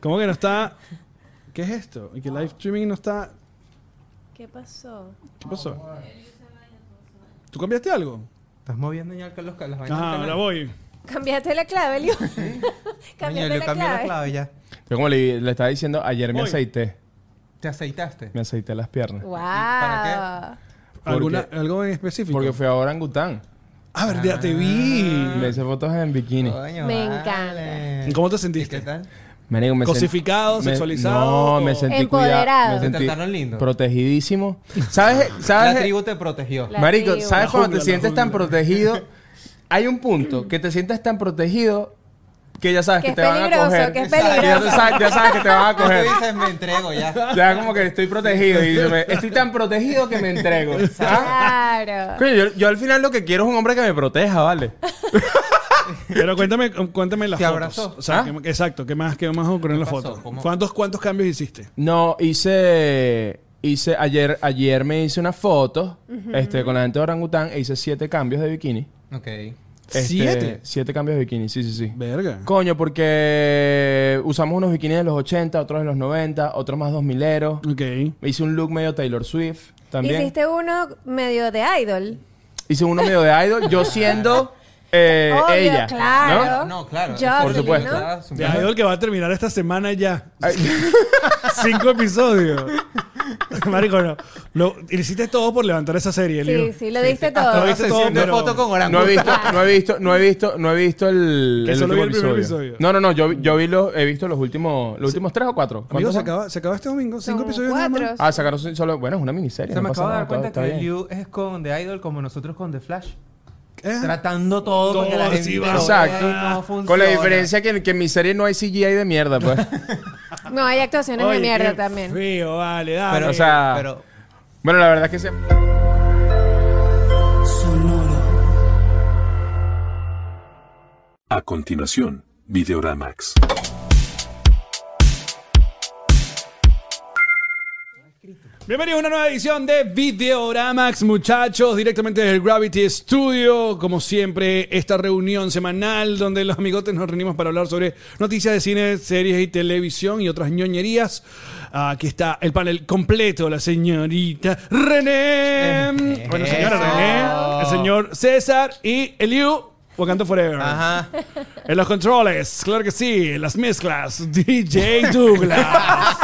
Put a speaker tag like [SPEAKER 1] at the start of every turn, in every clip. [SPEAKER 1] ¿Cómo que no está? ¿Qué es esto? ¿Y que live streaming no está?
[SPEAKER 2] ¿Qué pasó?
[SPEAKER 1] ¿Qué pasó? ¿Tú cambiaste algo?
[SPEAKER 3] Estás moviendo ya Carlos ca- las vainas. del
[SPEAKER 1] Ah,
[SPEAKER 3] canal.
[SPEAKER 1] ahora voy.
[SPEAKER 2] ¿Cambiaste la clave, Elio?
[SPEAKER 3] Coño,
[SPEAKER 2] ¿Cambiaste
[SPEAKER 3] le
[SPEAKER 2] la
[SPEAKER 3] cambié
[SPEAKER 2] clave?
[SPEAKER 3] la clave ya.
[SPEAKER 4] Yo como le, le estaba diciendo, ayer me
[SPEAKER 1] Voy.
[SPEAKER 4] aceité.
[SPEAKER 3] ¿Te aceitaste?
[SPEAKER 4] Me aceité las piernas.
[SPEAKER 2] ¡Wow!
[SPEAKER 3] para
[SPEAKER 1] ¿Alguna,
[SPEAKER 4] Porque-
[SPEAKER 1] ¿Algo en específico?
[SPEAKER 4] Porque fui a Orangután.
[SPEAKER 1] Ah, verdad, te vi.
[SPEAKER 3] Ah.
[SPEAKER 4] Me hice fotos en bikini.
[SPEAKER 3] Coño,
[SPEAKER 2] Me
[SPEAKER 3] vale.
[SPEAKER 2] encanta.
[SPEAKER 1] ¿Y ¿Cómo te
[SPEAKER 3] ¿Y qué
[SPEAKER 1] sentiste?
[SPEAKER 3] tal?
[SPEAKER 4] Marico, me sen-
[SPEAKER 1] ¿Cosificado,
[SPEAKER 4] me-
[SPEAKER 1] sexualizado?
[SPEAKER 4] No, me sentí
[SPEAKER 2] Empoderado.
[SPEAKER 4] cuidado. Me
[SPEAKER 3] Te
[SPEAKER 4] sentí
[SPEAKER 3] trataron lindo.
[SPEAKER 4] protegidísimo. ¿Sabes?
[SPEAKER 3] La
[SPEAKER 4] ¿Sabes?
[SPEAKER 3] tribu te protegió.
[SPEAKER 2] La
[SPEAKER 4] Marico,
[SPEAKER 2] tribu.
[SPEAKER 4] ¿sabes
[SPEAKER 1] La
[SPEAKER 4] cuando
[SPEAKER 1] jungla,
[SPEAKER 4] te
[SPEAKER 1] la
[SPEAKER 4] sientes tan
[SPEAKER 1] jungla.
[SPEAKER 4] protegido? Hay un punto que te sientes tan protegido que ya sabes
[SPEAKER 2] Que
[SPEAKER 4] que,
[SPEAKER 2] es
[SPEAKER 4] te van a
[SPEAKER 2] peligroso,
[SPEAKER 4] coger.
[SPEAKER 2] que es
[SPEAKER 4] ya,
[SPEAKER 2] peligroso.
[SPEAKER 4] tú sabes, ya sabes que te van a
[SPEAKER 3] Tú
[SPEAKER 4] coger.
[SPEAKER 3] dices, me entrego ya.
[SPEAKER 4] Ya como que estoy protegido. Y yo me- estoy tan protegido que me entrego. ¿Ah?
[SPEAKER 2] ¡Claro!
[SPEAKER 4] Coño, yo, yo al final lo que quiero es un hombre que me proteja, ¿vale?
[SPEAKER 1] Pero cuéntame, cuéntame las
[SPEAKER 3] ¿Te
[SPEAKER 1] fotos.
[SPEAKER 3] abrazó?
[SPEAKER 1] O sea,
[SPEAKER 4] ¿Ah?
[SPEAKER 1] ¿qué- exacto, ¿qué más, qué más ocurrió en las
[SPEAKER 3] pasó?
[SPEAKER 1] fotos?
[SPEAKER 3] ¿Cómo?
[SPEAKER 1] ¿Cuántos, ¿Cuántos cambios hiciste?
[SPEAKER 4] No, hice. Hice. Ayer, ayer me hice una foto este, con la gente de Orangután e hice siete cambios de bikini.
[SPEAKER 3] Ok.
[SPEAKER 4] Este,
[SPEAKER 1] ¿Siete?
[SPEAKER 4] Siete cambios de bikini, sí, sí, sí.
[SPEAKER 1] Verga.
[SPEAKER 4] Coño, porque usamos unos bikinis de los 80, otros de los 90, otros más 2000 eros.
[SPEAKER 1] Ok.
[SPEAKER 4] Hice un look medio Taylor Swift también.
[SPEAKER 2] Hiciste uno medio de idol.
[SPEAKER 4] Hice uno medio de idol, yo siendo eh,
[SPEAKER 2] Obvio,
[SPEAKER 4] ella.
[SPEAKER 2] claro.
[SPEAKER 3] No, claro.
[SPEAKER 2] Yo,
[SPEAKER 3] eso
[SPEAKER 4] Por
[SPEAKER 3] sí,
[SPEAKER 4] supuesto.
[SPEAKER 3] yo estaba
[SPEAKER 1] De
[SPEAKER 3] asumiendo.
[SPEAKER 1] Idol que va a terminar esta semana ya.
[SPEAKER 4] Ay.
[SPEAKER 1] Cinco episodios. Marico, no. Lo, hiciste todo por levantar esa serie,
[SPEAKER 2] Sí,
[SPEAKER 1] Elio.
[SPEAKER 2] sí, lo diste todo.
[SPEAKER 1] Lo diste todo,
[SPEAKER 3] Haciendo
[SPEAKER 1] pero-
[SPEAKER 3] foto con
[SPEAKER 4] ¿no? No
[SPEAKER 3] orangután.
[SPEAKER 4] he visto, no he visto, no he visto, no he visto el,
[SPEAKER 1] Que
[SPEAKER 4] el
[SPEAKER 1] solo
[SPEAKER 4] último
[SPEAKER 1] vi el primer
[SPEAKER 4] episodio.
[SPEAKER 1] episodio.
[SPEAKER 4] No, no, no, yo, vi- yo vi los, he visto los últimos, los últimos tres o cuatro.
[SPEAKER 1] Amigo,
[SPEAKER 4] ¿Cuántos
[SPEAKER 1] se
[SPEAKER 4] son?
[SPEAKER 1] acaba, se acaba este domingo. Cinco
[SPEAKER 2] Son
[SPEAKER 1] episodios.
[SPEAKER 2] cuatro.
[SPEAKER 1] nada más.
[SPEAKER 4] Ah, sacaron solo, bueno, es una
[SPEAKER 3] Se
[SPEAKER 4] miniserie. no
[SPEAKER 3] me
[SPEAKER 4] pasa
[SPEAKER 3] acabo de dar
[SPEAKER 4] nada,
[SPEAKER 3] cuenta
[SPEAKER 4] está-
[SPEAKER 3] que
[SPEAKER 4] está bien.
[SPEAKER 3] Liu es con The Idol como nosotros con The Flash.
[SPEAKER 1] Eh,
[SPEAKER 3] Tratando todo
[SPEAKER 1] Todo
[SPEAKER 3] porque la gente
[SPEAKER 1] así
[SPEAKER 3] lo
[SPEAKER 1] va.
[SPEAKER 3] vea
[SPEAKER 4] Exacto.
[SPEAKER 3] y no funciona.
[SPEAKER 4] Con la diferencia que, en- que en mi serie no hay CGI de mierda, pues.
[SPEAKER 2] No, hay actuaciones
[SPEAKER 1] oye,
[SPEAKER 2] de mierda
[SPEAKER 1] qué
[SPEAKER 2] también.
[SPEAKER 1] Frío, vale, dale.
[SPEAKER 3] Pero,
[SPEAKER 4] o sea,
[SPEAKER 3] pero
[SPEAKER 4] bueno, la verdad es que se...
[SPEAKER 5] A continuación, Videoramax.
[SPEAKER 1] Bienvenidos a una nueva edición de Videoramax, muchachos, directamente desde el Gravity Studio. Como siempre, esta reunión semanal donde los amigotes nos reunimos para hablar sobre noticias de cine, series y televisión y otras ñoñerías. Aquí está el panel completo, la señorita René. Bueno, señora René, el señor César y Eliu. Wakanda Forever.
[SPEAKER 3] Ajá.
[SPEAKER 1] En los controles, claro que sí. en Las mezclas, DJ Douglas.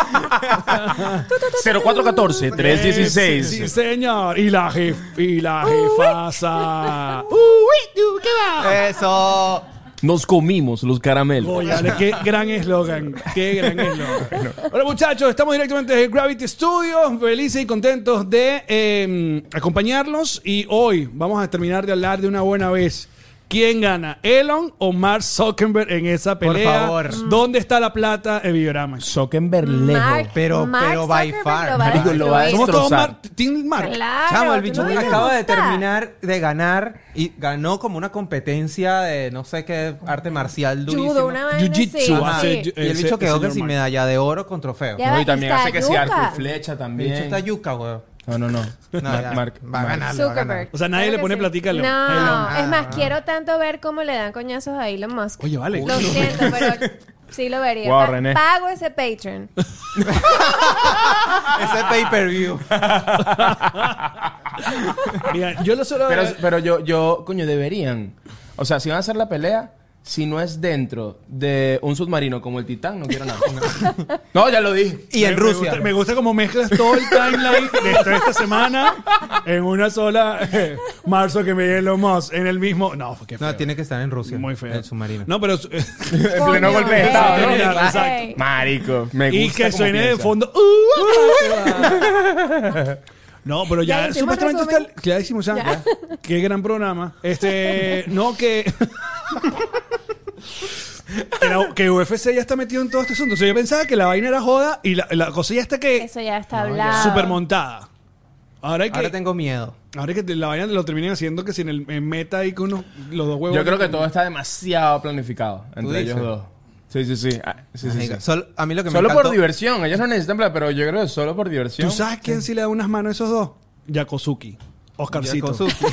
[SPEAKER 4] 0414-316.
[SPEAKER 1] Sí, señor. Y la, jef- y la jefasa. Eh.
[SPEAKER 3] Eso.
[SPEAKER 4] Nos comimos los caramelos.
[SPEAKER 1] Oye, qué gran eslogan. Qué gran eslogan. Hola, muchachos. Estamos directamente desde Gravity Studios. Felices y contentos de eh, acompañarlos. Y hoy vamos a terminar de hablar de una buena vez. ¿Quién gana? ¿Elon o Mark Zuckerberg en esa
[SPEAKER 3] Por
[SPEAKER 1] pelea?
[SPEAKER 3] favor.
[SPEAKER 1] ¿Dónde está la plata de Videorama?
[SPEAKER 4] Zuckerberg lejos.
[SPEAKER 2] Mark-
[SPEAKER 3] Pero-
[SPEAKER 2] Mark
[SPEAKER 3] pero by
[SPEAKER 2] Zuckerberg
[SPEAKER 3] far.
[SPEAKER 2] lo va a
[SPEAKER 4] Marico, lo va a
[SPEAKER 2] destruir.
[SPEAKER 1] Somos todos
[SPEAKER 4] destrozar.
[SPEAKER 1] Mark, Team Mark.
[SPEAKER 2] Claro,
[SPEAKER 3] Chamo, el
[SPEAKER 2] tú
[SPEAKER 3] bicho
[SPEAKER 2] no viste
[SPEAKER 3] acaba
[SPEAKER 2] cómo
[SPEAKER 3] de
[SPEAKER 2] está.
[SPEAKER 3] terminar de ganar y ganó como una competencia de no sé qué arte marcial durísima.
[SPEAKER 2] Judo, una vaina
[SPEAKER 1] Jiu-jitsu
[SPEAKER 2] así,
[SPEAKER 1] hace
[SPEAKER 2] sí.
[SPEAKER 1] ju-
[SPEAKER 3] Y el
[SPEAKER 1] Eh, Ese-
[SPEAKER 3] bicho quedó
[SPEAKER 1] ese
[SPEAKER 3] que sin
[SPEAKER 1] Mark.
[SPEAKER 3] medalla de oro con trofeo.
[SPEAKER 2] Ya va,
[SPEAKER 4] No, y también
[SPEAKER 2] está
[SPEAKER 4] hace que sea
[SPEAKER 2] yuca.
[SPEAKER 4] arco y flecha
[SPEAKER 3] El bicho
[SPEAKER 4] también.
[SPEAKER 3] está yuca, weón.
[SPEAKER 4] No, no, no. Mar-
[SPEAKER 3] ya.
[SPEAKER 4] Mark-
[SPEAKER 3] va a ganar. lo
[SPEAKER 4] Mark.
[SPEAKER 3] va a ganar.
[SPEAKER 2] Zuckerberg.
[SPEAKER 1] O sea, nadie le
[SPEAKER 2] que
[SPEAKER 1] pone platica a Elon.
[SPEAKER 2] No,
[SPEAKER 1] Elon.
[SPEAKER 2] es
[SPEAKER 3] Ah.
[SPEAKER 2] más, quiero tanto ver cómo le dan coñazos a Elon Musk.
[SPEAKER 1] Oye, vale.
[SPEAKER 2] Lo siento, pero sí lo vería.
[SPEAKER 4] Guau,
[SPEAKER 2] Pa-
[SPEAKER 4] René.
[SPEAKER 2] Pago ese Patreon.
[SPEAKER 3] Ese pay per view.
[SPEAKER 1] Mira, yo lo solo...
[SPEAKER 4] Pero, pero yo, yo, coño, deberían. O sea, si van a hacer la pelea, si no es dentro de un submarino como el Titán, no quiero nada. No, ya lo dije.
[SPEAKER 3] Y en
[SPEAKER 1] Me- Me
[SPEAKER 3] Rusia.
[SPEAKER 1] gusta, me gusta como mezclas todo el timeline de esto de esta semana en una sola. eh, marzo que me los más en el mismo. No, qué feo.
[SPEAKER 3] No, tiene que estar en Rusia.
[SPEAKER 1] Muy feo.
[SPEAKER 3] El submarino.
[SPEAKER 1] No, pero. eh,
[SPEAKER 4] En pleno golpe de
[SPEAKER 2] eh.
[SPEAKER 4] estado, ¿no?
[SPEAKER 2] Ey.
[SPEAKER 1] Exacto.
[SPEAKER 4] Marico, me gusta.
[SPEAKER 1] y que
[SPEAKER 4] cómo
[SPEAKER 1] suene de
[SPEAKER 4] piensa.
[SPEAKER 1] fondo. "Uh, no, pero
[SPEAKER 2] Ya
[SPEAKER 1] ya,
[SPEAKER 2] hicimos
[SPEAKER 1] supuestamente está.
[SPEAKER 2] resumen.
[SPEAKER 1] el- Ya hicimos ya.
[SPEAKER 2] Ya.
[SPEAKER 1] Qué gran programa. Este. No, que. Que, la- que UFC ya está metido en todo este asunto. O sea, yo pensaba que la vaina era joda y la, la cosa ya está que
[SPEAKER 2] Eso ya está hablado.
[SPEAKER 1] super montada. Ahora hay que
[SPEAKER 3] Ahora tengo miedo.
[SPEAKER 1] Ahora que te- la vaina lo terminen haciendo que si en el en meta hay que unos los dos huevos.
[SPEAKER 4] Yo creo que todo está demasiado planificado entre
[SPEAKER 3] dices?
[SPEAKER 4] ellos dos. Sí, sí, sí. Ah, sí, sí, sí.
[SPEAKER 3] Marica, solo- a mí lo que me
[SPEAKER 4] Solo
[SPEAKER 3] encantó-
[SPEAKER 4] por diversión. Ellos no necesitan plata, pero yo creo que solo por diversión.
[SPEAKER 1] ¿Tú sabes quién sí le da unas manos a esos dos? Yakosuki. Oscarcito.
[SPEAKER 3] Yokosuki.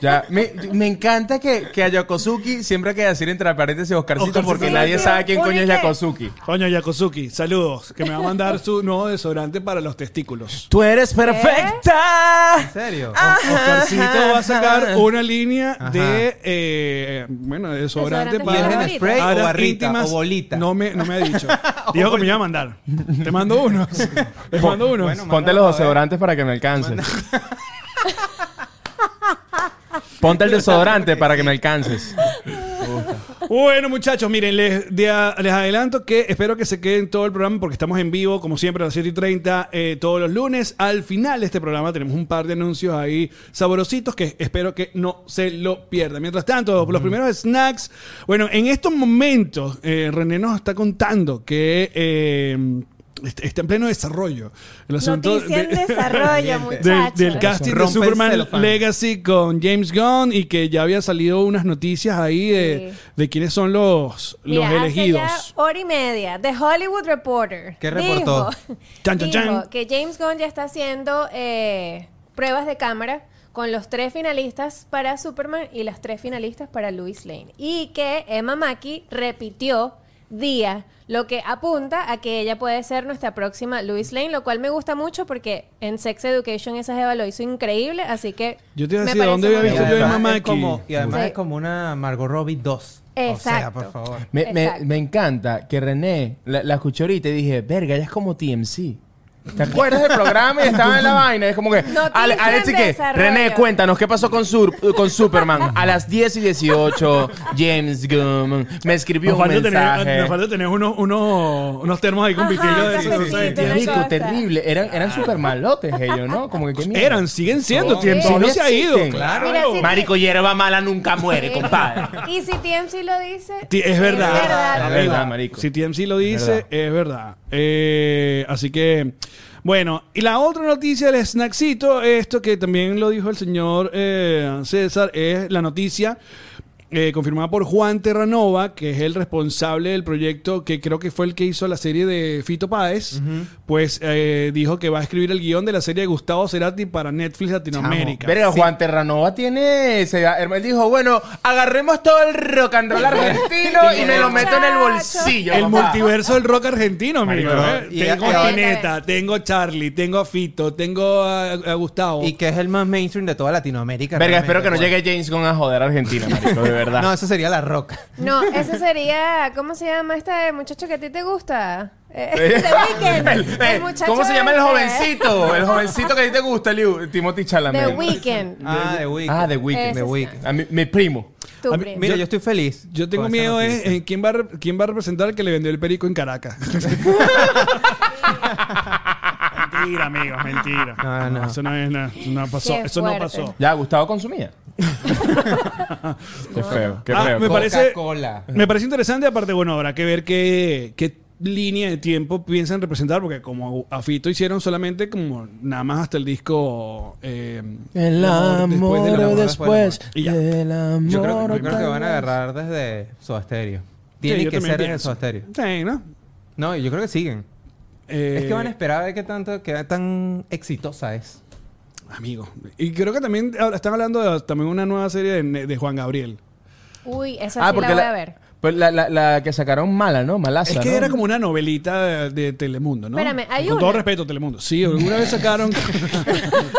[SPEAKER 4] Ya, me, me encanta que, que a Yokosuki siempre hay que decir entre paréntesis Oscarcito,
[SPEAKER 1] Oscarcito.
[SPEAKER 4] porque nadie sabe quién coño es
[SPEAKER 2] Única-
[SPEAKER 4] Yokosuki.
[SPEAKER 1] Coño, Yakosuki, saludos. Que me va a mandar su nuevo desodorante para los testículos.
[SPEAKER 4] Tú eres perfecta.
[SPEAKER 3] ¿En serio?
[SPEAKER 1] Oscarcito va a sacar una línea
[SPEAKER 3] Ajá.
[SPEAKER 1] de, eh, bueno, de desodorante
[SPEAKER 2] Desodorante
[SPEAKER 3] ¿Y es
[SPEAKER 1] para...
[SPEAKER 3] en
[SPEAKER 2] Barrita.
[SPEAKER 3] spray o
[SPEAKER 1] áreas
[SPEAKER 3] barrita
[SPEAKER 1] íntimas.
[SPEAKER 3] o bolita?
[SPEAKER 1] No me, no me ha dicho. Dijo que me iba a mandar. Te mando unos. Te mando unos.
[SPEAKER 3] Bueno,
[SPEAKER 4] Ponte
[SPEAKER 3] mándalo a
[SPEAKER 4] los
[SPEAKER 3] ver.
[SPEAKER 4] desodorantes para que me alcances. Ponte el desodorante para que me alcances.
[SPEAKER 1] Bueno, muchachos, miren, les, de a- les adelanto que espero que se queden todo el programa porque estamos en vivo, como siempre, a las 7 y 30 eh, todos los lunes. Al final de este programa tenemos un par de anuncios ahí saborositos que espero que no se lo pierdan. Mientras tanto, los primeros snacks. Bueno, en estos momentos, eh, René nos está contando que. eh, est- Está en pleno desarrollo. El asunto
[SPEAKER 2] Noticia en
[SPEAKER 1] de-
[SPEAKER 2] desarrollo,
[SPEAKER 1] del,
[SPEAKER 2] muchachos.
[SPEAKER 1] del casting de
[SPEAKER 3] Rompe el
[SPEAKER 1] Superman
[SPEAKER 3] celofán.
[SPEAKER 1] Legacy con James Gunn y que ya había salido unas noticias ahí de,
[SPEAKER 2] Sí.
[SPEAKER 1] de quiénes son los, los
[SPEAKER 2] Mira, Hace
[SPEAKER 1] elegidos.
[SPEAKER 2] ya hora y media, The Hollywood Reporter.
[SPEAKER 3] ¿Qué reportó?
[SPEAKER 2] Dijo,
[SPEAKER 1] Chan, chan,
[SPEAKER 2] dijo
[SPEAKER 1] chan.
[SPEAKER 2] que James Gunn ya está haciendo eh, pruebas de cámara con los tres finalistas para Superman y las tres finalistas para Louis Lane. Y que Emma Mackey repitió día, lo que apunta a que ella puede ser nuestra próxima Louis Lane, lo cual me gusta mucho porque en Sex Education esa jeva lo hizo increíble, así que
[SPEAKER 1] Yo te iba a
[SPEAKER 2] me
[SPEAKER 1] decir, ¿a dónde
[SPEAKER 2] parece
[SPEAKER 1] había
[SPEAKER 2] muy
[SPEAKER 1] visto
[SPEAKER 2] bien.
[SPEAKER 1] yo de
[SPEAKER 3] además
[SPEAKER 1] mamá
[SPEAKER 3] es como-
[SPEAKER 1] aquí?
[SPEAKER 3] y además
[SPEAKER 2] Sí.
[SPEAKER 3] es como una Margot Robbie 2. O sea,
[SPEAKER 2] Exacto.
[SPEAKER 3] por favor.
[SPEAKER 4] Me, me-
[SPEAKER 2] Exacto.
[SPEAKER 4] me encanta que René la, la escuché ahorita y dije, verga, ella es como TMC. ¿Te acuerdas del programa y estaba en la vaina? Es como que.
[SPEAKER 2] Noticias
[SPEAKER 4] Ale- Alex, ¿y
[SPEAKER 2] en
[SPEAKER 4] qué?
[SPEAKER 2] desarrollo.
[SPEAKER 4] René, cuéntanos qué pasó con, Sur- con Superman. A las 10 y 18, James Gunn me escribió
[SPEAKER 1] Nos
[SPEAKER 4] un
[SPEAKER 1] falta
[SPEAKER 4] mensaje.
[SPEAKER 1] tener, nos falta tener unos, unos, unos termos ahí con
[SPEAKER 2] Ajá,
[SPEAKER 1] pitillo de
[SPEAKER 2] un
[SPEAKER 1] esos, ¿sabes?
[SPEAKER 2] cafecito, una
[SPEAKER 1] Tienen-
[SPEAKER 4] Marico,
[SPEAKER 2] cosa.
[SPEAKER 4] terrible. Eran, eran super malotes ellos, ¿no? Como que qué mierda.
[SPEAKER 1] Eran, siguen siendo,
[SPEAKER 4] Son-
[SPEAKER 1] tiempo, no
[SPEAKER 4] todavía
[SPEAKER 1] se ha ido.
[SPEAKER 4] existen.
[SPEAKER 1] Claro.
[SPEAKER 2] Mira, sí.
[SPEAKER 4] Marico, hierba mala nunca muere, compadre.
[SPEAKER 2] Y si TMC lo dice,
[SPEAKER 1] Ti- Es verdad.
[SPEAKER 4] Es
[SPEAKER 1] Amigo,
[SPEAKER 4] verdad, marico.
[SPEAKER 1] Si TMC lo dice,
[SPEAKER 4] verdad.
[SPEAKER 1] es verdad. Eh, así que, bueno. Y la otra noticia del snackcito, esto que también lo dijo el señor eh, César, es la noticia eh, confirmada por Juan Terranova, que es el responsable del proyecto, que creo que fue el que hizo la serie de Fito Páez, pues eh, dijo que va a escribir el guión de la serie de Gustavo Cerati para Netflix Latinoamérica.
[SPEAKER 4] Verga, Juan Terranova tiene. Se, él dijo, bueno, agarremos todo el rock and roll argentino y me lo meto en el bolsillo.
[SPEAKER 1] El
[SPEAKER 4] papá.
[SPEAKER 1] multiverso del rock argentino, amigo.
[SPEAKER 3] Marico,
[SPEAKER 1] ¿eh?
[SPEAKER 3] y-
[SPEAKER 1] Tengo
[SPEAKER 3] y-
[SPEAKER 1] a Pineta, tengo a Charlie, tengo a Fito, tengo a, a Gustavo.
[SPEAKER 3] Y que es el más mainstream de toda Latinoamérica.
[SPEAKER 4] Verga, espero que no
[SPEAKER 3] realmente,
[SPEAKER 4] llegue James Gunn a joder a Argentina, marico, de verdad.
[SPEAKER 3] bueno. No, eso sería la roca.
[SPEAKER 2] No, ese sería, ¿cómo se llama este muchacho que a ti te gusta? Eh, The Weeknd.
[SPEAKER 4] El- eh,
[SPEAKER 2] El muchacho
[SPEAKER 4] ¿Cómo se llama el
[SPEAKER 2] este.
[SPEAKER 4] jovencito? El jovencito que a ti te gusta, Liu.
[SPEAKER 2] The
[SPEAKER 4] Timothy Chalamet.
[SPEAKER 2] Weeknd.
[SPEAKER 3] Ah, de Weeknd.
[SPEAKER 4] Ah, The Weeknd.
[SPEAKER 2] Ese
[SPEAKER 3] The
[SPEAKER 2] está.
[SPEAKER 3] Weeknd.
[SPEAKER 4] A mi, mi primo.
[SPEAKER 2] Tu
[SPEAKER 1] A mí-
[SPEAKER 2] primo.
[SPEAKER 3] Mira,
[SPEAKER 1] Yo-
[SPEAKER 3] yo estoy feliz.
[SPEAKER 1] Yo tengo
[SPEAKER 3] con esa
[SPEAKER 1] miedo eh, es
[SPEAKER 3] noticia.
[SPEAKER 1] en quién va, a re- quién va a representar al que le vendió el perico en Caracas. mentira, amigos, mentira.
[SPEAKER 3] No, no.
[SPEAKER 1] Eso no, es nada, eso no pasó.
[SPEAKER 2] Qué
[SPEAKER 1] Eso no
[SPEAKER 2] fuerte.
[SPEAKER 1] pasó.
[SPEAKER 4] Ya, Gustavo consumía. qué feo, qué
[SPEAKER 1] Ah,
[SPEAKER 4] feo.
[SPEAKER 1] me parece,
[SPEAKER 3] Coca-Cola.
[SPEAKER 1] me parece interesante, aparte, bueno, habrá que ver qué, qué línea de tiempo piensan representar, porque como a Fito hicieron solamente como nada más hasta el disco eh,
[SPEAKER 4] El amor
[SPEAKER 1] del
[SPEAKER 3] amor, después
[SPEAKER 4] después,
[SPEAKER 1] del amor. Y ya.
[SPEAKER 4] del amor.
[SPEAKER 3] Yo creo, yo creo que
[SPEAKER 4] tal
[SPEAKER 3] van a
[SPEAKER 4] vez.
[SPEAKER 3] agarrar desde Soda Stereo.
[SPEAKER 1] Sí,
[SPEAKER 3] Tiene
[SPEAKER 1] yo
[SPEAKER 3] que
[SPEAKER 1] también
[SPEAKER 3] ser en el
[SPEAKER 1] pienso.
[SPEAKER 3] Soda Stereo.
[SPEAKER 1] Sí, ¿no?
[SPEAKER 3] No, yo creo que siguen.
[SPEAKER 1] Eh,
[SPEAKER 3] es que van a esperar a ver qué tanto, qué tan exitosa es.
[SPEAKER 1] Amigo. Y creo que también ahora están hablando de también una nueva serie de, Ne- de Juan Gabriel.
[SPEAKER 2] Uy, esa
[SPEAKER 4] Ah,
[SPEAKER 2] sí la
[SPEAKER 4] porque
[SPEAKER 2] voy a
[SPEAKER 4] la,
[SPEAKER 2] ver.
[SPEAKER 4] pues la, la, la que sacaron mala, ¿no? Malaza.
[SPEAKER 1] Es que
[SPEAKER 4] ¿no?
[SPEAKER 1] era como una novelita de, de Telemundo, ¿no?
[SPEAKER 2] Espérame, hay
[SPEAKER 1] Con
[SPEAKER 2] una.
[SPEAKER 1] todo respeto, Telemundo. Sí, alguna vez sacaron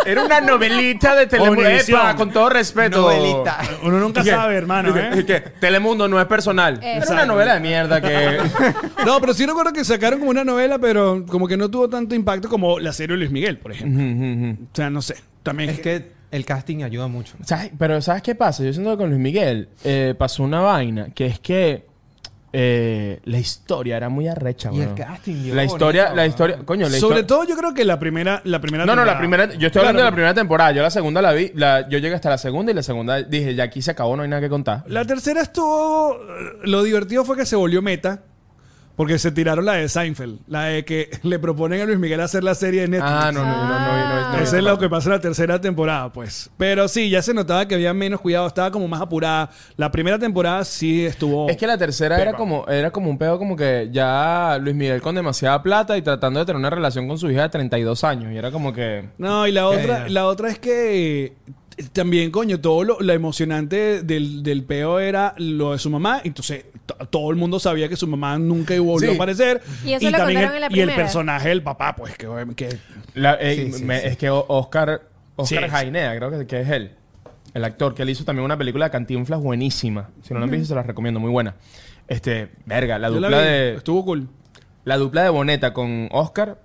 [SPEAKER 4] Era una novelita de Telemundo.
[SPEAKER 1] Univisión.
[SPEAKER 4] Epa, con todo respeto.
[SPEAKER 3] Novelita.
[SPEAKER 1] Uno nunca
[SPEAKER 4] Dije,
[SPEAKER 1] sabe, hermano,
[SPEAKER 4] dije,
[SPEAKER 1] ¿eh?
[SPEAKER 4] dije, Telemundo no es personal.
[SPEAKER 2] Eh.
[SPEAKER 4] Era una novela de mierda que.
[SPEAKER 1] No, pero sí recuerdo que sacaron como una novela, pero como que no tuvo tanto impacto como la serie de Luis Miguel, por ejemplo. O sea, no sé. También
[SPEAKER 3] Es que el casting ayuda mucho.
[SPEAKER 4] ¿Sabes? Pero ¿sabes qué pasa? Yo siento que con Luis Miguel eh, pasó una vaina, que es que eh, la historia era muy arrecha,
[SPEAKER 3] Y el
[SPEAKER 4] weón.
[SPEAKER 3] casting, Dios,
[SPEAKER 4] La historia,
[SPEAKER 3] bonito,
[SPEAKER 4] la
[SPEAKER 3] weón.
[SPEAKER 4] historia, coño, la
[SPEAKER 1] Sobre
[SPEAKER 4] histo-
[SPEAKER 1] todo yo creo que la primera la primera
[SPEAKER 4] No, no, la
[SPEAKER 1] temporada.
[SPEAKER 4] primera, yo estoy
[SPEAKER 1] Claro,
[SPEAKER 4] hablando de la primera temporada, yo la segunda la vi, la- yo llegué hasta la segunda y la segunda dije, ya aquí se acabó, no hay nada que contar.
[SPEAKER 1] La tercera estuvo. Lo divertido fue que se volvió meta. Porque se tiraron la de Seinfeld. La de que le proponen a Luis Miguel hacer la serie de Netflix.
[SPEAKER 4] Ah, no, no, no, no, no, no, no, no, no.
[SPEAKER 1] Eso es lo que pasa en la tercera temporada, pues. Pero sí, ya se notaba que había menos cuidado, estaba como más apurada. La primera temporada sí estuvo.
[SPEAKER 4] Es que la tercera era como, era como un pedo como que ya Luis Miguel con demasiada plata y tratando de tener una relación con su hija de 32 años. Y era como que...
[SPEAKER 1] No, y la otra,
[SPEAKER 3] ya.
[SPEAKER 1] la otra es que también, coño, todo lo, lo emocionante del, del peo era lo de su mamá. Entonces, to- todo el mundo sabía que su mamá nunca volvió
[SPEAKER 4] Sí.
[SPEAKER 1] a aparecer.
[SPEAKER 2] Y eso lo
[SPEAKER 1] también
[SPEAKER 2] contaron
[SPEAKER 1] el,
[SPEAKER 2] en la
[SPEAKER 1] y el
[SPEAKER 2] primera.
[SPEAKER 1] personaje del papá, pues, que, que-
[SPEAKER 4] La- eh,
[SPEAKER 3] Sí, sí,
[SPEAKER 4] me-
[SPEAKER 3] sí.
[SPEAKER 4] Es que O- Oscar,
[SPEAKER 1] Sí,
[SPEAKER 4] Oscar
[SPEAKER 1] sí.
[SPEAKER 4] Jainea, creo que, que es él, el actor, que él hizo también una película de Cantinflas buenísima. Si no la han visto, se las recomiendo, muy buena. Este, verga, la
[SPEAKER 1] yo la
[SPEAKER 4] dupla,
[SPEAKER 1] vi,
[SPEAKER 4] de,
[SPEAKER 1] Estuvo cool.
[SPEAKER 4] la dupla de Boneta con Oscar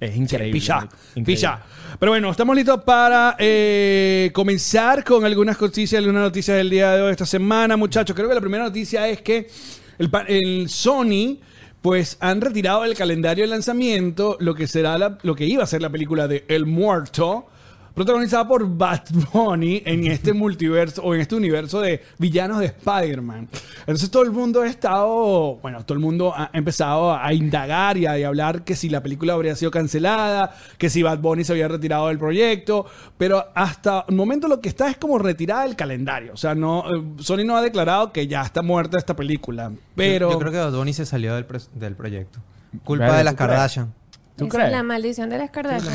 [SPEAKER 4] es increíble.
[SPEAKER 1] Pichá,
[SPEAKER 4] marico, increíble.
[SPEAKER 1] pichá. Pero bueno, estamos listos para eh, comenzar con algunas noticias, algunas noticias del día de hoy, esta semana, muchachos. Creo que la primera noticia es que el, pa- el Sony, pues, han retirado del calendario de lanzamiento lo que será la- lo que iba a ser la película de El Muerto. Protagonizada por Bad Bunny en este multiverso o en este universo de villanos de Spider-Man. Entonces todo el mundo ha estado, bueno, todo el mundo ha empezado a indagar y a, y a hablar que si la película habría sido cancelada, que si Bad Bunny se había retirado del proyecto, pero hasta el momento lo que está es como retirada del calendario. O sea, no, eh, Sony no ha declarado que ya está muerta esta película, pero...
[SPEAKER 3] Yo, yo creo que Bad Bunny se salió del, pres- del proyecto. Culpa
[SPEAKER 4] Vale,
[SPEAKER 3] de las
[SPEAKER 4] ¿tú crees?
[SPEAKER 3] Kardashian.
[SPEAKER 4] ¿Tú
[SPEAKER 2] Esa
[SPEAKER 4] crees?
[SPEAKER 2] es la maldición de las Kardashian.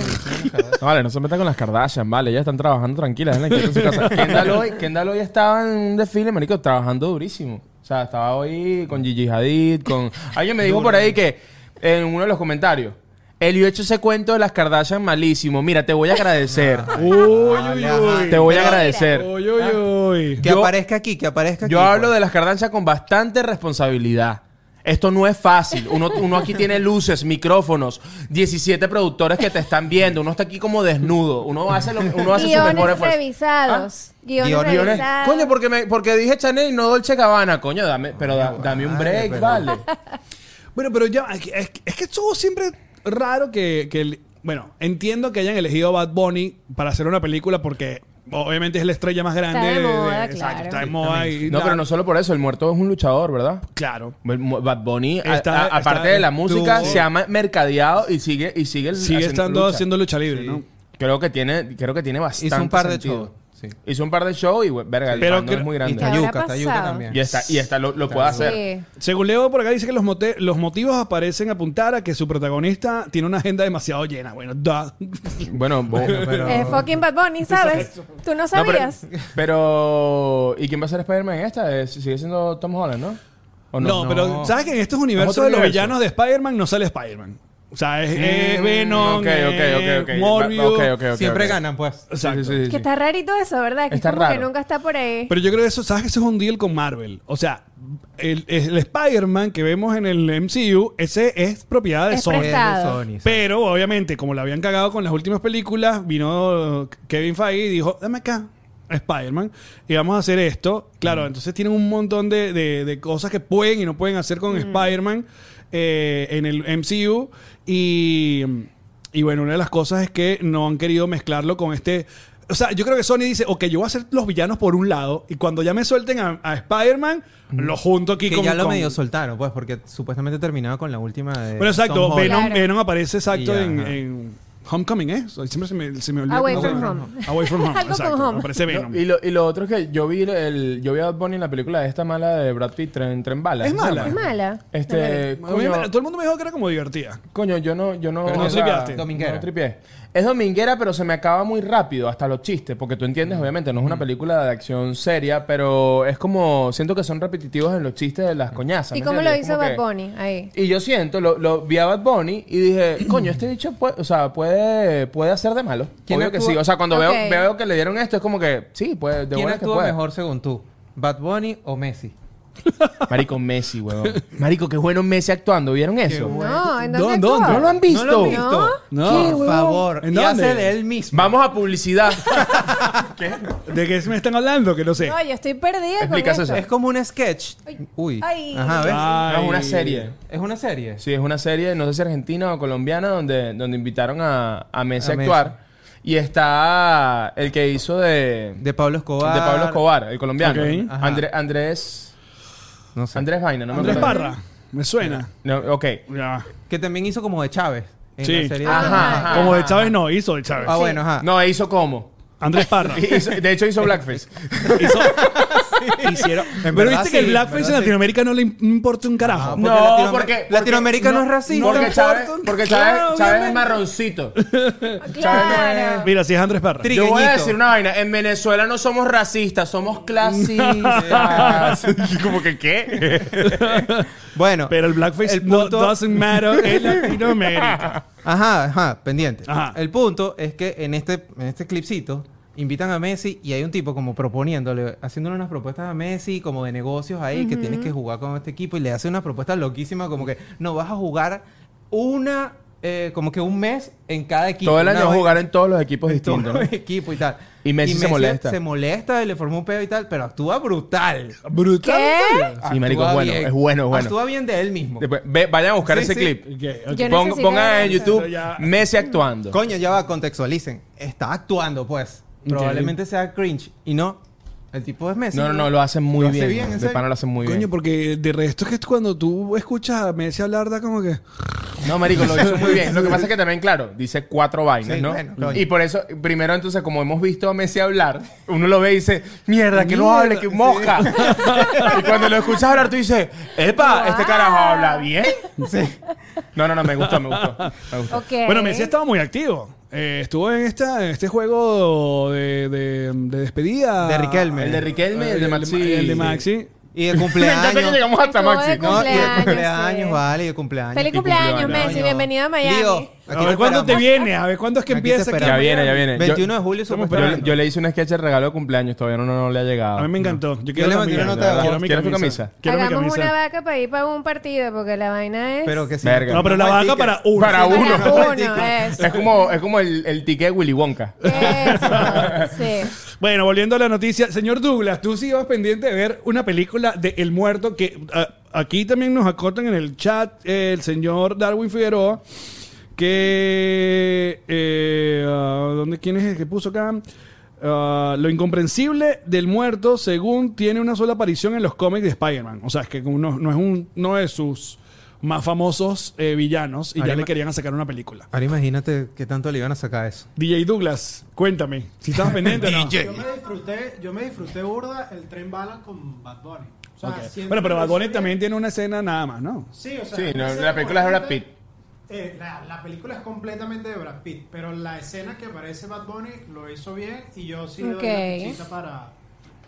[SPEAKER 4] No, vale, no se metan con las Kardashian, vale. Ellas están trabajando tranquilas. déjenla quietas en su casa. Kendall hoy, Kendall hoy estaba en un desfile, marico, trabajando durísimo. O sea, estaba hoy con Gigi Hadid, con... Alguien me dijo por ahí que, en uno de los comentarios, el yo he hecho ese cuento de las Kardashian malísimo. Mira, te voy a agradecer.
[SPEAKER 1] Uy, uy,
[SPEAKER 3] Vale,
[SPEAKER 1] uy.
[SPEAKER 3] ajá.
[SPEAKER 4] te voy a
[SPEAKER 2] Pero mira.
[SPEAKER 4] agradecer.
[SPEAKER 1] Uy, uy, uy.
[SPEAKER 3] Que
[SPEAKER 4] Yo-
[SPEAKER 3] aparezca aquí, que aparezca aquí.
[SPEAKER 4] Yo hablo
[SPEAKER 3] pues.
[SPEAKER 4] de las Kardashian con bastante responsabilidad. Esto no es fácil. Uno, uno aquí tiene luces, micrófonos, 17 productores que te están viendo. Uno está aquí como desnudo. Uno hace, lo, uno hace su mejor
[SPEAKER 2] Guiones
[SPEAKER 4] esfuerzo.
[SPEAKER 2] revisados. Guiones,
[SPEAKER 3] Guiones-
[SPEAKER 4] Guiones.
[SPEAKER 2] revisados.
[SPEAKER 4] Coño, porque, me, porque dije Chanel y no Dolce Gabbana. Coño, dame, pero da- dame un
[SPEAKER 3] madre,
[SPEAKER 4] break,
[SPEAKER 3] pero-
[SPEAKER 4] vale.
[SPEAKER 1] Bueno, pero ya, es que, es que- es que estuvo siempre raro que, que el- bueno, entiendo que hayan elegido a Bad Bunny para hacer una película porque obviamente es la estrella más grande.
[SPEAKER 2] de moda,
[SPEAKER 1] exacto,
[SPEAKER 2] claro.
[SPEAKER 1] está de moda y
[SPEAKER 4] No,
[SPEAKER 1] la-
[SPEAKER 4] pero no solo por eso. El muerto es un luchador, ¿verdad?
[SPEAKER 1] Claro.
[SPEAKER 4] El mu- Bad Bunny, a-
[SPEAKER 1] Está-
[SPEAKER 4] a- aparte
[SPEAKER 1] está-
[SPEAKER 4] de la música,
[SPEAKER 1] tú-
[SPEAKER 4] se llama mercadeado y sigue, y sigue, el-
[SPEAKER 1] Sigue
[SPEAKER 4] haciendo
[SPEAKER 1] estando
[SPEAKER 4] lucha.
[SPEAKER 1] haciendo lucha libre,
[SPEAKER 3] Sí.
[SPEAKER 1] ¿no?
[SPEAKER 4] Creo que tiene, creo que tiene bastante.
[SPEAKER 3] Hizo un par de
[SPEAKER 4] sentido.
[SPEAKER 3] shows. Sí.
[SPEAKER 4] Hizo un par de shows y, we- verga, el
[SPEAKER 1] Pero
[SPEAKER 4] fandom
[SPEAKER 1] creo-
[SPEAKER 4] es muy
[SPEAKER 3] Y
[SPEAKER 4] grande.
[SPEAKER 2] habrá
[SPEAKER 3] Tayuca, Tayuca
[SPEAKER 2] pasado?
[SPEAKER 3] también.
[SPEAKER 4] Y está, y está, lo, lo puede hacer.
[SPEAKER 2] Sí.
[SPEAKER 1] Según Leo por acá dice que los, mote- los motivos aparecen apuntar a que su protagonista tiene una agenda demasiado llena. Bueno, da.
[SPEAKER 4] Bueno, bo-
[SPEAKER 3] Pero-
[SPEAKER 2] Es fucking Bad Bunny, ¿sabes? Tú no
[SPEAKER 4] No, pero,
[SPEAKER 2] sabías.
[SPEAKER 4] pero- ¿y quién va a ser Spider-Man en esta? Es- Sigue siendo Tom Holland, ¿no? ¿O
[SPEAKER 1] no,
[SPEAKER 4] Oh, no?
[SPEAKER 1] pero sabes que en estos universos
[SPEAKER 4] otro
[SPEAKER 1] de los
[SPEAKER 4] universo.
[SPEAKER 1] villanos de Spider-Man no sale Spider-Man. O sea, es, es
[SPEAKER 4] Mm,
[SPEAKER 1] Venom,
[SPEAKER 4] ok,
[SPEAKER 1] es
[SPEAKER 4] ok, ok, ok. Va-
[SPEAKER 1] Morbius.
[SPEAKER 4] ok, ok, ok,
[SPEAKER 3] Siempre
[SPEAKER 4] ok.
[SPEAKER 3] ganan, pues.
[SPEAKER 4] Sí, sí,
[SPEAKER 1] Exacto.
[SPEAKER 4] sí, sí.
[SPEAKER 2] Que está rarito eso, ¿verdad? Que
[SPEAKER 4] Está
[SPEAKER 2] es como que
[SPEAKER 4] raro.
[SPEAKER 2] nunca está por ahí.
[SPEAKER 1] Pero yo creo que eso, ¿sabes que eso es un deal con Marvel? O sea, el, el Spider-Man que vemos en el MCU, ese es propiedad de
[SPEAKER 2] Es
[SPEAKER 1] Sony.
[SPEAKER 2] prestado.
[SPEAKER 3] Sony, sí.
[SPEAKER 1] Pero obviamente, como la habían cagado con las últimas películas, vino Kevin Feige y dijo, dame acá. Spider-Man, y vamos a hacer esto. Claro, entonces tienen un montón de, de- de cosas que pueden y no pueden hacer con Spider-Man eh, en el MCU. Y, y bueno, una de las cosas es que no han querido mezclarlo con este. O sea, yo creo que Sony dice, ok, yo voy a hacer los villanos por un lado, y cuando ya me suelten a, a Spider-Man, lo junto aquí
[SPEAKER 3] Que
[SPEAKER 1] con.
[SPEAKER 3] ya lo
[SPEAKER 1] con-
[SPEAKER 3] medio soltaron, pues, porque supuestamente terminaba con la última de.
[SPEAKER 1] bueno, exacto.
[SPEAKER 3] Tom Holland.
[SPEAKER 1] Venom,
[SPEAKER 2] Claro.
[SPEAKER 1] Venom aparece exacto
[SPEAKER 3] Y ya,
[SPEAKER 1] en,
[SPEAKER 3] ajá.
[SPEAKER 1] en Homecoming, ¿eh? So- Siempre se me, se me olvida.
[SPEAKER 2] Away
[SPEAKER 1] cómo se
[SPEAKER 2] from
[SPEAKER 1] llama.
[SPEAKER 2] Home.
[SPEAKER 1] Away from Home.
[SPEAKER 2] Algo con
[SPEAKER 1] exacto.
[SPEAKER 2] Home.
[SPEAKER 1] Aparece Venom.
[SPEAKER 4] No, y, lo, y lo otro es que yo vi, el, yo vi a Bad Bunny en la película de esta mala de Brad Pitt, Tren, Tren Bala.
[SPEAKER 1] Es
[SPEAKER 4] ¿sí se
[SPEAKER 1] mala.
[SPEAKER 4] llama?
[SPEAKER 2] Es mala.
[SPEAKER 4] Este,
[SPEAKER 1] A mí me-
[SPEAKER 4] coño,
[SPEAKER 1] todo el mundo me dijo que era como divertida.
[SPEAKER 4] coño, yo no... Yo no
[SPEAKER 1] Pero no
[SPEAKER 4] o sea,
[SPEAKER 1] tripeaste.
[SPEAKER 3] Dominguera.
[SPEAKER 4] No tripié. Es dominguera, pero se me acaba muy rápido, hasta los chistes, porque tú entiendes, obviamente, no es una película de acción seria, pero es como... Siento que son repetitivos en los chistes de las coñazas.
[SPEAKER 2] ¿Y
[SPEAKER 4] ¿me
[SPEAKER 2] cómo lo
[SPEAKER 4] entiendes?
[SPEAKER 2] hizo
[SPEAKER 4] Como
[SPEAKER 2] Bad
[SPEAKER 4] que-
[SPEAKER 2] Bunny? Ahí.
[SPEAKER 4] Y yo siento, lo, lo vi a Bad Bunny y dije, coño, este bicho puede, o sea, puede, puede hacer de malo.
[SPEAKER 3] ¿Quién
[SPEAKER 4] Obvio que
[SPEAKER 3] actúa?
[SPEAKER 4] sí. O sea, cuando veo-
[SPEAKER 2] Ok.
[SPEAKER 4] veo, que le dieron esto, es como que, sí, puede, de
[SPEAKER 3] ¿Quién
[SPEAKER 4] buena que
[SPEAKER 3] actúa
[SPEAKER 4] puede.
[SPEAKER 3] mejor según tú? ¿Bad Bunny o Messi?
[SPEAKER 4] Marico Messi, weón. Marico, qué bueno Messi actuando. ¿Vieron eso?
[SPEAKER 2] No, ¿en dónde
[SPEAKER 1] ¿Dónde, dónde?
[SPEAKER 2] actúa?
[SPEAKER 4] ¿No lo han visto?
[SPEAKER 3] ¿No lo
[SPEAKER 2] No.
[SPEAKER 3] han visto?
[SPEAKER 1] No. ¿Qué,
[SPEAKER 3] Por
[SPEAKER 1] huevón?
[SPEAKER 3] favor.
[SPEAKER 1] ¿En
[SPEAKER 3] Y
[SPEAKER 1] dónde?
[SPEAKER 3] hace de él mismo.
[SPEAKER 4] Vamos a publicidad. ¿Qué?
[SPEAKER 1] ¿De qué me están hablando? Que no sé.
[SPEAKER 4] Ah,
[SPEAKER 2] No, yo estoy perdida
[SPEAKER 4] Explicas
[SPEAKER 2] con
[SPEAKER 4] eso.
[SPEAKER 2] esto.
[SPEAKER 3] Es como un sketch.
[SPEAKER 2] Ay.
[SPEAKER 3] Uy.
[SPEAKER 2] Ay.
[SPEAKER 3] Ajá, ¿ves?
[SPEAKER 1] Ay.
[SPEAKER 4] No, es una serie.
[SPEAKER 3] Es una serie.
[SPEAKER 4] Sí, es una serie, no sé si argentina o colombiana, donde, donde invitaron a, a Messi
[SPEAKER 3] A
[SPEAKER 4] a,
[SPEAKER 3] Messi.
[SPEAKER 4] actuar. Y está el que hizo de, de,
[SPEAKER 3] De Pablo Escobar.
[SPEAKER 4] Pablo Escobar, el colombiano.
[SPEAKER 1] Ok.
[SPEAKER 3] Ajá.
[SPEAKER 4] André- Andrés.
[SPEAKER 3] No sé.
[SPEAKER 4] Andrés Vaina, no me
[SPEAKER 1] Andrés
[SPEAKER 4] acuerdo.
[SPEAKER 1] Parra. Me suena.
[SPEAKER 4] No, ok.
[SPEAKER 1] Ya.
[SPEAKER 3] Que también hizo como de Chávez. En
[SPEAKER 1] Sí.
[SPEAKER 3] la serie de-
[SPEAKER 4] Ajá, ajá.
[SPEAKER 1] Como de Chávez no, hizo de Chávez.
[SPEAKER 3] Ah, bueno, ajá.
[SPEAKER 4] No, hizo como.
[SPEAKER 1] Andrés Parra.
[SPEAKER 4] Y hizo- de hecho hizo blackface.
[SPEAKER 1] Hizo- hicieron- Pero
[SPEAKER 3] verdad
[SPEAKER 1] viste
[SPEAKER 3] sí,
[SPEAKER 1] que el
[SPEAKER 3] en
[SPEAKER 1] blackface en
[SPEAKER 3] verdad sí.
[SPEAKER 1] Latinoamérica no le im- importa un carajo.
[SPEAKER 4] No,
[SPEAKER 3] Latinoamer-
[SPEAKER 4] porque- porque-
[SPEAKER 3] Ah, Latinoamérica no,
[SPEAKER 1] no,
[SPEAKER 3] es racista.
[SPEAKER 4] porque Chávez,
[SPEAKER 1] importa.
[SPEAKER 4] porque Chávez,
[SPEAKER 1] Claro,
[SPEAKER 4] Chávez es
[SPEAKER 1] obviamente.
[SPEAKER 4] marroncito.
[SPEAKER 2] Claro.
[SPEAKER 1] Mira, si es Andrés Parra.
[SPEAKER 3] Tri-
[SPEAKER 4] Yo voy a
[SPEAKER 3] Trigueñito.
[SPEAKER 4] decir una vaina. En Venezuela no somos racistas, somos
[SPEAKER 3] Ah,
[SPEAKER 4] clasistas. Como que, ¿qué?
[SPEAKER 3] Bueno,
[SPEAKER 1] Pero el blackface
[SPEAKER 3] El
[SPEAKER 1] no
[SPEAKER 3] punto-
[SPEAKER 1] doesn't matter en Latinoamérica.
[SPEAKER 3] ajá, ajá, pendiente.
[SPEAKER 1] Ajá.
[SPEAKER 3] El punto es que en este, en este clipcito invitan a Messi y hay un tipo como proponiéndole, haciéndole unas propuestas a Messi como de negocios ahí que tienes que jugar con este equipo y le hace unas propuestas loquísimas como que no vas a jugar una eh, como que un mes en cada equipo.
[SPEAKER 4] Todo el
[SPEAKER 3] Una
[SPEAKER 4] año
[SPEAKER 3] vaina-
[SPEAKER 4] jugar en todos los equipos distintos.
[SPEAKER 3] todo
[SPEAKER 4] ¿no?
[SPEAKER 3] el equipo y tal.
[SPEAKER 4] Y Messi se molesta.
[SPEAKER 3] Se molesta y le formó un pedo y tal, pero actúa brutal.
[SPEAKER 1] Brutal.
[SPEAKER 2] ¿Qué?
[SPEAKER 4] Sí, marico, es
[SPEAKER 3] Actúa
[SPEAKER 4] bueno,
[SPEAKER 3] bien.
[SPEAKER 4] es bueno, es bueno.
[SPEAKER 3] Actúa bien de él mismo.
[SPEAKER 4] Después, ve- vayan a buscar
[SPEAKER 3] Sí,
[SPEAKER 4] ese
[SPEAKER 3] sí.
[SPEAKER 4] clip.
[SPEAKER 1] Ok, ok.
[SPEAKER 2] Yo
[SPEAKER 4] Pon-
[SPEAKER 2] necesito
[SPEAKER 4] pongan en
[SPEAKER 2] eso.
[SPEAKER 4] YouTube
[SPEAKER 1] Ya.
[SPEAKER 4] Messi actuando.
[SPEAKER 3] Coño, ya va, contextualicen. Está actuando, pues. Probablemente sea cringe. Y no, el tipo es Messi.
[SPEAKER 4] No, no, no, lo hacen muy
[SPEAKER 3] Lo hace
[SPEAKER 4] bien.
[SPEAKER 3] bien, en
[SPEAKER 4] de
[SPEAKER 3] serio.
[SPEAKER 4] pana lo hacen muy
[SPEAKER 1] Coño,
[SPEAKER 4] bien.
[SPEAKER 1] porque de resto es que cuando tú escuchas a Messi hablar, da como que.
[SPEAKER 4] No, marico, lo hizo muy bien. Lo que pasa es que también, claro, dice cuatro vainas,
[SPEAKER 3] Sí,
[SPEAKER 4] ¿no?
[SPEAKER 3] bueno, coño.
[SPEAKER 4] y por eso, primero, entonces, como hemos visto a Messi hablar, uno lo ve y dice, mierda, que no hable, que mosca. y cuando lo escuchas hablar, tú dices, epa, este carajo
[SPEAKER 2] Ah.
[SPEAKER 4] habla bien. No, no, no, me gustó, me gustó. Me gustó.
[SPEAKER 2] Ok.
[SPEAKER 1] Bueno, Messi estaba muy activo. Eh, estuvo en, esta, en este juego de, de- de despedida.
[SPEAKER 3] De Riquelme.
[SPEAKER 4] El de Riquelme, el de Maxi.
[SPEAKER 1] Eh, El de Maxi.
[SPEAKER 3] Y de
[SPEAKER 4] Me encanta que
[SPEAKER 3] cumpleaños.
[SPEAKER 4] llegamos hasta
[SPEAKER 2] Estuvo de
[SPEAKER 4] Maxi.
[SPEAKER 3] no, y de
[SPEAKER 2] Cumpleaños,
[SPEAKER 3] cumpleaños,
[SPEAKER 2] sí.
[SPEAKER 3] vale, y de cumpleaños.
[SPEAKER 2] Feliz
[SPEAKER 4] Y
[SPEAKER 2] cumpleaños,
[SPEAKER 4] cumpleaños.
[SPEAKER 2] Messi. Bienvenido a Miami.
[SPEAKER 3] Lío,
[SPEAKER 1] A
[SPEAKER 3] aquí
[SPEAKER 1] ver
[SPEAKER 3] te
[SPEAKER 1] cuándo te
[SPEAKER 3] esperamos.
[SPEAKER 1] viene, a ver cuándo es que
[SPEAKER 3] Aquí te
[SPEAKER 1] empieza.
[SPEAKER 3] esperamos.
[SPEAKER 4] Ya viene, ya viene.
[SPEAKER 3] 21
[SPEAKER 4] Yo-
[SPEAKER 3] de julio,
[SPEAKER 1] Estamos
[SPEAKER 4] Yo,
[SPEAKER 3] supuestamente.
[SPEAKER 4] yo le hice un sketch de regalo de cumpleaños, todavía no, no, no le ha llegado.
[SPEAKER 1] A mí me encantó. Yo quiero
[SPEAKER 3] le
[SPEAKER 1] la
[SPEAKER 3] mandé
[SPEAKER 1] mía.
[SPEAKER 3] una nota de voz.
[SPEAKER 1] Quiero mi
[SPEAKER 4] ¿Quieres tu
[SPEAKER 1] camisa.
[SPEAKER 4] camisa?
[SPEAKER 1] Quiero mi
[SPEAKER 2] Hagamos una
[SPEAKER 1] camisa.
[SPEAKER 2] vaca para ir para un partido, porque la vaina es.
[SPEAKER 3] Pero que sí.
[SPEAKER 4] Verga.
[SPEAKER 1] No, pero la vaca para uno.
[SPEAKER 4] Para
[SPEAKER 2] Para
[SPEAKER 4] uno.
[SPEAKER 2] uno, eh. eso.
[SPEAKER 4] Es como, es como el, el ticket de Willy Wonka.
[SPEAKER 2] Eso, sí.
[SPEAKER 1] Bueno, volviendo a la noticia. Señor Douglas, tú sí ibas pendiente de ver una película de El Muerto que ah, aquí también nos acotan en el chat eh, el señor Darwin Figueroa. Que. eh, ah, ¿dónde, ¿Quién es el que puso acá? Ah, lo incomprensible del muerto, según tiene una sola aparición en los cómics de Spider-Man. O sea, es que como no, no es un, uno de sus más famosos eh, villanos y ya
[SPEAKER 3] Ahora
[SPEAKER 1] le
[SPEAKER 3] ima-
[SPEAKER 1] querían sacar una película.
[SPEAKER 3] Ahora imagínate qué tanto le iban a sacar eso.
[SPEAKER 1] DJ Douglas, cuéntame, si estabas pendiente o no.
[SPEAKER 6] Yo me disfruté, yo me disfruté burda el tren bala con Bad Bunny. O sea, siento
[SPEAKER 1] Bueno, pero Bad
[SPEAKER 6] que la
[SPEAKER 1] Bunny
[SPEAKER 6] historia-
[SPEAKER 1] también tiene una escena nada más, ¿no?
[SPEAKER 6] Sí, o sea,
[SPEAKER 4] Sí,
[SPEAKER 6] una
[SPEAKER 4] no,
[SPEAKER 6] escena
[SPEAKER 4] la película es de Brad
[SPEAKER 6] completa-
[SPEAKER 4] Pitt.
[SPEAKER 6] eh, la, la película es completamente de Brad Pitt, pero la escena que aparece Bad Bunny lo hizo bien y yo sí le doy
[SPEAKER 2] Ok.
[SPEAKER 6] la fichita para,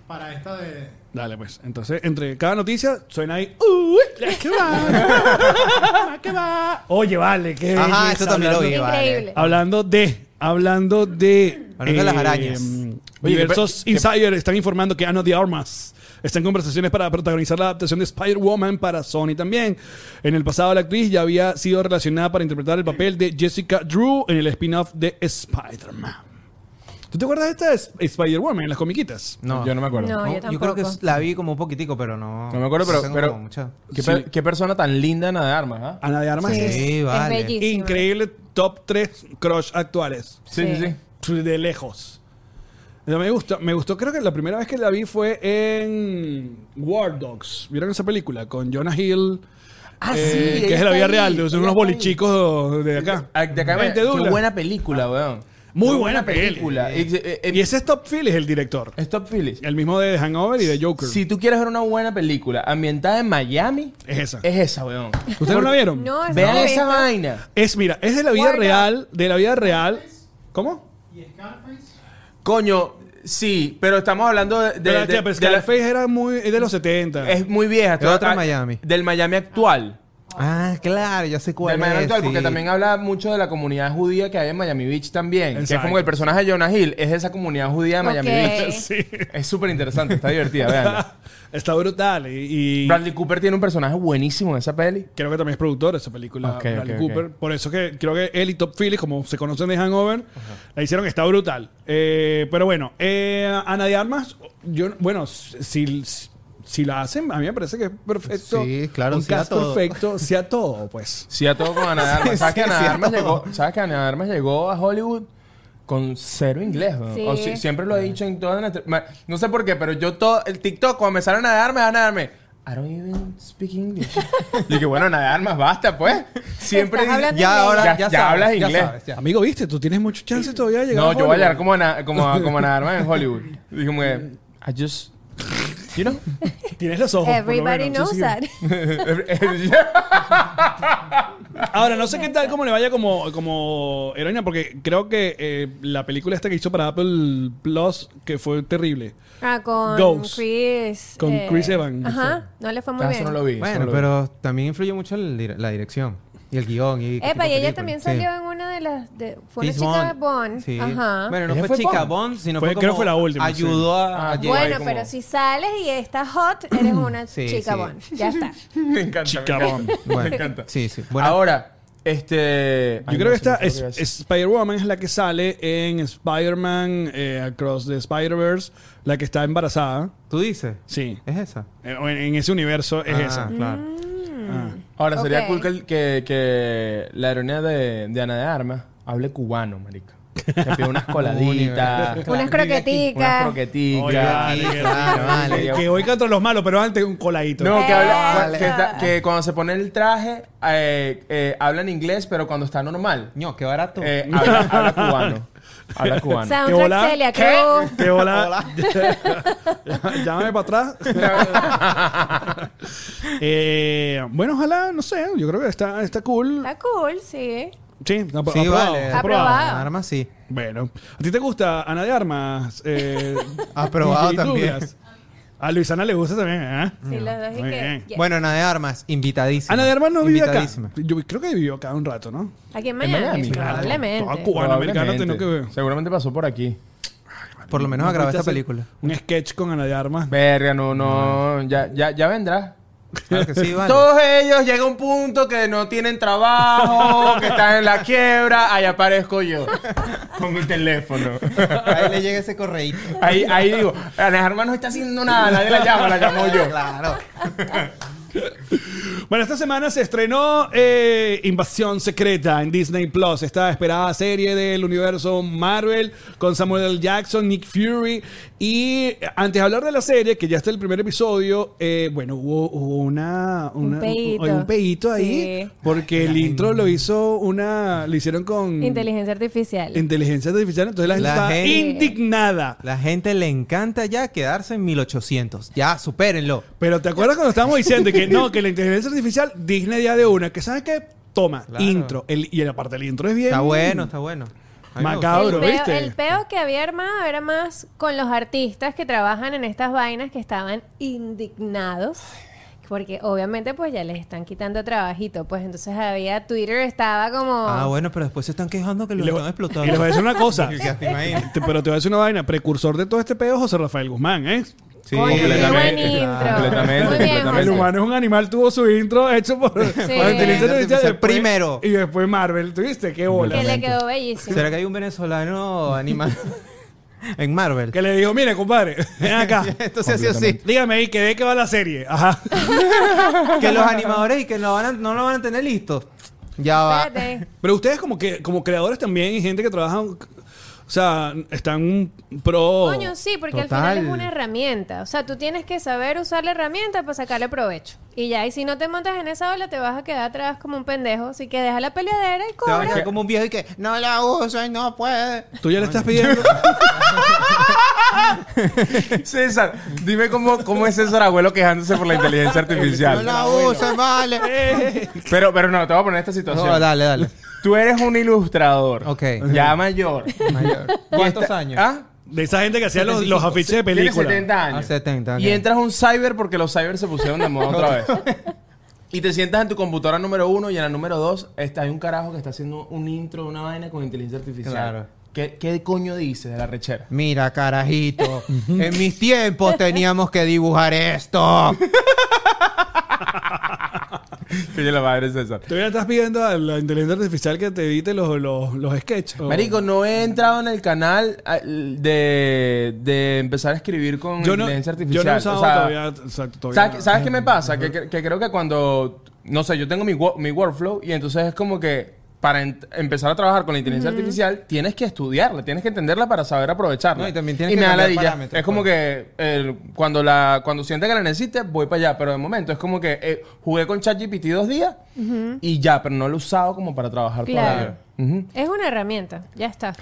[SPEAKER 6] para esta de...
[SPEAKER 1] Dale, pues. Entonces, entre cada noticia suena ahí. ¡Uy! ¿Qué va? ¿Qué va? Oye, vale, qué.
[SPEAKER 3] Ajá,
[SPEAKER 1] belleza.
[SPEAKER 3] eso también lo
[SPEAKER 1] hablando,
[SPEAKER 3] vi. vale.
[SPEAKER 2] Increíble.
[SPEAKER 1] Hablando de. Hablando de. eh,
[SPEAKER 3] Hablando de las arañas.
[SPEAKER 4] Oye,
[SPEAKER 1] diversos
[SPEAKER 4] que- que-
[SPEAKER 1] insiders están informando que Ana de Armas está en conversaciones para protagonizar la adaptación de Spider-Woman para Sony también. En el pasado, la actriz ya había sido relacionada para interpretar el papel de Jessica Drew en el spin-off de Spider-Man. ¿Tú te acuerdas de esta es- Spider-Woman en las comiquitas?
[SPEAKER 3] No.
[SPEAKER 4] Yo no me acuerdo.
[SPEAKER 2] No. yo
[SPEAKER 3] yo creo que
[SPEAKER 2] tampoco.
[SPEAKER 3] la vi como un poquitico, pero no.
[SPEAKER 4] No me acuerdo, pero-
[SPEAKER 3] tengo
[SPEAKER 4] pero-
[SPEAKER 3] como mucha-
[SPEAKER 4] ¿Qué, per- qué persona tan linda Ana de Armas, ¿ah?
[SPEAKER 1] Ana de Armas
[SPEAKER 2] Sí.
[SPEAKER 1] es
[SPEAKER 3] Sí, vale.
[SPEAKER 2] Es bellísima.
[SPEAKER 1] increíble top 3 crush actuales.
[SPEAKER 4] Sí, sí, sí.
[SPEAKER 1] Pues, De lejos. No, Me gustó, me gustó, creo que la primera vez que la vi fue en War Dogs. ¿Vieron esa película? Con Jonah Hill.
[SPEAKER 4] Ah,
[SPEAKER 1] eh, que es de la vida real, son unos bolichicos de acá.
[SPEAKER 4] Ah, De acá
[SPEAKER 1] Vente,
[SPEAKER 4] Qué
[SPEAKER 1] Douglas.
[SPEAKER 4] buena película, weón.
[SPEAKER 1] Muy
[SPEAKER 4] Qué
[SPEAKER 1] buena película.
[SPEAKER 4] película. Y, eh, eh,
[SPEAKER 1] Y ese es Top Phil, es el director.
[SPEAKER 4] Stop Phillips.
[SPEAKER 1] El mismo de The Hangover y de Joker.
[SPEAKER 4] Si tú quieres ver una buena película ambientada en Miami,
[SPEAKER 1] Es esa.
[SPEAKER 4] es esa, weón.
[SPEAKER 1] ¿Ustedes no la vieron?
[SPEAKER 2] No, esa
[SPEAKER 4] Vean
[SPEAKER 2] no la he
[SPEAKER 4] esa
[SPEAKER 2] visto.
[SPEAKER 4] vaina.
[SPEAKER 1] Es, mira, es de la vida
[SPEAKER 2] War Dogs.
[SPEAKER 1] real. De la vida real. ¿Cómo?
[SPEAKER 6] ¿Y Scarface?
[SPEAKER 4] Coño, sí, pero estamos hablando de. de-
[SPEAKER 1] De,
[SPEAKER 4] de- de la-
[SPEAKER 1] Scarface era muy, es de los 70.
[SPEAKER 4] es muy vieja.
[SPEAKER 3] Es otra
[SPEAKER 4] Ah,
[SPEAKER 3] Miami.
[SPEAKER 4] Del Miami actual.
[SPEAKER 3] Ah, claro, ya sé cuál
[SPEAKER 4] del Miami
[SPEAKER 3] es,
[SPEAKER 4] actual, porque
[SPEAKER 3] sí.
[SPEAKER 4] también habla mucho de la comunidad judía que hay en Miami Beach también. Que es
[SPEAKER 1] Exacto.
[SPEAKER 4] como que el personaje de Jonah Hill es de esa comunidad judía de Miami
[SPEAKER 2] Ok.
[SPEAKER 4] Beach.
[SPEAKER 1] sí.
[SPEAKER 4] Es súper interesante, está divertida, vean.
[SPEAKER 1] Está brutal. Y, y
[SPEAKER 4] Bradley Cooper tiene un personaje buenísimo en esa peli.
[SPEAKER 1] creo que también es productor de esa película,
[SPEAKER 4] Ok,
[SPEAKER 1] Bradley
[SPEAKER 4] ok, ok.
[SPEAKER 1] Cooper. Por eso que creo que él y Top Phillips, como se conocen de Hangover, la hicieron está brutal. Eh, pero bueno, eh, Ana de Armas, yo, bueno, si, si la hacen, a mí me parece que es perfecto.
[SPEAKER 3] Sí, claro,
[SPEAKER 1] Un
[SPEAKER 3] sí a
[SPEAKER 1] cast
[SPEAKER 3] todo.
[SPEAKER 1] perfecto, sea todo, pues.
[SPEAKER 4] Sí, a todo con Ana de Armas. ¿Sabes, que
[SPEAKER 3] sí,
[SPEAKER 4] Ana de
[SPEAKER 3] sí, a
[SPEAKER 4] Armas
[SPEAKER 3] todo.
[SPEAKER 4] llegó, ¿Sabes que Ana de Armas llegó a Hollywood con cero inglés? weón?
[SPEAKER 2] Sí.
[SPEAKER 4] O si- siempre lo he dicho en todas las... ma- No sé por qué, pero yo todo... El TikTok, cuando me sale Ana de Armas, Ana de Armas... I don't even speak English. y dije, bueno, nadar más basta, pues. Siempre
[SPEAKER 2] Estás hablando
[SPEAKER 4] ya,
[SPEAKER 2] inglés.
[SPEAKER 4] ahora, ya, ya
[SPEAKER 3] sabes,
[SPEAKER 4] hablas inglés.
[SPEAKER 3] sabes, ya.
[SPEAKER 1] Amigo, viste, tú tienes muchas chances todavía de llegar
[SPEAKER 4] No, yo voy a llegar
[SPEAKER 1] Hollywood.
[SPEAKER 4] como a, na- como a, como a nadar más en Hollywood. Dije, como que, I just. You know?
[SPEAKER 1] Tienes los ojos. por lo
[SPEAKER 2] Everybody
[SPEAKER 1] menos,
[SPEAKER 2] knows
[SPEAKER 1] sí, sí.
[SPEAKER 2] that.
[SPEAKER 1] Ahora, no sé qué tal cómo le vaya como, como heroína, porque creo que eh, la película esta que hizo para Apple Plus, que fue terrible.
[SPEAKER 2] Ah, con
[SPEAKER 1] Ghost.
[SPEAKER 2] Chris. eh,
[SPEAKER 1] Con Chris Evans.
[SPEAKER 2] Ajá, no le fue muy
[SPEAKER 4] Ah,
[SPEAKER 2] bien.
[SPEAKER 4] eso no lo vi. eso no
[SPEAKER 3] Bueno,
[SPEAKER 4] lo vi.
[SPEAKER 3] pero también influye mucho el dire- la dirección y el guión. Y qué tipo
[SPEAKER 2] Epa,
[SPEAKER 3] de
[SPEAKER 2] y ella
[SPEAKER 3] película.
[SPEAKER 2] también
[SPEAKER 3] Sí.
[SPEAKER 2] salió en una de las. de- fue una
[SPEAKER 3] Miss
[SPEAKER 2] chica Bond.
[SPEAKER 3] Sí.
[SPEAKER 2] Ajá.
[SPEAKER 3] Bueno, no
[SPEAKER 4] Ella
[SPEAKER 3] fue,
[SPEAKER 4] fue
[SPEAKER 3] chica
[SPEAKER 4] Bond.
[SPEAKER 3] Bond, sino
[SPEAKER 1] Fue-
[SPEAKER 3] fue como
[SPEAKER 1] creo que fue la última,
[SPEAKER 3] ayudó a,
[SPEAKER 4] Ah,
[SPEAKER 3] a
[SPEAKER 4] ya.
[SPEAKER 3] llegar-
[SPEAKER 2] Bueno,
[SPEAKER 4] como-
[SPEAKER 2] pero si sales y estás hot, eres una
[SPEAKER 3] Sí,
[SPEAKER 2] chica
[SPEAKER 3] sí.
[SPEAKER 2] Bond. Ya está.
[SPEAKER 4] Me encanta.
[SPEAKER 1] Chica
[SPEAKER 4] me
[SPEAKER 1] bomb.
[SPEAKER 4] encanta.
[SPEAKER 3] Bueno,
[SPEAKER 4] Me encanta.
[SPEAKER 3] Sí, sí. Bueno,
[SPEAKER 4] Ahora, este.
[SPEAKER 1] Yo creo que esta es- Spider-Woman es la que sale en Spider-Man eh, Across the Spider-Verse, la que está embarazada.
[SPEAKER 3] tú dices,
[SPEAKER 1] Sí. Eh,
[SPEAKER 3] es esa.
[SPEAKER 1] En, en ese universo es
[SPEAKER 3] Ah,
[SPEAKER 1] esa.
[SPEAKER 3] Claro.
[SPEAKER 4] mm.
[SPEAKER 1] Ah.
[SPEAKER 4] Ahora, sería
[SPEAKER 2] Ok.
[SPEAKER 4] cool que, el- que, que la ironía de, de Ana de Armas hable cubano, marica. Se pide unas coladitas.
[SPEAKER 2] Unas
[SPEAKER 4] Unas
[SPEAKER 2] croqueticas.
[SPEAKER 4] croqueticas.
[SPEAKER 1] Oye, vale,
[SPEAKER 3] aquí,
[SPEAKER 1] que-
[SPEAKER 3] claro,
[SPEAKER 1] que-
[SPEAKER 3] vale.
[SPEAKER 1] Que hoy contra los malos, pero antes un coladito.
[SPEAKER 4] No, que, habla-
[SPEAKER 2] Vale.
[SPEAKER 4] que está- que cuando se pone el traje, eh, eh, habla en inglés, pero cuando está normal,
[SPEAKER 3] No, qué barato.
[SPEAKER 4] eh, habla, habla cubano. Habla cubano.
[SPEAKER 2] Soundtrack
[SPEAKER 1] volá?
[SPEAKER 2] Celia
[SPEAKER 1] ¿Qué?
[SPEAKER 2] Cruz.
[SPEAKER 1] Que hola. Llámame para atrás. Eh, bueno, ojalá, no sé. Yo creo que está, está cool.
[SPEAKER 2] Está cool, sí.
[SPEAKER 1] Sí, apro-
[SPEAKER 3] Sí,
[SPEAKER 1] aprobado,
[SPEAKER 3] vale.
[SPEAKER 1] aprobado.
[SPEAKER 2] Aprobado.
[SPEAKER 3] Armas sí.
[SPEAKER 1] Bueno, ¿a ti te gusta Ana de Armas? Eh,
[SPEAKER 3] Aprobado
[SPEAKER 1] DJ
[SPEAKER 3] también.
[SPEAKER 1] Douglas? A Luisana le gusta también, ¿eh?
[SPEAKER 2] Sí, los dos y
[SPEAKER 1] Muy
[SPEAKER 2] que.
[SPEAKER 1] bien.
[SPEAKER 2] Yeah.
[SPEAKER 3] Bueno, Ana de Armas, invitadísima.
[SPEAKER 1] Ana de Armas no vive acá.
[SPEAKER 3] Invitadísima.
[SPEAKER 1] Yo creo que vivió acá un rato, ¿no?
[SPEAKER 2] Aquí en
[SPEAKER 4] En
[SPEAKER 2] Miami,
[SPEAKER 4] Miami, claro.
[SPEAKER 1] Toda
[SPEAKER 2] probablemente.
[SPEAKER 1] cubanoamericana
[SPEAKER 4] Probablemente.
[SPEAKER 1] tengo que ver.
[SPEAKER 4] Seguramente pasó por aquí.
[SPEAKER 3] Por lo menos
[SPEAKER 1] ¿No
[SPEAKER 3] a grabar
[SPEAKER 1] fuiste
[SPEAKER 3] esta
[SPEAKER 1] hacer
[SPEAKER 3] película.
[SPEAKER 1] Un sketch con Ana de Armas.
[SPEAKER 4] Verga, no, no. Ya, ya, ya vendrá.
[SPEAKER 3] Claro que sí, vale.
[SPEAKER 4] Todos ellos llega un punto que no tienen trabajo, que están en la quiebra. Ahí aparezco yo con mi teléfono.
[SPEAKER 3] Ahí le llega ese correíto.
[SPEAKER 4] Ahí, ahí digo, Ana Armas no está haciendo nada, nadie la llama, la llamo yo.
[SPEAKER 3] Claro.
[SPEAKER 1] Bueno, esta semana se estrenó eh, Invasión Secreta en Disney Plus, esta esperada serie del universo Marvel con Samuel L. Jackson, Nick Fury. Y antes de hablar de la serie, que ya está el primer episodio, eh, bueno, hubo, hubo una,
[SPEAKER 2] Un
[SPEAKER 1] una-
[SPEAKER 2] peíto.
[SPEAKER 1] un peíto ahí,
[SPEAKER 2] Sí.
[SPEAKER 1] porque el intro lo hizo una, lo hicieron con
[SPEAKER 2] Inteligencia artificial.
[SPEAKER 1] inteligencia artificial, entonces la gente
[SPEAKER 3] La
[SPEAKER 1] estaba
[SPEAKER 3] gente-
[SPEAKER 1] indignada.
[SPEAKER 3] La gente le encanta ya quedarse en 1800. Ya, supérenlo.
[SPEAKER 1] Pero ¿te acuerdas cuando estábamos diciendo que no, que la inteligencia artificial, Disney ya de una, que ¿sabes qué? Toma,
[SPEAKER 3] Claro.
[SPEAKER 1] intro. El, y aparte el intro es bien.
[SPEAKER 3] Está bueno, está bueno. A mí me
[SPEAKER 1] Macabro.
[SPEAKER 2] el,
[SPEAKER 1] Abro,
[SPEAKER 2] peo,
[SPEAKER 1] ¿viste?
[SPEAKER 2] el peo que había armado era más con los artistas que trabajan en estas vainas que estaban indignados. Porque obviamente pues ya les están quitando trabajito. Pues entonces había Twitter, estaba como...
[SPEAKER 3] Ah, bueno, pero después se están quejando que
[SPEAKER 1] Y
[SPEAKER 3] los
[SPEAKER 1] le-
[SPEAKER 3] están explotando.
[SPEAKER 1] Y les voy a decir una cosa.
[SPEAKER 3] Ya te imaginas.
[SPEAKER 1] Te- pero te voy a decir una vaina. Precursor de todo este pedo es José Rafael Guzmán, ¿eh?
[SPEAKER 3] Sí,
[SPEAKER 2] Coño, qué buen
[SPEAKER 4] completamente,
[SPEAKER 2] intro.
[SPEAKER 4] completamente,
[SPEAKER 2] Muy bien,
[SPEAKER 4] completamente.
[SPEAKER 1] El
[SPEAKER 2] José.
[SPEAKER 1] humano es un animal, tuvo su intro hecho por, por inteligencia artificial.
[SPEAKER 3] Artificial
[SPEAKER 1] después-
[SPEAKER 3] primero.
[SPEAKER 1] Y después Marvel. ¿Tuviste? Qué bola.
[SPEAKER 2] Que le
[SPEAKER 3] Exactamente.
[SPEAKER 2] quedó bellísimo.
[SPEAKER 3] ¿Será que hay un venezolano animal en Marvel?
[SPEAKER 1] Que le digo, mire, compadre, ven acá.
[SPEAKER 3] Entonces así así.
[SPEAKER 1] Dígame ahí, que de qué va la serie. Ajá.
[SPEAKER 3] Que los animadores y que no, van a- no lo van a tener listo. Ya va.
[SPEAKER 2] Espérate.
[SPEAKER 1] Pero ustedes como que como creadores también y gente que trabaja, o sea, están pro...
[SPEAKER 2] Coño, sí, porque al
[SPEAKER 3] Total.
[SPEAKER 2] final es una herramienta. O sea, tú tienes que saber usar la herramienta para sacarle provecho. Y ya, y si no te montas en esa ola, te vas a quedar atrás como un pendejo. Así que deja la peleadera y
[SPEAKER 3] Te van a
[SPEAKER 2] cobra.
[SPEAKER 3] quedar como un viejo y que no la uso y no puede.
[SPEAKER 1] Tú ya le estás pidiendo...
[SPEAKER 4] César, dime cómo, cómo es César Abuelo quejándose por la inteligencia
[SPEAKER 3] No
[SPEAKER 4] artificial.
[SPEAKER 3] la uso, vale.
[SPEAKER 4] Pero, pero no, te voy a poner esta situación.
[SPEAKER 3] No, dale, dale.
[SPEAKER 4] Tú eres un ilustrador.
[SPEAKER 3] Ok.
[SPEAKER 4] Ya mayor.
[SPEAKER 3] Mayor. ¿Cuántos años?
[SPEAKER 4] ¿Ah?
[SPEAKER 1] De esa gente que hacía los, los afiches de
[SPEAKER 4] Tienes
[SPEAKER 1] película.
[SPEAKER 4] 70 años.
[SPEAKER 3] Ah, 70, ok.
[SPEAKER 4] Y entras a un cyber porque los cyber se pusieron de moda otra vez. Y te sientas en tu computadora número uno y en la número dos está, hay un carajo que está haciendo un intro de una vaina con inteligencia artificial.
[SPEAKER 3] Claro.
[SPEAKER 4] ¿Qué, qué coño dices de la rechera?
[SPEAKER 3] Mira, carajito. en mis tiempos teníamos que dibujar esto.
[SPEAKER 4] Que yo la madre César.
[SPEAKER 1] Tú ya le estás pidiendo a la inteligencia artificial que te edite los, los, los sketches. o-
[SPEAKER 4] Marico, no he entrado en el canal ah, de, de empezar a escribir con
[SPEAKER 1] yo no,
[SPEAKER 4] inteligencia artificial.
[SPEAKER 1] yo no he
[SPEAKER 4] O
[SPEAKER 1] usado
[SPEAKER 4] sea,
[SPEAKER 1] todavía, exacto, todavía
[SPEAKER 4] ¿Sabes,
[SPEAKER 1] no.
[SPEAKER 4] sabes qué me pasa? Que, que- que creo que cuando, no sé, yo tengo mi, wo- mi workflow y entonces es como que para en- empezar a trabajar con la inteligencia artificial, tienes que estudiarla, tienes que entenderla para saber aprovecharla.
[SPEAKER 3] No, y también tienes que
[SPEAKER 4] me da
[SPEAKER 3] cambiar
[SPEAKER 4] ladilla.
[SPEAKER 3] parámetros,
[SPEAKER 4] Es como
[SPEAKER 3] pues.
[SPEAKER 4] que eh, cuando la cuando siente que la necesite, voy para allá. Pero de momento es como que eh, jugué con ChatGPT dos días y ya, pero no lo he usado como para trabajar
[SPEAKER 2] Claro.
[SPEAKER 4] todavía. Ujú.
[SPEAKER 2] Es una herramienta, ya está.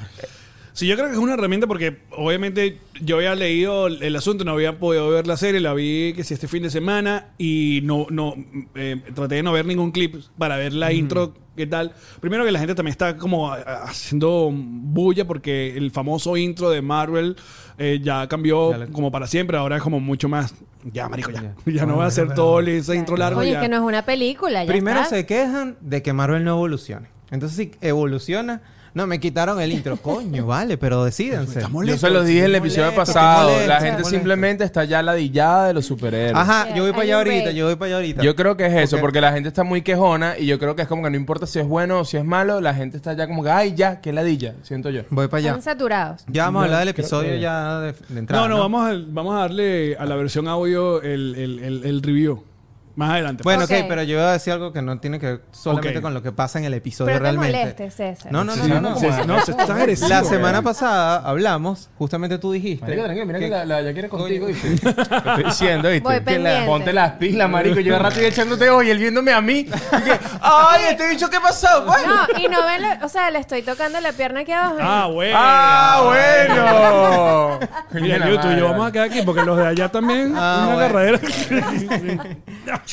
[SPEAKER 1] Sí, yo creo que es una herramienta porque obviamente yo había leído el, el asunto, no había podido ver la serie, la vi que si este fin de semana y no, no eh, traté de no ver ningún clip para ver la intro, qué tal. Primero que la gente también está como a- a- haciendo bulla porque el famoso intro de Marvel eh, ya cambió
[SPEAKER 3] Ya le-
[SPEAKER 1] como para siempre, ahora es como mucho más, ya marico, ya, ya no va a ser todo ese intro largo.
[SPEAKER 2] Oye,
[SPEAKER 1] ya.
[SPEAKER 2] es que no es una película, ya
[SPEAKER 3] Primero
[SPEAKER 2] está.
[SPEAKER 3] se quejan de que Marvel no evolucione. Entonces, si evoluciona, no, me quitaron el intro. Coño, vale, pero decídense.
[SPEAKER 1] Está
[SPEAKER 4] Yo
[SPEAKER 1] molesto,
[SPEAKER 4] se los dije en el
[SPEAKER 3] molesto,
[SPEAKER 4] episodio
[SPEAKER 3] estoy
[SPEAKER 4] pasado.
[SPEAKER 3] molesto,
[SPEAKER 4] la
[SPEAKER 3] estoy
[SPEAKER 4] gente
[SPEAKER 3] molesto.
[SPEAKER 4] simplemente está ya ladillada de los superhéroes.
[SPEAKER 3] Ajá, yo voy para
[SPEAKER 2] Hay
[SPEAKER 3] allá
[SPEAKER 2] un
[SPEAKER 3] ahorita,
[SPEAKER 2] break.
[SPEAKER 3] yo voy para allá ahorita.
[SPEAKER 4] Yo creo que es eso,
[SPEAKER 3] Ok.
[SPEAKER 4] porque la gente está muy quejona y yo creo que es como que no importa si es bueno o si es malo, la gente está ya como que, ay, ya, qué ladilla, siento yo.
[SPEAKER 3] Voy para allá.
[SPEAKER 2] Están saturados.
[SPEAKER 3] Ya vamos a
[SPEAKER 4] No,
[SPEAKER 3] hablar del
[SPEAKER 4] creo
[SPEAKER 3] episodio
[SPEAKER 4] que-
[SPEAKER 3] ya de, de entrada.
[SPEAKER 1] No, no, Vamos, a, vamos a darle a la versión audio el, el- el- el review. Más adelante.
[SPEAKER 3] Bueno, ok,
[SPEAKER 2] Ok.
[SPEAKER 3] pero yo iba a decir algo que no tiene que ver solamente
[SPEAKER 1] Ok.
[SPEAKER 3] con lo que pasa en el episodio
[SPEAKER 2] Pero no te
[SPEAKER 3] realmente.
[SPEAKER 2] molestes, César.
[SPEAKER 3] No, no, no,
[SPEAKER 1] Sí,
[SPEAKER 3] no, no,
[SPEAKER 1] sí, sí, Ah, no, se está agresivo. eh.
[SPEAKER 3] La semana pasada hablamos, justamente tú dijiste.
[SPEAKER 4] Marico, tranquilo, mira
[SPEAKER 3] que-
[SPEAKER 4] que la, la- ya quiere contigo, ¿viste? Te estoy diciendo, ¿viste?
[SPEAKER 2] Voy
[SPEAKER 4] Que la-
[SPEAKER 2] pendiente.
[SPEAKER 4] ponte las pilas, marico. Yo de rato estoy echándote ojo y él viéndome a mí. Y que, ay, este bicho, ¿qué pasó? Bueno.
[SPEAKER 2] No, y no ven, lo- o sea, le estoy tocando la pierna aquí abajo.
[SPEAKER 1] Ah, bueno.
[SPEAKER 4] ¡Ah, bueno!
[SPEAKER 1] Mira,
[SPEAKER 4] Coño, la
[SPEAKER 1] yo, tú y
[SPEAKER 4] madre.
[SPEAKER 1] yo vamos a quedar aquí porque los de allá también.
[SPEAKER 3] Ah,
[SPEAKER 1] una
[SPEAKER 3] bueno.
[SPEAKER 1] carradera.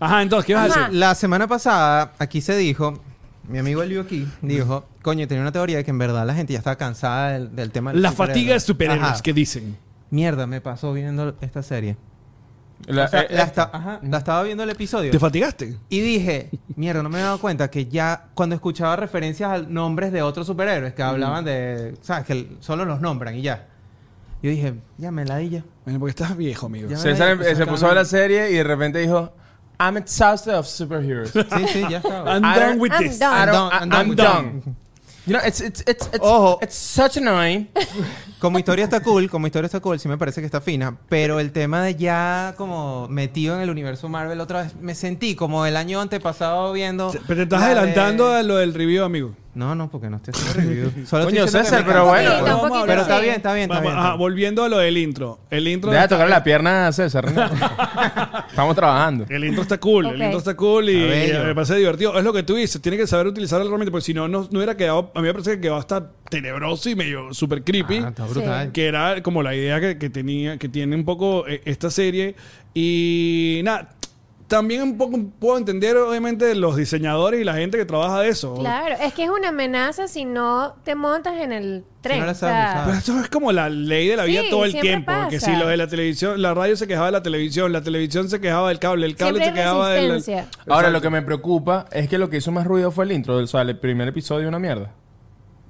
[SPEAKER 1] Ajá, entonces, ¿qué vas a
[SPEAKER 2] Ajá.
[SPEAKER 1] decir?
[SPEAKER 3] La semana pasada aquí se dijo, mi amigo Elio aquí dijo, coño, tenía una teoría de que en verdad la gente ya está cansada del, del tema. del
[SPEAKER 1] La
[SPEAKER 3] superhéroe".
[SPEAKER 1] fatiga de superhéroes
[SPEAKER 3] Ajá.
[SPEAKER 1] que dicen.
[SPEAKER 3] Mierda, me pasó viendo esta serie.
[SPEAKER 4] La-
[SPEAKER 3] O sea,
[SPEAKER 4] eh,
[SPEAKER 3] la, esta- ajá, la estaba viendo el episodio.
[SPEAKER 1] ¿Te fatigaste?
[SPEAKER 3] Y dije, mierda, no me había dado cuenta que ya cuando escuchaba referencias a nombres de otros superhéroes que hablaban de. ¿Sabes? Que l- solo los nombran y ya. Yo dije, ya me la di ya.
[SPEAKER 1] Bueno, porque estás viejo, amigo.
[SPEAKER 3] Ya.
[SPEAKER 4] César em- se puso a ver la serie y de repente dijo, I'm exhausted of superheroes.
[SPEAKER 3] Sí, sí, ya estaba.
[SPEAKER 1] I'm
[SPEAKER 4] I
[SPEAKER 1] done
[SPEAKER 4] don't-
[SPEAKER 1] with
[SPEAKER 2] I'm
[SPEAKER 1] this.
[SPEAKER 2] done.
[SPEAKER 4] I don't-
[SPEAKER 3] I'm
[SPEAKER 4] I-
[SPEAKER 3] done
[SPEAKER 4] I'm
[SPEAKER 3] with
[SPEAKER 4] done. You know, it's, it's, it's, it's,
[SPEAKER 3] Ojo.
[SPEAKER 4] it's such annoying.
[SPEAKER 3] Como historia está cool, como historia está cool, sí me parece que está fina. Pero el tema de ya como metido en el universo Marvel otra vez, me sentí como el año antepasado viendo.
[SPEAKER 1] Pero te estás
[SPEAKER 3] la de-
[SPEAKER 1] adelantando a lo del review, amigo.
[SPEAKER 3] No, no, porque no estoy haciendo review. Solo
[SPEAKER 4] Coño,
[SPEAKER 3] estoy diciendo que
[SPEAKER 4] César,
[SPEAKER 3] me
[SPEAKER 4] pero
[SPEAKER 3] cansé,
[SPEAKER 4] bueno.
[SPEAKER 3] pues.
[SPEAKER 1] Vamos a
[SPEAKER 2] poquito
[SPEAKER 1] hablar.
[SPEAKER 3] Pero está
[SPEAKER 2] sí.
[SPEAKER 3] bien, está bien, está
[SPEAKER 1] Vamos, ah,
[SPEAKER 3] bien.
[SPEAKER 1] ajá, volviendo a lo del intro. El intro,
[SPEAKER 4] Deja tocar la pierna a César. Renato. Estamos trabajando.
[SPEAKER 1] el intro está cool.
[SPEAKER 2] Ok.
[SPEAKER 1] El intro está cool y,
[SPEAKER 3] Está bello.
[SPEAKER 1] y me parece divertido. Es lo que tú dices. Tiene que saber utilizar la herramienta porque si no, no, no hubiera quedado... A mí me parece que quedó hasta tenebroso y medio super creepy.
[SPEAKER 3] Ah, está brutal.
[SPEAKER 1] que era como la idea que, que tenía que tiene un poco eh, esta serie y nada también un poco puedo entender obviamente los diseñadores y la gente que trabaja de eso
[SPEAKER 2] Claro, es que es una amenaza si no te montas en el tren.
[SPEAKER 3] no la
[SPEAKER 2] o sea,
[SPEAKER 3] sabes,
[SPEAKER 1] pero eso es como la ley de la vida
[SPEAKER 2] Sí,
[SPEAKER 1] todo el
[SPEAKER 2] siempre
[SPEAKER 1] tiempo que
[SPEAKER 2] pasa.
[SPEAKER 1] si lo de la televisión la radio se quejaba de la televisión la televisión se quejaba del cable el cable
[SPEAKER 2] Siempre
[SPEAKER 1] se
[SPEAKER 2] hay
[SPEAKER 1] quejaba del
[SPEAKER 2] resistencia.
[SPEAKER 4] Ahora, lo que me preocupa es que lo que hizo más ruido fue el intro. O sea, el primer episodio de una mierda.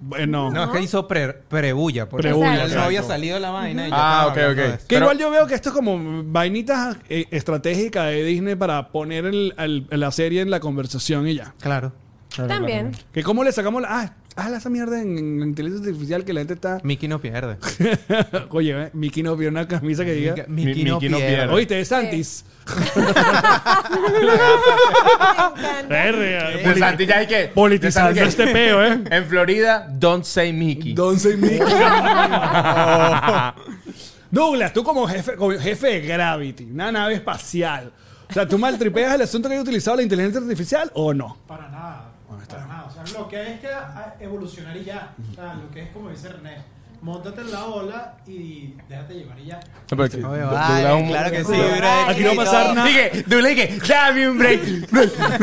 [SPEAKER 1] bueno
[SPEAKER 3] No, es que hizo pre- prebulla. porque
[SPEAKER 1] Prebulla,
[SPEAKER 3] no
[SPEAKER 1] exacto.
[SPEAKER 3] había salido la vaina. Y ya
[SPEAKER 4] Ah,
[SPEAKER 3] estaban
[SPEAKER 4] ok,
[SPEAKER 3] hablando
[SPEAKER 4] ok.
[SPEAKER 3] de eso.
[SPEAKER 1] Que
[SPEAKER 4] Pero-
[SPEAKER 1] igual yo veo que esto es como vainitas eh, estratégicas de Disney para poner el- al- la serie en la conversación y ya.
[SPEAKER 3] Claro.
[SPEAKER 2] También.
[SPEAKER 1] Que cómo le sacamos la... Ah, ah, esa mierda en, en inteligencia artificial que la gente está...
[SPEAKER 3] Mickey no pierde.
[SPEAKER 1] Oye, eh, Mickey no vio una camisa que diga.
[SPEAKER 3] Mickey, no,
[SPEAKER 4] Mickey no
[SPEAKER 3] pierde.
[SPEAKER 4] pierde.
[SPEAKER 1] Oíste, es Santis. Ah, Verga,
[SPEAKER 4] De
[SPEAKER 1] politi-
[SPEAKER 4] Santi ya hay que...
[SPEAKER 1] Politizando
[SPEAKER 4] de Santi
[SPEAKER 1] este
[SPEAKER 4] que-
[SPEAKER 1] peo, ¿eh?
[SPEAKER 4] En Florida, don't say Mickey.
[SPEAKER 1] Entonces, Mickey. Douglas, tú como jefe, como jefe de Gravity, una nave espacial. O sea, ¿tú maltripeas el asunto que haya utilizado la inteligencia artificial o no?
[SPEAKER 6] Para nada. Para nada. O sea, lo que es que a- evolucionar y ya. O sea, lo que es como dice René. Montate en la ola y déjate llevar y ya.
[SPEAKER 4] No, pero que-
[SPEAKER 3] Oye,
[SPEAKER 4] Du-
[SPEAKER 3] vale,
[SPEAKER 4] Douglas un-
[SPEAKER 3] claro que sí,
[SPEAKER 2] Ay,
[SPEAKER 3] brother.
[SPEAKER 1] aquí no va a pasar
[SPEAKER 3] Todo.
[SPEAKER 1] nada.
[SPEAKER 4] Dije, Douglas dije, dame un break, break, break,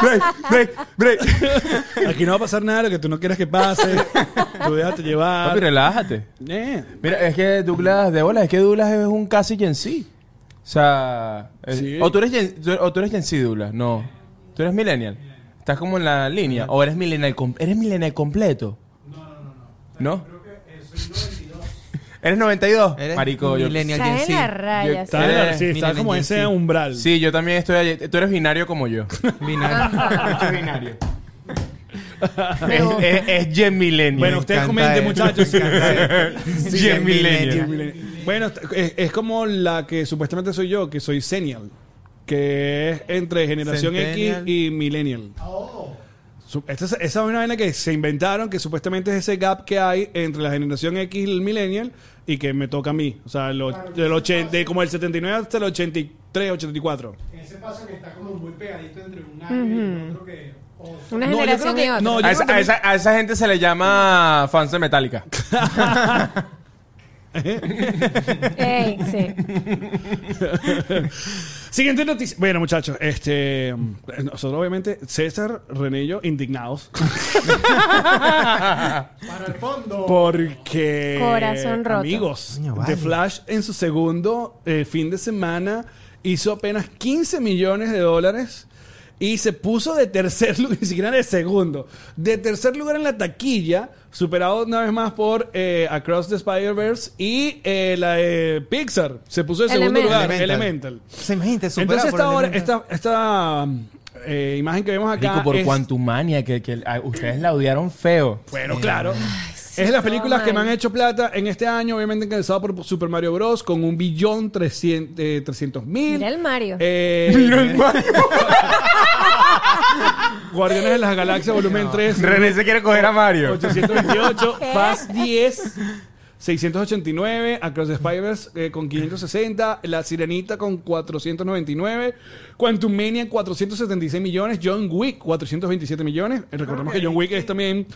[SPEAKER 4] break, break, break.
[SPEAKER 1] Aquí no va a pasar nada de lo que tú no quieras que pase. Tú déjate
[SPEAKER 4] Papi,
[SPEAKER 1] llevar.
[SPEAKER 4] relájate.
[SPEAKER 1] Eh.
[SPEAKER 4] Mira, es que Douglas, de bola, es que Douglas es un casi Gen Z. O sea, es-
[SPEAKER 1] Sí.
[SPEAKER 4] o, tú eres Gen, tú- o tú eres Gen Z, Douglas, no. Tú eres Millennial. Estás como en la línea. O eres Millennial, com- eres millennial completo. No, no, no. ¿No? Eres 92.
[SPEAKER 3] Eres
[SPEAKER 4] Marico, yo.
[SPEAKER 3] millennial
[SPEAKER 2] Está
[SPEAKER 3] Gen
[SPEAKER 2] en
[SPEAKER 3] Z.
[SPEAKER 2] la raya.
[SPEAKER 1] Está, en la- sí,
[SPEAKER 3] Eh,
[SPEAKER 1] está
[SPEAKER 3] mira,
[SPEAKER 1] como
[SPEAKER 3] Gen
[SPEAKER 1] ese
[SPEAKER 3] Z.
[SPEAKER 1] umbral.
[SPEAKER 4] Sí, yo también estoy allí. Tú eres binario como yo.
[SPEAKER 3] Binario.
[SPEAKER 4] Mucho binario. es, es, es Gen Millennial.
[SPEAKER 1] Bueno, ustedes comenten,
[SPEAKER 3] eso.
[SPEAKER 1] muchachos.
[SPEAKER 3] Me encanta eso.
[SPEAKER 4] Sí, Gen millennial.
[SPEAKER 1] Bueno, est- es, es como la que supuestamente soy yo, que soy senial, que es entre generación
[SPEAKER 3] Centennial.
[SPEAKER 1] X y millennial. Su- esta es- esa es una vaina que se inventaron, que supuestamente es ese gap que hay entre la generación X y el millennial y que me toca a mí. O sea, lo- del 80, de como el 79 hasta el 83, 84.
[SPEAKER 6] En ese paso que está como muy pegadito entre un año y otro que. o son-
[SPEAKER 2] Una
[SPEAKER 1] No, yo creo
[SPEAKER 2] generación
[SPEAKER 1] que-
[SPEAKER 2] y otra.
[SPEAKER 1] no, yo
[SPEAKER 4] A esa,
[SPEAKER 1] creo que
[SPEAKER 4] a esa- a esa gente se le llama fans de Metallica.
[SPEAKER 2] Ey, sí.
[SPEAKER 1] Siguiente noticia. Bueno, muchachos, este mm, nosotros obviamente César, René y yo indignados
[SPEAKER 6] Para el fondo.
[SPEAKER 1] porque
[SPEAKER 2] Corazón roto.
[SPEAKER 1] amigos,
[SPEAKER 3] Coño, vale.
[SPEAKER 1] The Flash en su segundo eh, fin de semana hizo apenas 15 millones de dólares y se puso de tercer lugar, ni siquiera de segundo, de tercer lugar en la taquilla, superado una vez más por eh, Across the Spider-Verse y eh, la de Pixar. Se puso de segundo
[SPEAKER 2] Elemental.
[SPEAKER 1] lugar, Elemental.
[SPEAKER 3] Se imagínate, superada
[SPEAKER 1] Entonces
[SPEAKER 3] por
[SPEAKER 1] esta, hora-
[SPEAKER 3] Elemental.
[SPEAKER 1] esta, esta eh, imagen que vemos acá
[SPEAKER 4] Rico, por
[SPEAKER 1] es,
[SPEAKER 4] Quantumania, que, que a- ustedes la odiaron feo.
[SPEAKER 1] bueno, claro.
[SPEAKER 2] sí,
[SPEAKER 1] es de las
[SPEAKER 2] todo
[SPEAKER 1] películas que me
[SPEAKER 2] mal.
[SPEAKER 1] han hecho plata en este año, obviamente encabezado por Super Mario Bros. con un billón trescientos mil.
[SPEAKER 2] Mira el Mario.
[SPEAKER 1] Eh. Guardianes de las Galaxias, volumen 3.
[SPEAKER 4] René se quiere coger a Mario.
[SPEAKER 1] 828,
[SPEAKER 2] ¿Qué?
[SPEAKER 1] Fast 10, 689, Across the Spiders eh, con 560, La Sirenita con 499, Quantum Mania 476 millones, John Wick 427 millones. Eh, Recordemos que John Wick es también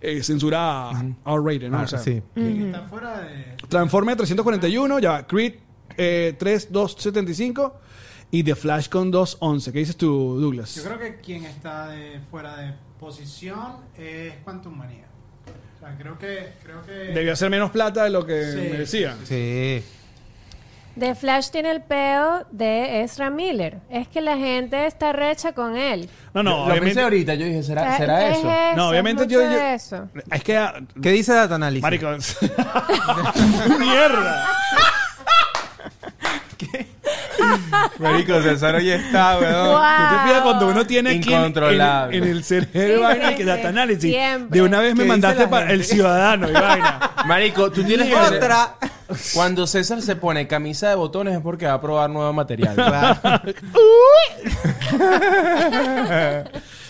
[SPEAKER 1] eh, censura R-rated, ¿no? O sea,
[SPEAKER 3] sí.
[SPEAKER 6] que está fuera de.
[SPEAKER 1] Transforme 341, ya va, Creed eh, 3275 y The Flash con 211. ¿Qué dices tú, Douglas?
[SPEAKER 6] Yo creo que quien está de, fuera de posición es Quantum Manía. O sea, creo que. Creo que
[SPEAKER 1] Debió hacer menos plata de lo que
[SPEAKER 6] Sí.
[SPEAKER 1] merecía.
[SPEAKER 3] Sí.
[SPEAKER 2] The Flash tiene el peo de Ezra Miller. Es que la gente está recha con él.
[SPEAKER 1] No, no,
[SPEAKER 4] lo
[SPEAKER 1] obviamente.
[SPEAKER 4] pensé ahorita, yo dije, ¿será, Ah, será
[SPEAKER 2] Es-
[SPEAKER 4] eso?
[SPEAKER 2] es
[SPEAKER 1] No, obviamente yo,
[SPEAKER 2] mucho
[SPEAKER 1] yo-
[SPEAKER 2] de eso.
[SPEAKER 1] Es que. ah,
[SPEAKER 3] ¿Qué dice Data Analysis?
[SPEAKER 1] Marico. ¡Mierda!
[SPEAKER 4] Marico, César hoy está, weón.
[SPEAKER 1] ¿Tú te
[SPEAKER 2] Wow.
[SPEAKER 1] fijas cuando uno tiene aquí en, en,
[SPEAKER 4] Incontrolable.
[SPEAKER 1] en el cerebro
[SPEAKER 2] Sí,
[SPEAKER 1] vaina
[SPEAKER 2] sí,
[SPEAKER 1] que
[SPEAKER 2] sí.
[SPEAKER 1] data análisis?
[SPEAKER 2] Siempre.
[SPEAKER 1] De una vez me
[SPEAKER 3] ¿Qué
[SPEAKER 1] mandaste
[SPEAKER 3] dice la
[SPEAKER 1] para
[SPEAKER 3] gente?
[SPEAKER 1] el ciudadano y vaina.
[SPEAKER 4] Marico, tú tienes que...
[SPEAKER 3] Otra.
[SPEAKER 4] Cuando César se pone camisa de botones es porque va a probar nuevo material.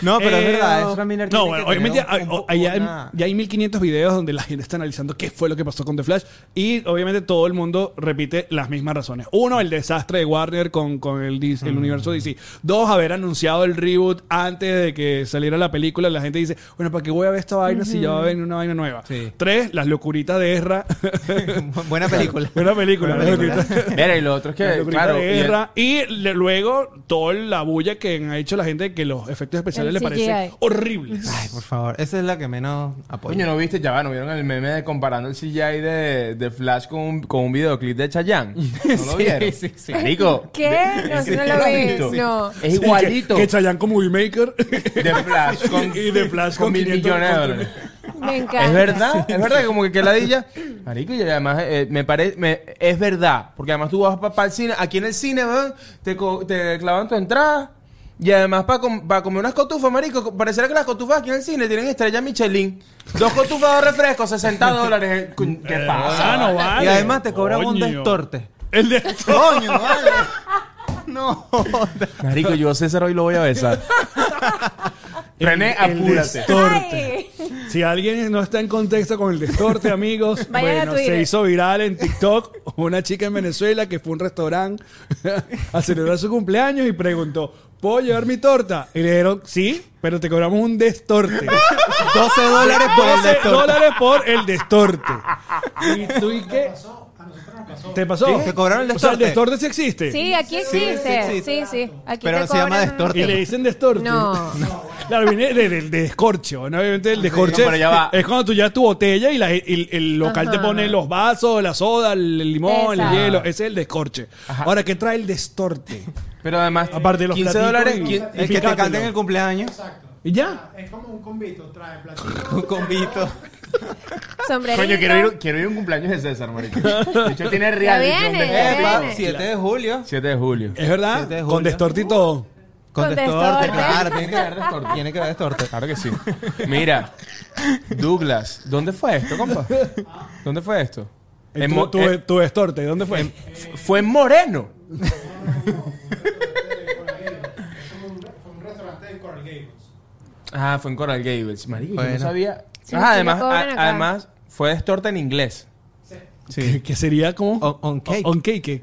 [SPEAKER 3] No, pero es
[SPEAKER 1] Eh,
[SPEAKER 3] verdad, Ezra Miller
[SPEAKER 1] No,
[SPEAKER 3] tiene
[SPEAKER 1] bueno,
[SPEAKER 3] que tener
[SPEAKER 1] obviamente
[SPEAKER 3] un-
[SPEAKER 1] hay-
[SPEAKER 3] un poco
[SPEAKER 1] hay- hay-
[SPEAKER 3] una-
[SPEAKER 1] ya hay 1500 videos donde la gente está analizando qué fue lo que pasó con The Flash y obviamente todo el mundo repite las mismas razones. Uno, el desastre de Warner con, con el, dis-
[SPEAKER 3] Mm.
[SPEAKER 1] el universo DC. Dos, haber anunciado el reboot antes de que saliera la película. La gente dice, bueno, ¿para qué voy a ver esta vaina si ya va a venir una vaina nueva?
[SPEAKER 3] Sí.
[SPEAKER 1] Tres, las locuritas de Ezra.
[SPEAKER 3] Buena película.
[SPEAKER 1] Una película,
[SPEAKER 3] Buena
[SPEAKER 1] las
[SPEAKER 3] película.
[SPEAKER 1] locuritas.
[SPEAKER 4] Mira, y lo otro es
[SPEAKER 1] La
[SPEAKER 4] que,
[SPEAKER 1] locura
[SPEAKER 4] claro...
[SPEAKER 1] de
[SPEAKER 4] y el-
[SPEAKER 1] guerra. Y, le- luego toda la bulla que ha hecho la gente que los efectos especiales
[SPEAKER 2] El
[SPEAKER 1] le parecen
[SPEAKER 2] CGI.
[SPEAKER 1] horribles.
[SPEAKER 3] Ay, por favor, esa es la que menos apoyo.
[SPEAKER 4] Coño, ¿no viste? Ya va, ¿no vieron el meme de comparando el CGI de, de Flash con un, con un videoclip de Chayanne? ¿No lo vieron?
[SPEAKER 3] sí, sí.
[SPEAKER 4] Marico.
[SPEAKER 2] ¿Qué? No, si no lo
[SPEAKER 4] igualito.
[SPEAKER 2] vi. No.
[SPEAKER 4] Es igualito.
[SPEAKER 1] Que, que Chayanne con Movie Maker.
[SPEAKER 4] de Flash con,
[SPEAKER 1] Y de Flash con 500
[SPEAKER 4] mil millones de
[SPEAKER 1] con-
[SPEAKER 4] dólares.
[SPEAKER 2] Me encanta.
[SPEAKER 4] Es verdad, es verdad que como que quedadilla. Marico, y además eh, me parece, es verdad, porque además tú vas para el cine, aquí en el cine, weón, te, co- te clavan tu entrada. Y además para comer unas cotufas, marico, co- parecerá que las cotufas aquí en el cine tienen estrella Michelin. Dos cotufas de refresco, 60 dólares. Cu- ¿Qué pasa?
[SPEAKER 1] Ah, no vale.
[SPEAKER 3] Y además te cobran un
[SPEAKER 1] Coño.
[SPEAKER 3] destorte.
[SPEAKER 1] El destorte.
[SPEAKER 3] Coño, vale. No.
[SPEAKER 4] Marico, yo a César hoy lo voy a besar. René,
[SPEAKER 1] El este.
[SPEAKER 4] apúrate.
[SPEAKER 1] destorte.
[SPEAKER 2] Ay.
[SPEAKER 1] Si alguien no está en contexto con el destorte, amigos,
[SPEAKER 2] Vayan a
[SPEAKER 1] bueno,
[SPEAKER 2] Twitter.
[SPEAKER 1] se hizo viral en TikTok una chica en Venezuela que fue a un restaurante a celebrar su cumpleaños y preguntó, ¿puedo llevar mi torta? Y le dijeron, sí, pero te cobramos un destorte.
[SPEAKER 3] 12 dólares por el
[SPEAKER 1] 12
[SPEAKER 3] destorte.
[SPEAKER 1] dólares por el destorte. ¿Y tú y qué?
[SPEAKER 6] A nosotros nos pasó.
[SPEAKER 1] ¿Te pasó?
[SPEAKER 3] ¿Qué? ¿Te cobraron el
[SPEAKER 1] O sea, el
[SPEAKER 3] destorte?
[SPEAKER 1] destorte sí existe.
[SPEAKER 2] Sí, aquí existe. Sí,
[SPEAKER 3] existe.
[SPEAKER 2] sí. Aquí
[SPEAKER 3] Pero
[SPEAKER 2] te
[SPEAKER 3] se llama
[SPEAKER 2] cobran-
[SPEAKER 3] destorte.
[SPEAKER 1] Y le dicen destorte.
[SPEAKER 2] No.
[SPEAKER 1] Claro, viene del del descorcho, ¿no? Obviamente el descorche
[SPEAKER 4] No, pero ya va.
[SPEAKER 1] es cuando tú llevas tu botella y la- el, el local te
[SPEAKER 2] Ajá.
[SPEAKER 1] pone los vasos, la soda, el, el limón,
[SPEAKER 2] Exacto.
[SPEAKER 1] el hielo. Ese es el descorche. Ahora, ¿qué trae el destorte?
[SPEAKER 4] Pero además,
[SPEAKER 1] Aparte de los
[SPEAKER 4] 15
[SPEAKER 1] platicos
[SPEAKER 4] dólares.
[SPEAKER 1] y-
[SPEAKER 4] ¿quién-
[SPEAKER 1] Y
[SPEAKER 3] El que te
[SPEAKER 1] picátelo.
[SPEAKER 3] canten el cumpleaños.
[SPEAKER 6] Exacto.
[SPEAKER 1] ¿Y ya?
[SPEAKER 6] Es como un convito, trae
[SPEAKER 3] Un
[SPEAKER 6] platito.
[SPEAKER 3] convito.
[SPEAKER 2] Sombrerito.
[SPEAKER 4] Coño, quiero ir, quiero ir a un cumpleaños de César, marico. De hecho, tiene
[SPEAKER 2] Ya
[SPEAKER 4] real.
[SPEAKER 2] viene, ya
[SPEAKER 3] Epa,
[SPEAKER 2] viene.
[SPEAKER 3] 7 de julio.
[SPEAKER 4] 7 de julio.
[SPEAKER 1] ¿Es
[SPEAKER 3] Sí,
[SPEAKER 1] verdad?
[SPEAKER 3] de
[SPEAKER 1] Con
[SPEAKER 3] julio.
[SPEAKER 1] destorte y todo.
[SPEAKER 3] Con
[SPEAKER 2] Con
[SPEAKER 3] destorte,
[SPEAKER 2] destorte.
[SPEAKER 3] claro. Tiene que haber destorte. Tiene que haber destorte.
[SPEAKER 4] Claro que sí. Mira, Douglas, ¿dónde fue esto, compa? ¿Dónde fue esto? En
[SPEAKER 1] Tu-
[SPEAKER 4] Mo-
[SPEAKER 1] tu,
[SPEAKER 4] eh,
[SPEAKER 1] tu destorte, ¿dónde fue?
[SPEAKER 4] f- fue en Moreno.
[SPEAKER 6] Fue un restaurante de Coral Gables.
[SPEAKER 4] Ah, fue en Coral Gables. Marico, yo
[SPEAKER 3] Bueno.
[SPEAKER 4] no sabía.
[SPEAKER 2] Sí, sí,
[SPEAKER 4] Ah,
[SPEAKER 2] lo
[SPEAKER 4] además,
[SPEAKER 2] cobran
[SPEAKER 4] a-
[SPEAKER 2] acá.
[SPEAKER 4] además, fue estorta en inglés.
[SPEAKER 1] Que, que sería como...
[SPEAKER 3] On- on cake.
[SPEAKER 1] On cake.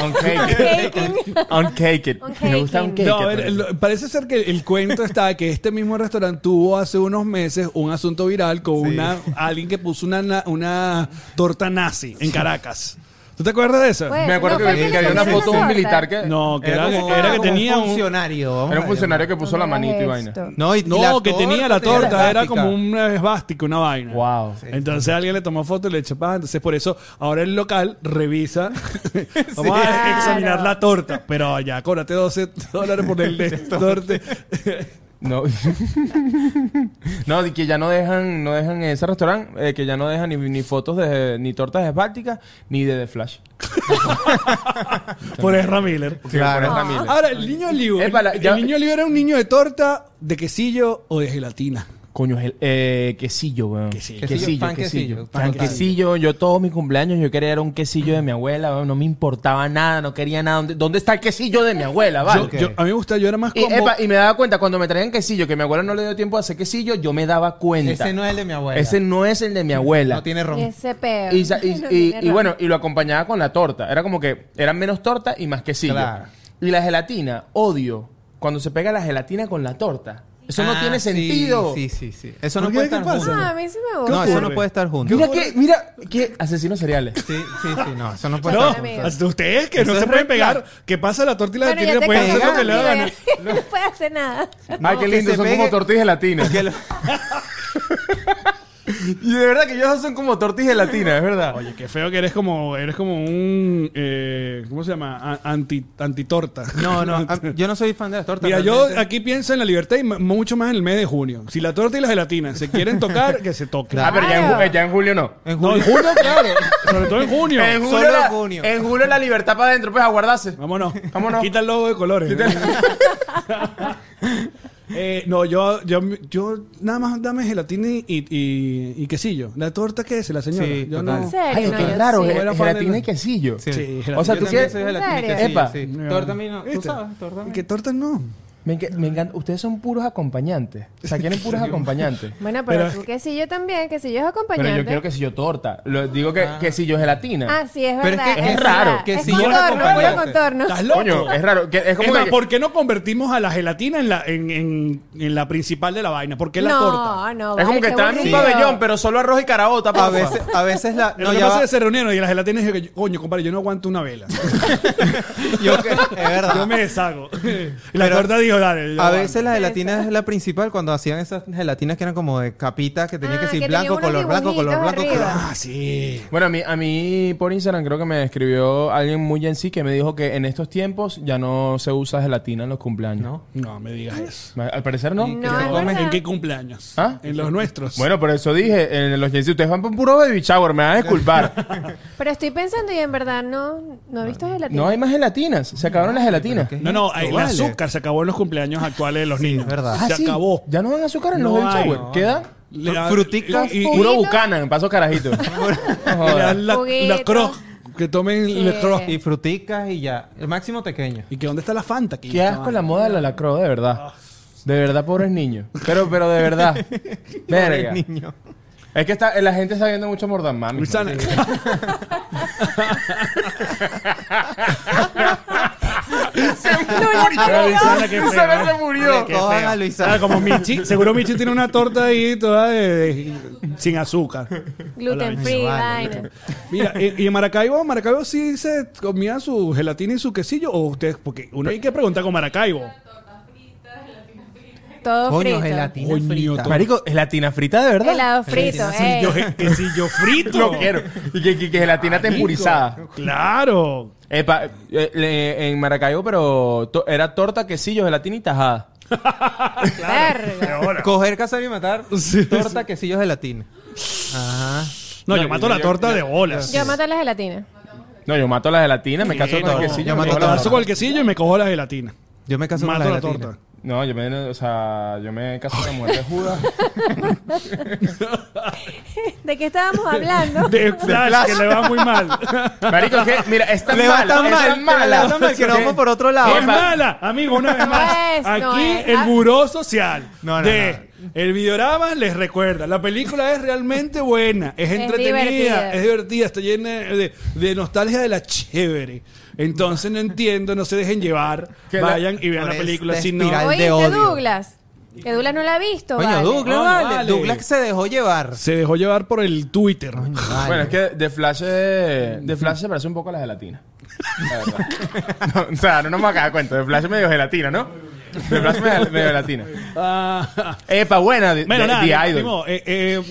[SPEAKER 4] On cake.
[SPEAKER 2] Caking.
[SPEAKER 4] On cake. it.
[SPEAKER 2] On
[SPEAKER 4] Me gusta
[SPEAKER 2] cake
[SPEAKER 4] un
[SPEAKER 2] it.
[SPEAKER 4] cake. pues.
[SPEAKER 1] No, a ver,
[SPEAKER 4] it, marico.
[SPEAKER 1] lo- parece ser que el cuento está que este mismo restaurante tuvo hace unos meses un asunto viral con una alguien que puso una, na- una torta nazi en Caracas. ¿Tú te acuerdas de eso?
[SPEAKER 2] Pues,
[SPEAKER 4] Me acuerdo
[SPEAKER 2] no, fue
[SPEAKER 4] que,
[SPEAKER 2] que
[SPEAKER 4] que había
[SPEAKER 2] le
[SPEAKER 4] una
[SPEAKER 2] comieron
[SPEAKER 4] foto de
[SPEAKER 2] la
[SPEAKER 4] un
[SPEAKER 2] torta.
[SPEAKER 4] militar que.
[SPEAKER 1] No, que era, que, era que
[SPEAKER 3] como
[SPEAKER 1] tenía
[SPEAKER 3] un
[SPEAKER 1] un...
[SPEAKER 3] funcionario. vamos
[SPEAKER 4] Era un
[SPEAKER 3] a
[SPEAKER 4] funcionario que puso
[SPEAKER 2] No
[SPEAKER 4] la
[SPEAKER 2] me hagas
[SPEAKER 4] manito y vaina.
[SPEAKER 2] esto.
[SPEAKER 3] llamar. No, y- y
[SPEAKER 1] No, que tenía la torta, era
[SPEAKER 3] esvástica.
[SPEAKER 1] como un esvástico, una vaina.
[SPEAKER 4] Wow.
[SPEAKER 1] Entonces alguien le tomó foto y le echó paja. Entonces por eso ahora el local revisa. Vamos a
[SPEAKER 2] Claro.
[SPEAKER 1] examinar la torta. Pero ya, cóbrate 12 dólares por el de torte.
[SPEAKER 4] No. no, de que ya no dejan, no dejan en ese restaurante, eh, que ya no dejan ni, ni fotos de, ni tortas esbálticas, ni de The Flash.
[SPEAKER 1] por Ezra Miller.
[SPEAKER 4] Claro.
[SPEAKER 1] Ahora, el niño olivo. El,
[SPEAKER 4] Épala, ya-
[SPEAKER 1] el niño olivo era un niño de torta, de quesillo o de gelatina.
[SPEAKER 4] Coño, es el, eh, quesillo, weón. Quesillo,
[SPEAKER 3] Quesillo,
[SPEAKER 4] quesillo.
[SPEAKER 3] pan
[SPEAKER 4] quesillo.
[SPEAKER 3] quesillo,
[SPEAKER 4] Pan
[SPEAKER 3] pan
[SPEAKER 4] quesillo. Yo todos mis cumpleaños yo quería era un quesillo de mi abuela, weón. No me importaba nada, no quería nada. ¿Dónde, dónde está el quesillo de mi abuela, vale?
[SPEAKER 1] Yo- yo- a mí me gusta, yo era más
[SPEAKER 4] Y,
[SPEAKER 1] como...
[SPEAKER 4] epa, y me daba cuenta cuando me traían quesillo, que mi abuela no le dio tiempo a hacer quesillo, yo me daba cuenta.
[SPEAKER 3] Ese no es el de mi abuela.
[SPEAKER 4] Ese no es el de mi abuela.
[SPEAKER 3] No tiene ron.
[SPEAKER 2] Ese peo.
[SPEAKER 4] Y, sa- y-
[SPEAKER 2] No
[SPEAKER 4] y-
[SPEAKER 2] tiene
[SPEAKER 4] y
[SPEAKER 2] ron.
[SPEAKER 4] bueno, y lo acompañaba con la torta. Era como que eran menos torta y más quesillo.
[SPEAKER 3] Claro.
[SPEAKER 4] Y la gelatina, odio cuando se pega la gelatina con la torta. Eso no
[SPEAKER 3] Ah,
[SPEAKER 4] tiene
[SPEAKER 3] sí,
[SPEAKER 4] sentido.
[SPEAKER 3] Sí, sí, sí. Eso
[SPEAKER 1] ¿Por
[SPEAKER 3] no
[SPEAKER 1] qué?
[SPEAKER 3] puede
[SPEAKER 1] ¿Qué
[SPEAKER 3] estar
[SPEAKER 1] pasa?
[SPEAKER 3] junto.
[SPEAKER 2] Ah, a mí sí me gusta.
[SPEAKER 3] No, eso no
[SPEAKER 1] ocurre?
[SPEAKER 3] puede estar junto.
[SPEAKER 4] Mira que, mira que asesinos seriales.
[SPEAKER 3] Sí, sí, sí. No, eso no puede
[SPEAKER 1] No,
[SPEAKER 3] estar junto.
[SPEAKER 1] hasta ustedes que no
[SPEAKER 3] Eso
[SPEAKER 1] se
[SPEAKER 3] es
[SPEAKER 1] pueden
[SPEAKER 3] red flag.
[SPEAKER 1] pegar, que pasa la torta y la
[SPEAKER 2] Bueno,
[SPEAKER 1] gelatina,
[SPEAKER 2] ya te
[SPEAKER 4] pues,
[SPEAKER 1] pueden hacer lo que le da la gana.
[SPEAKER 2] convencí, bebé. No puede hacer nada.
[SPEAKER 4] Ay,
[SPEAKER 3] No,
[SPEAKER 4] qué
[SPEAKER 3] que
[SPEAKER 4] lindo,
[SPEAKER 3] se
[SPEAKER 4] son
[SPEAKER 3] pegue-
[SPEAKER 4] como tortillas gelatinas.
[SPEAKER 3] que lo-
[SPEAKER 4] y de verdad que ellos son como tortillas gelatinas, es verdad.
[SPEAKER 1] Oye, qué feo que eres como, eres como un, eh, ¿cómo se llama? A- anti, antitorta.
[SPEAKER 3] No, no, a- yo no soy fan de las tortas.
[SPEAKER 1] Mira, yo
[SPEAKER 3] realmente.
[SPEAKER 1] aquí pienso en la libertad y m- mucho más en el mes de junio. Si la torta y la gelatina se quieren tocar, que se toquen.
[SPEAKER 4] Ah, pero ya en, ju- ya en julio no.
[SPEAKER 3] En
[SPEAKER 1] No,
[SPEAKER 3] julio-
[SPEAKER 1] en junio, claro. Sobre todo en junio.
[SPEAKER 4] En julio,
[SPEAKER 3] Solo
[SPEAKER 4] la,
[SPEAKER 3] junio.
[SPEAKER 4] en julio la libertad para adentro, pues a guardarse.
[SPEAKER 1] Vámonos.
[SPEAKER 4] Vámonos.
[SPEAKER 1] Quita el logo de colores. Eh, no, yo, yo, yo nada más dame gelatina y, y, y quesillo. La torta que es la señora.
[SPEAKER 3] Sí,
[SPEAKER 1] yo
[SPEAKER 3] total.
[SPEAKER 2] En
[SPEAKER 1] no.
[SPEAKER 2] serio.
[SPEAKER 4] Ay,
[SPEAKER 2] no,
[SPEAKER 4] qué
[SPEAKER 2] yo
[SPEAKER 4] raro, eh.
[SPEAKER 2] sí.
[SPEAKER 4] ge-
[SPEAKER 1] Era fan de
[SPEAKER 4] gelatina
[SPEAKER 1] la-
[SPEAKER 4] y quesillo.
[SPEAKER 3] Sí.
[SPEAKER 1] Sí,
[SPEAKER 4] O sea,
[SPEAKER 3] Yo
[SPEAKER 4] tú
[SPEAKER 3] también
[SPEAKER 4] quieres...
[SPEAKER 3] soy de la
[SPEAKER 2] ¿En
[SPEAKER 3] química,
[SPEAKER 2] serio?
[SPEAKER 4] Epa.
[SPEAKER 3] sí, sí.
[SPEAKER 1] No.
[SPEAKER 3] Torta a mí no. ¿Tú
[SPEAKER 1] Eh, ¿Viste?
[SPEAKER 3] sabes? Torta a mí.
[SPEAKER 1] ¿Qué torta no?
[SPEAKER 4] Me, enca- me encanta. Ustedes son puros acompañantes. O sea, quieren puros acompañantes.
[SPEAKER 2] Bueno, pero,
[SPEAKER 1] Pero es
[SPEAKER 2] tú que si yo también, que si yo es acompañante.
[SPEAKER 4] Pero yo quiero que si yo torta. Lo, digo que, que si yo gelatina.
[SPEAKER 2] ¿eh? Ah, sí, es
[SPEAKER 3] Pero es
[SPEAKER 2] verdad.
[SPEAKER 3] que es
[SPEAKER 4] raro,
[SPEAKER 2] verdad.
[SPEAKER 3] que
[SPEAKER 2] es
[SPEAKER 3] si yo
[SPEAKER 2] contorno,
[SPEAKER 3] era
[SPEAKER 2] puro
[SPEAKER 3] acompañante.
[SPEAKER 2] contorno.
[SPEAKER 1] ¿Estás loco?
[SPEAKER 4] Coño, es raro. que- es como
[SPEAKER 1] Es más,
[SPEAKER 4] que-
[SPEAKER 1] ¿por qué no convertimos a la gelatina en la, en, en, en la principal de la vaina? ¿Por qué la
[SPEAKER 2] no,
[SPEAKER 1] torta?
[SPEAKER 2] no,
[SPEAKER 4] es como que estaban en un pabellón, pero solo arroz y carabota.
[SPEAKER 3] A
[SPEAKER 4] porfa.
[SPEAKER 3] veces, a veces la.
[SPEAKER 1] Lo
[SPEAKER 3] No,
[SPEAKER 1] que
[SPEAKER 3] ya
[SPEAKER 1] pasa es
[SPEAKER 3] va.
[SPEAKER 1] que se reunieron y la gelatina dijo que, coño, compadre, yo no aguanto una vela.
[SPEAKER 3] Yo que- es verdad.
[SPEAKER 1] yo me deshago. Y la torta dijo, dale. yo
[SPEAKER 3] A
[SPEAKER 1] aguanto.
[SPEAKER 3] veces la gelatina es la principal cuando hacían esas gelatinas que eran como de capitas que tenía
[SPEAKER 2] Ah,
[SPEAKER 3] que
[SPEAKER 2] que
[SPEAKER 3] decir
[SPEAKER 2] tenía
[SPEAKER 3] blanco,
[SPEAKER 2] unos
[SPEAKER 3] color blanco, color
[SPEAKER 2] dibujitos
[SPEAKER 3] blanco, color.
[SPEAKER 2] arriba.
[SPEAKER 1] Ah, sí.
[SPEAKER 4] Bueno, a mí, a mí por Instagram creo que me escribió alguien muy Gen Z que me dijo que en estos tiempos ya no se usa gelatina en los cumpleaños.
[SPEAKER 3] No.
[SPEAKER 1] No me digas eso.
[SPEAKER 4] Al parecer no.
[SPEAKER 2] No, es
[SPEAKER 3] comen
[SPEAKER 2] verdad.
[SPEAKER 1] ¿En qué cumpleaños?
[SPEAKER 4] ¿Ah?
[SPEAKER 1] En los nuestros.
[SPEAKER 4] Bueno, por eso dije, en los Gen Z, ustedes van por un puro baby shower, me van a disculpar.
[SPEAKER 2] Pero estoy pensando y en verdad no, no he visto gelatina.
[SPEAKER 4] no hay más gelatinas, se acabaron las gelatinas.
[SPEAKER 3] ¿qué?
[SPEAKER 1] No, no, el
[SPEAKER 3] Vale.
[SPEAKER 1] azúcar se acabó en los cumpleaños actuales de los niños.
[SPEAKER 3] es verdad.
[SPEAKER 1] Se
[SPEAKER 4] Ah, sí,
[SPEAKER 1] acabó.
[SPEAKER 4] Ya no dan azúcar en
[SPEAKER 1] No
[SPEAKER 4] los baby
[SPEAKER 1] hay.
[SPEAKER 4] shower. ¿Queda?
[SPEAKER 1] Le da-
[SPEAKER 3] Fruticas.
[SPEAKER 1] y- y-
[SPEAKER 4] Puro bucanan, paso carajito.
[SPEAKER 1] y le dan la,
[SPEAKER 2] Juguetos.
[SPEAKER 1] la croc. Que tomen la croc.
[SPEAKER 3] Y fruticas y ya. El máximo pequeño.
[SPEAKER 1] ¿Y que dónde está la Fanta? aquí?
[SPEAKER 4] Qué asco la moda de la lacro, de
[SPEAKER 3] Ah.
[SPEAKER 4] verdad. De verdad, pobres niños. Pero, pero de verdad. Verga.
[SPEAKER 3] Pobre niño.
[SPEAKER 4] Es que está, la gente está viendo mucho Mordan Mami.
[SPEAKER 1] Luisana. Pero Luisana, qué feo, ¿no?
[SPEAKER 4] murió.
[SPEAKER 1] Qué
[SPEAKER 3] Cojan
[SPEAKER 1] feo.
[SPEAKER 3] a Luisana.
[SPEAKER 1] Ah, como Michi. Seguro Michi tiene una torta ahí toda de- de- sin azúcar.
[SPEAKER 2] Gluten free,
[SPEAKER 3] Vale.
[SPEAKER 2] vaina.
[SPEAKER 1] Mira, ¿y y en Maracaibo, Maracaibo sí se comía su gelatina y su quesillo? ¿O ustedes? Porque uno hay que preguntar con Maracaibo.
[SPEAKER 2] Todo
[SPEAKER 3] Coño,
[SPEAKER 2] frito.
[SPEAKER 3] gelatina
[SPEAKER 1] Coño,
[SPEAKER 3] frita.
[SPEAKER 1] to-
[SPEAKER 4] Marico, gelatina frita de verdad.
[SPEAKER 2] Helado frito, eh.
[SPEAKER 1] Yo, quesillo frito.
[SPEAKER 4] Lo quiero. Y que, que- que gelatina tempurizada.
[SPEAKER 1] Claro.
[SPEAKER 4] Epa, eh, le- en Maracaibo, pero to- era torta, quesillo, gelatina y tajada.
[SPEAKER 2] Verga.
[SPEAKER 3] Coger, cazar y matar.
[SPEAKER 1] Sí,
[SPEAKER 3] Torta, quesillo, gelatina. Ajá.
[SPEAKER 1] No,
[SPEAKER 4] No,
[SPEAKER 1] yo
[SPEAKER 4] yo-
[SPEAKER 1] mato la
[SPEAKER 4] yo-
[SPEAKER 1] torta
[SPEAKER 4] yo-
[SPEAKER 1] de bolas.
[SPEAKER 2] Yo mato la gelatina.
[SPEAKER 4] No, yo mato la gelatina, me caso con
[SPEAKER 1] no,
[SPEAKER 4] el quesillo.
[SPEAKER 1] yo
[SPEAKER 4] me
[SPEAKER 1] mato
[SPEAKER 4] cojo la
[SPEAKER 1] la-
[SPEAKER 4] torta.
[SPEAKER 1] con el quesillo y me cojo la gelatina.
[SPEAKER 3] Yo me caso
[SPEAKER 1] Mato
[SPEAKER 3] con
[SPEAKER 1] la
[SPEAKER 3] la gelatina.
[SPEAKER 1] torta.
[SPEAKER 4] No, yo me, o sea, yo me casé con la mujer de Judas.
[SPEAKER 2] ¿De qué estábamos hablando?
[SPEAKER 1] De Flash, que le va muy mal.
[SPEAKER 4] Marico, es que, mira, es tan
[SPEAKER 3] Le va
[SPEAKER 4] mala,
[SPEAKER 3] tan
[SPEAKER 4] es
[SPEAKER 3] mal,
[SPEAKER 4] tan mala.
[SPEAKER 3] le va tan mal que nos vamos por otro lado.
[SPEAKER 1] es mala, amigo, una vez más.
[SPEAKER 2] No es, no
[SPEAKER 1] Aquí
[SPEAKER 2] es. Ah.
[SPEAKER 1] el buró social
[SPEAKER 3] No, no,
[SPEAKER 1] de el videorama les recuerda. La película es realmente buena, es
[SPEAKER 2] Es
[SPEAKER 1] entretenida,
[SPEAKER 2] divertida.
[SPEAKER 1] es divertida, está llena de, de nostalgia de la chévere. Entonces no entiendo, no se dejen llevar.
[SPEAKER 4] Que la-
[SPEAKER 1] Vayan y vean
[SPEAKER 3] por
[SPEAKER 1] la película.
[SPEAKER 3] esta
[SPEAKER 1] Si no,
[SPEAKER 3] espiral. Al de
[SPEAKER 2] Oíste,
[SPEAKER 3] odio.
[SPEAKER 2] Douglas. Que Douglas no la ha visto.
[SPEAKER 3] Coño,
[SPEAKER 2] vale.
[SPEAKER 3] Douglas,
[SPEAKER 1] Coño,
[SPEAKER 3] vale.
[SPEAKER 1] vale.
[SPEAKER 3] Douglas se dejó llevar.
[SPEAKER 1] se dejó llevar por el Twitter.
[SPEAKER 3] Vale.
[SPEAKER 4] Bueno, es que The Flash, eh, The Flash se parece un poco a la gelatina. La verdad. No, o sea, no nos vamos a caer cuenta. The Flash medio gelatina, ¿no? The Flash medio, medio gelatina.
[SPEAKER 1] Ah,
[SPEAKER 4] Epa, buena. The,
[SPEAKER 1] Bueno,
[SPEAKER 4] The-
[SPEAKER 1] nada,
[SPEAKER 4] The
[SPEAKER 1] ni- ni
[SPEAKER 4] Idol.
[SPEAKER 1] modo. Eh, eh,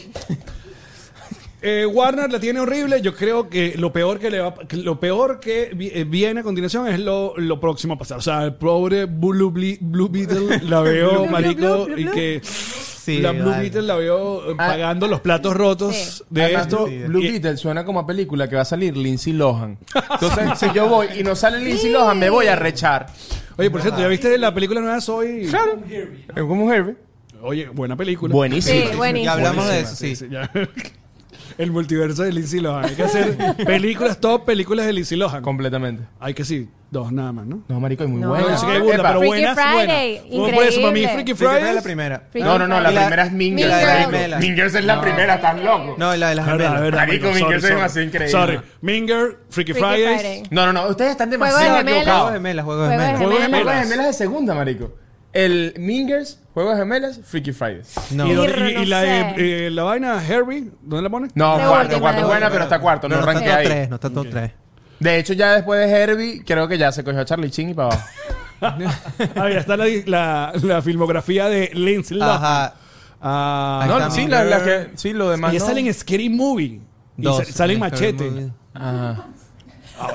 [SPEAKER 1] eh, Warner la tiene horrible. Yo creo que lo peor que, le va- que lo peor que vi- eh, viene a continuación es lo, lo próximo a pasar. O sea, el pobre Blue, Bli- Blue Beetle la veo,
[SPEAKER 2] Blue,
[SPEAKER 1] marico,
[SPEAKER 2] blue, blue,
[SPEAKER 1] y
[SPEAKER 2] blue.
[SPEAKER 1] que
[SPEAKER 3] Sí,
[SPEAKER 1] la Blue
[SPEAKER 3] vale.
[SPEAKER 1] Beetle la veo eh,
[SPEAKER 4] Ah.
[SPEAKER 1] pagando los platos rotos
[SPEAKER 2] Sí.
[SPEAKER 1] de
[SPEAKER 4] Además,
[SPEAKER 1] esto.
[SPEAKER 4] Blue- Blue
[SPEAKER 1] Y-
[SPEAKER 4] Beetle suena como a película que va a salir Lindsay Lohan. Entonces, si yo voy y no sale Lindsay Lohan, me voy a rechar.
[SPEAKER 1] Oye, por cierto, ¿ya viste la película nueva Soy?
[SPEAKER 4] Claro. Es como un Herbie.
[SPEAKER 1] Oye, buena película.
[SPEAKER 4] Buenísimo.
[SPEAKER 2] Sí, buenísimo.
[SPEAKER 3] Ya hablamos de
[SPEAKER 1] Buenísima,
[SPEAKER 3] eso, sí.
[SPEAKER 1] sí, ya. El multiverso de Lindsay Lohan. Hay que hacer películas, top películas de Lindsay Lohan.
[SPEAKER 4] Completamente.
[SPEAKER 1] Hay que sí, dos nada más, ¿no?
[SPEAKER 4] No, marico, es muy
[SPEAKER 2] No.
[SPEAKER 4] buena.
[SPEAKER 1] Bueno,
[SPEAKER 2] Bueno,
[SPEAKER 1] sí que hay una,
[SPEAKER 4] Epa.
[SPEAKER 1] pero
[SPEAKER 2] Freaky
[SPEAKER 1] buena.
[SPEAKER 2] Friday,
[SPEAKER 1] Por eso, para mí,
[SPEAKER 2] increíble.
[SPEAKER 1] Freaky
[SPEAKER 3] Freaky Friday es
[SPEAKER 1] Friday.
[SPEAKER 3] la primera.
[SPEAKER 2] Freaky
[SPEAKER 4] No, no, no, la
[SPEAKER 2] Friday.
[SPEAKER 3] la-
[SPEAKER 4] primera es Mean
[SPEAKER 2] Mean
[SPEAKER 4] Girls.
[SPEAKER 3] La de la
[SPEAKER 2] Girls.
[SPEAKER 3] gemela.
[SPEAKER 4] Mean Girls es la primera, tan loco.
[SPEAKER 3] No, la de las
[SPEAKER 1] La verdad, la
[SPEAKER 3] gemelas.
[SPEAKER 1] verdad, marico,
[SPEAKER 4] Marico, Minger
[SPEAKER 1] sorry,
[SPEAKER 4] se
[SPEAKER 1] sorry.
[SPEAKER 4] demasiado increíble.
[SPEAKER 1] Sorry. Minger, Freaky, Fridays.
[SPEAKER 4] No, no, no, ustedes están
[SPEAKER 2] de
[SPEAKER 4] demasiado
[SPEAKER 2] gemelas.
[SPEAKER 3] Juego
[SPEAKER 4] equivocados.
[SPEAKER 3] de gemelas, juego de
[SPEAKER 2] Juego de
[SPEAKER 3] gemelas.
[SPEAKER 1] Juego de
[SPEAKER 2] Gemelas.
[SPEAKER 4] Juegos de
[SPEAKER 1] gemelas.
[SPEAKER 4] gemelas de segunda, marico. El Mingers, Juegos de Gemelas, Freaky Fridays.
[SPEAKER 3] No.
[SPEAKER 1] Y, donde-
[SPEAKER 2] Irro,
[SPEAKER 1] y-
[SPEAKER 2] no
[SPEAKER 1] y la,
[SPEAKER 2] sé.
[SPEAKER 1] eh, eh, la vaina Herbie, ¿dónde la pones?
[SPEAKER 4] No,
[SPEAKER 2] De
[SPEAKER 4] cuarto,
[SPEAKER 2] última,
[SPEAKER 4] cuarto
[SPEAKER 2] de
[SPEAKER 4] es buena,
[SPEAKER 2] última.
[SPEAKER 4] pero hasta cuarto, no,
[SPEAKER 3] Pero
[SPEAKER 4] ranqué
[SPEAKER 3] está top
[SPEAKER 4] ahí.
[SPEAKER 3] 3, no está top 3.
[SPEAKER 4] De hecho, ya después de Herbie, creo que ya se cogió a Charlie Ching y para abajo.
[SPEAKER 1] Ah, mira, está la, la, la filmografía de Lindsay Lohan.
[SPEAKER 3] Ajá.
[SPEAKER 1] Ah,
[SPEAKER 3] Ahí
[SPEAKER 4] No,
[SPEAKER 3] está,
[SPEAKER 4] sí,
[SPEAKER 3] Mean
[SPEAKER 4] la, la
[SPEAKER 3] Girls.
[SPEAKER 4] que, sí, lo demás.
[SPEAKER 1] y ya
[SPEAKER 4] no.
[SPEAKER 1] salen Scary Movie. Y
[SPEAKER 3] Dos.
[SPEAKER 1] sa- salen
[SPEAKER 3] Scary
[SPEAKER 1] Machete.
[SPEAKER 3] Movie.
[SPEAKER 4] Ajá.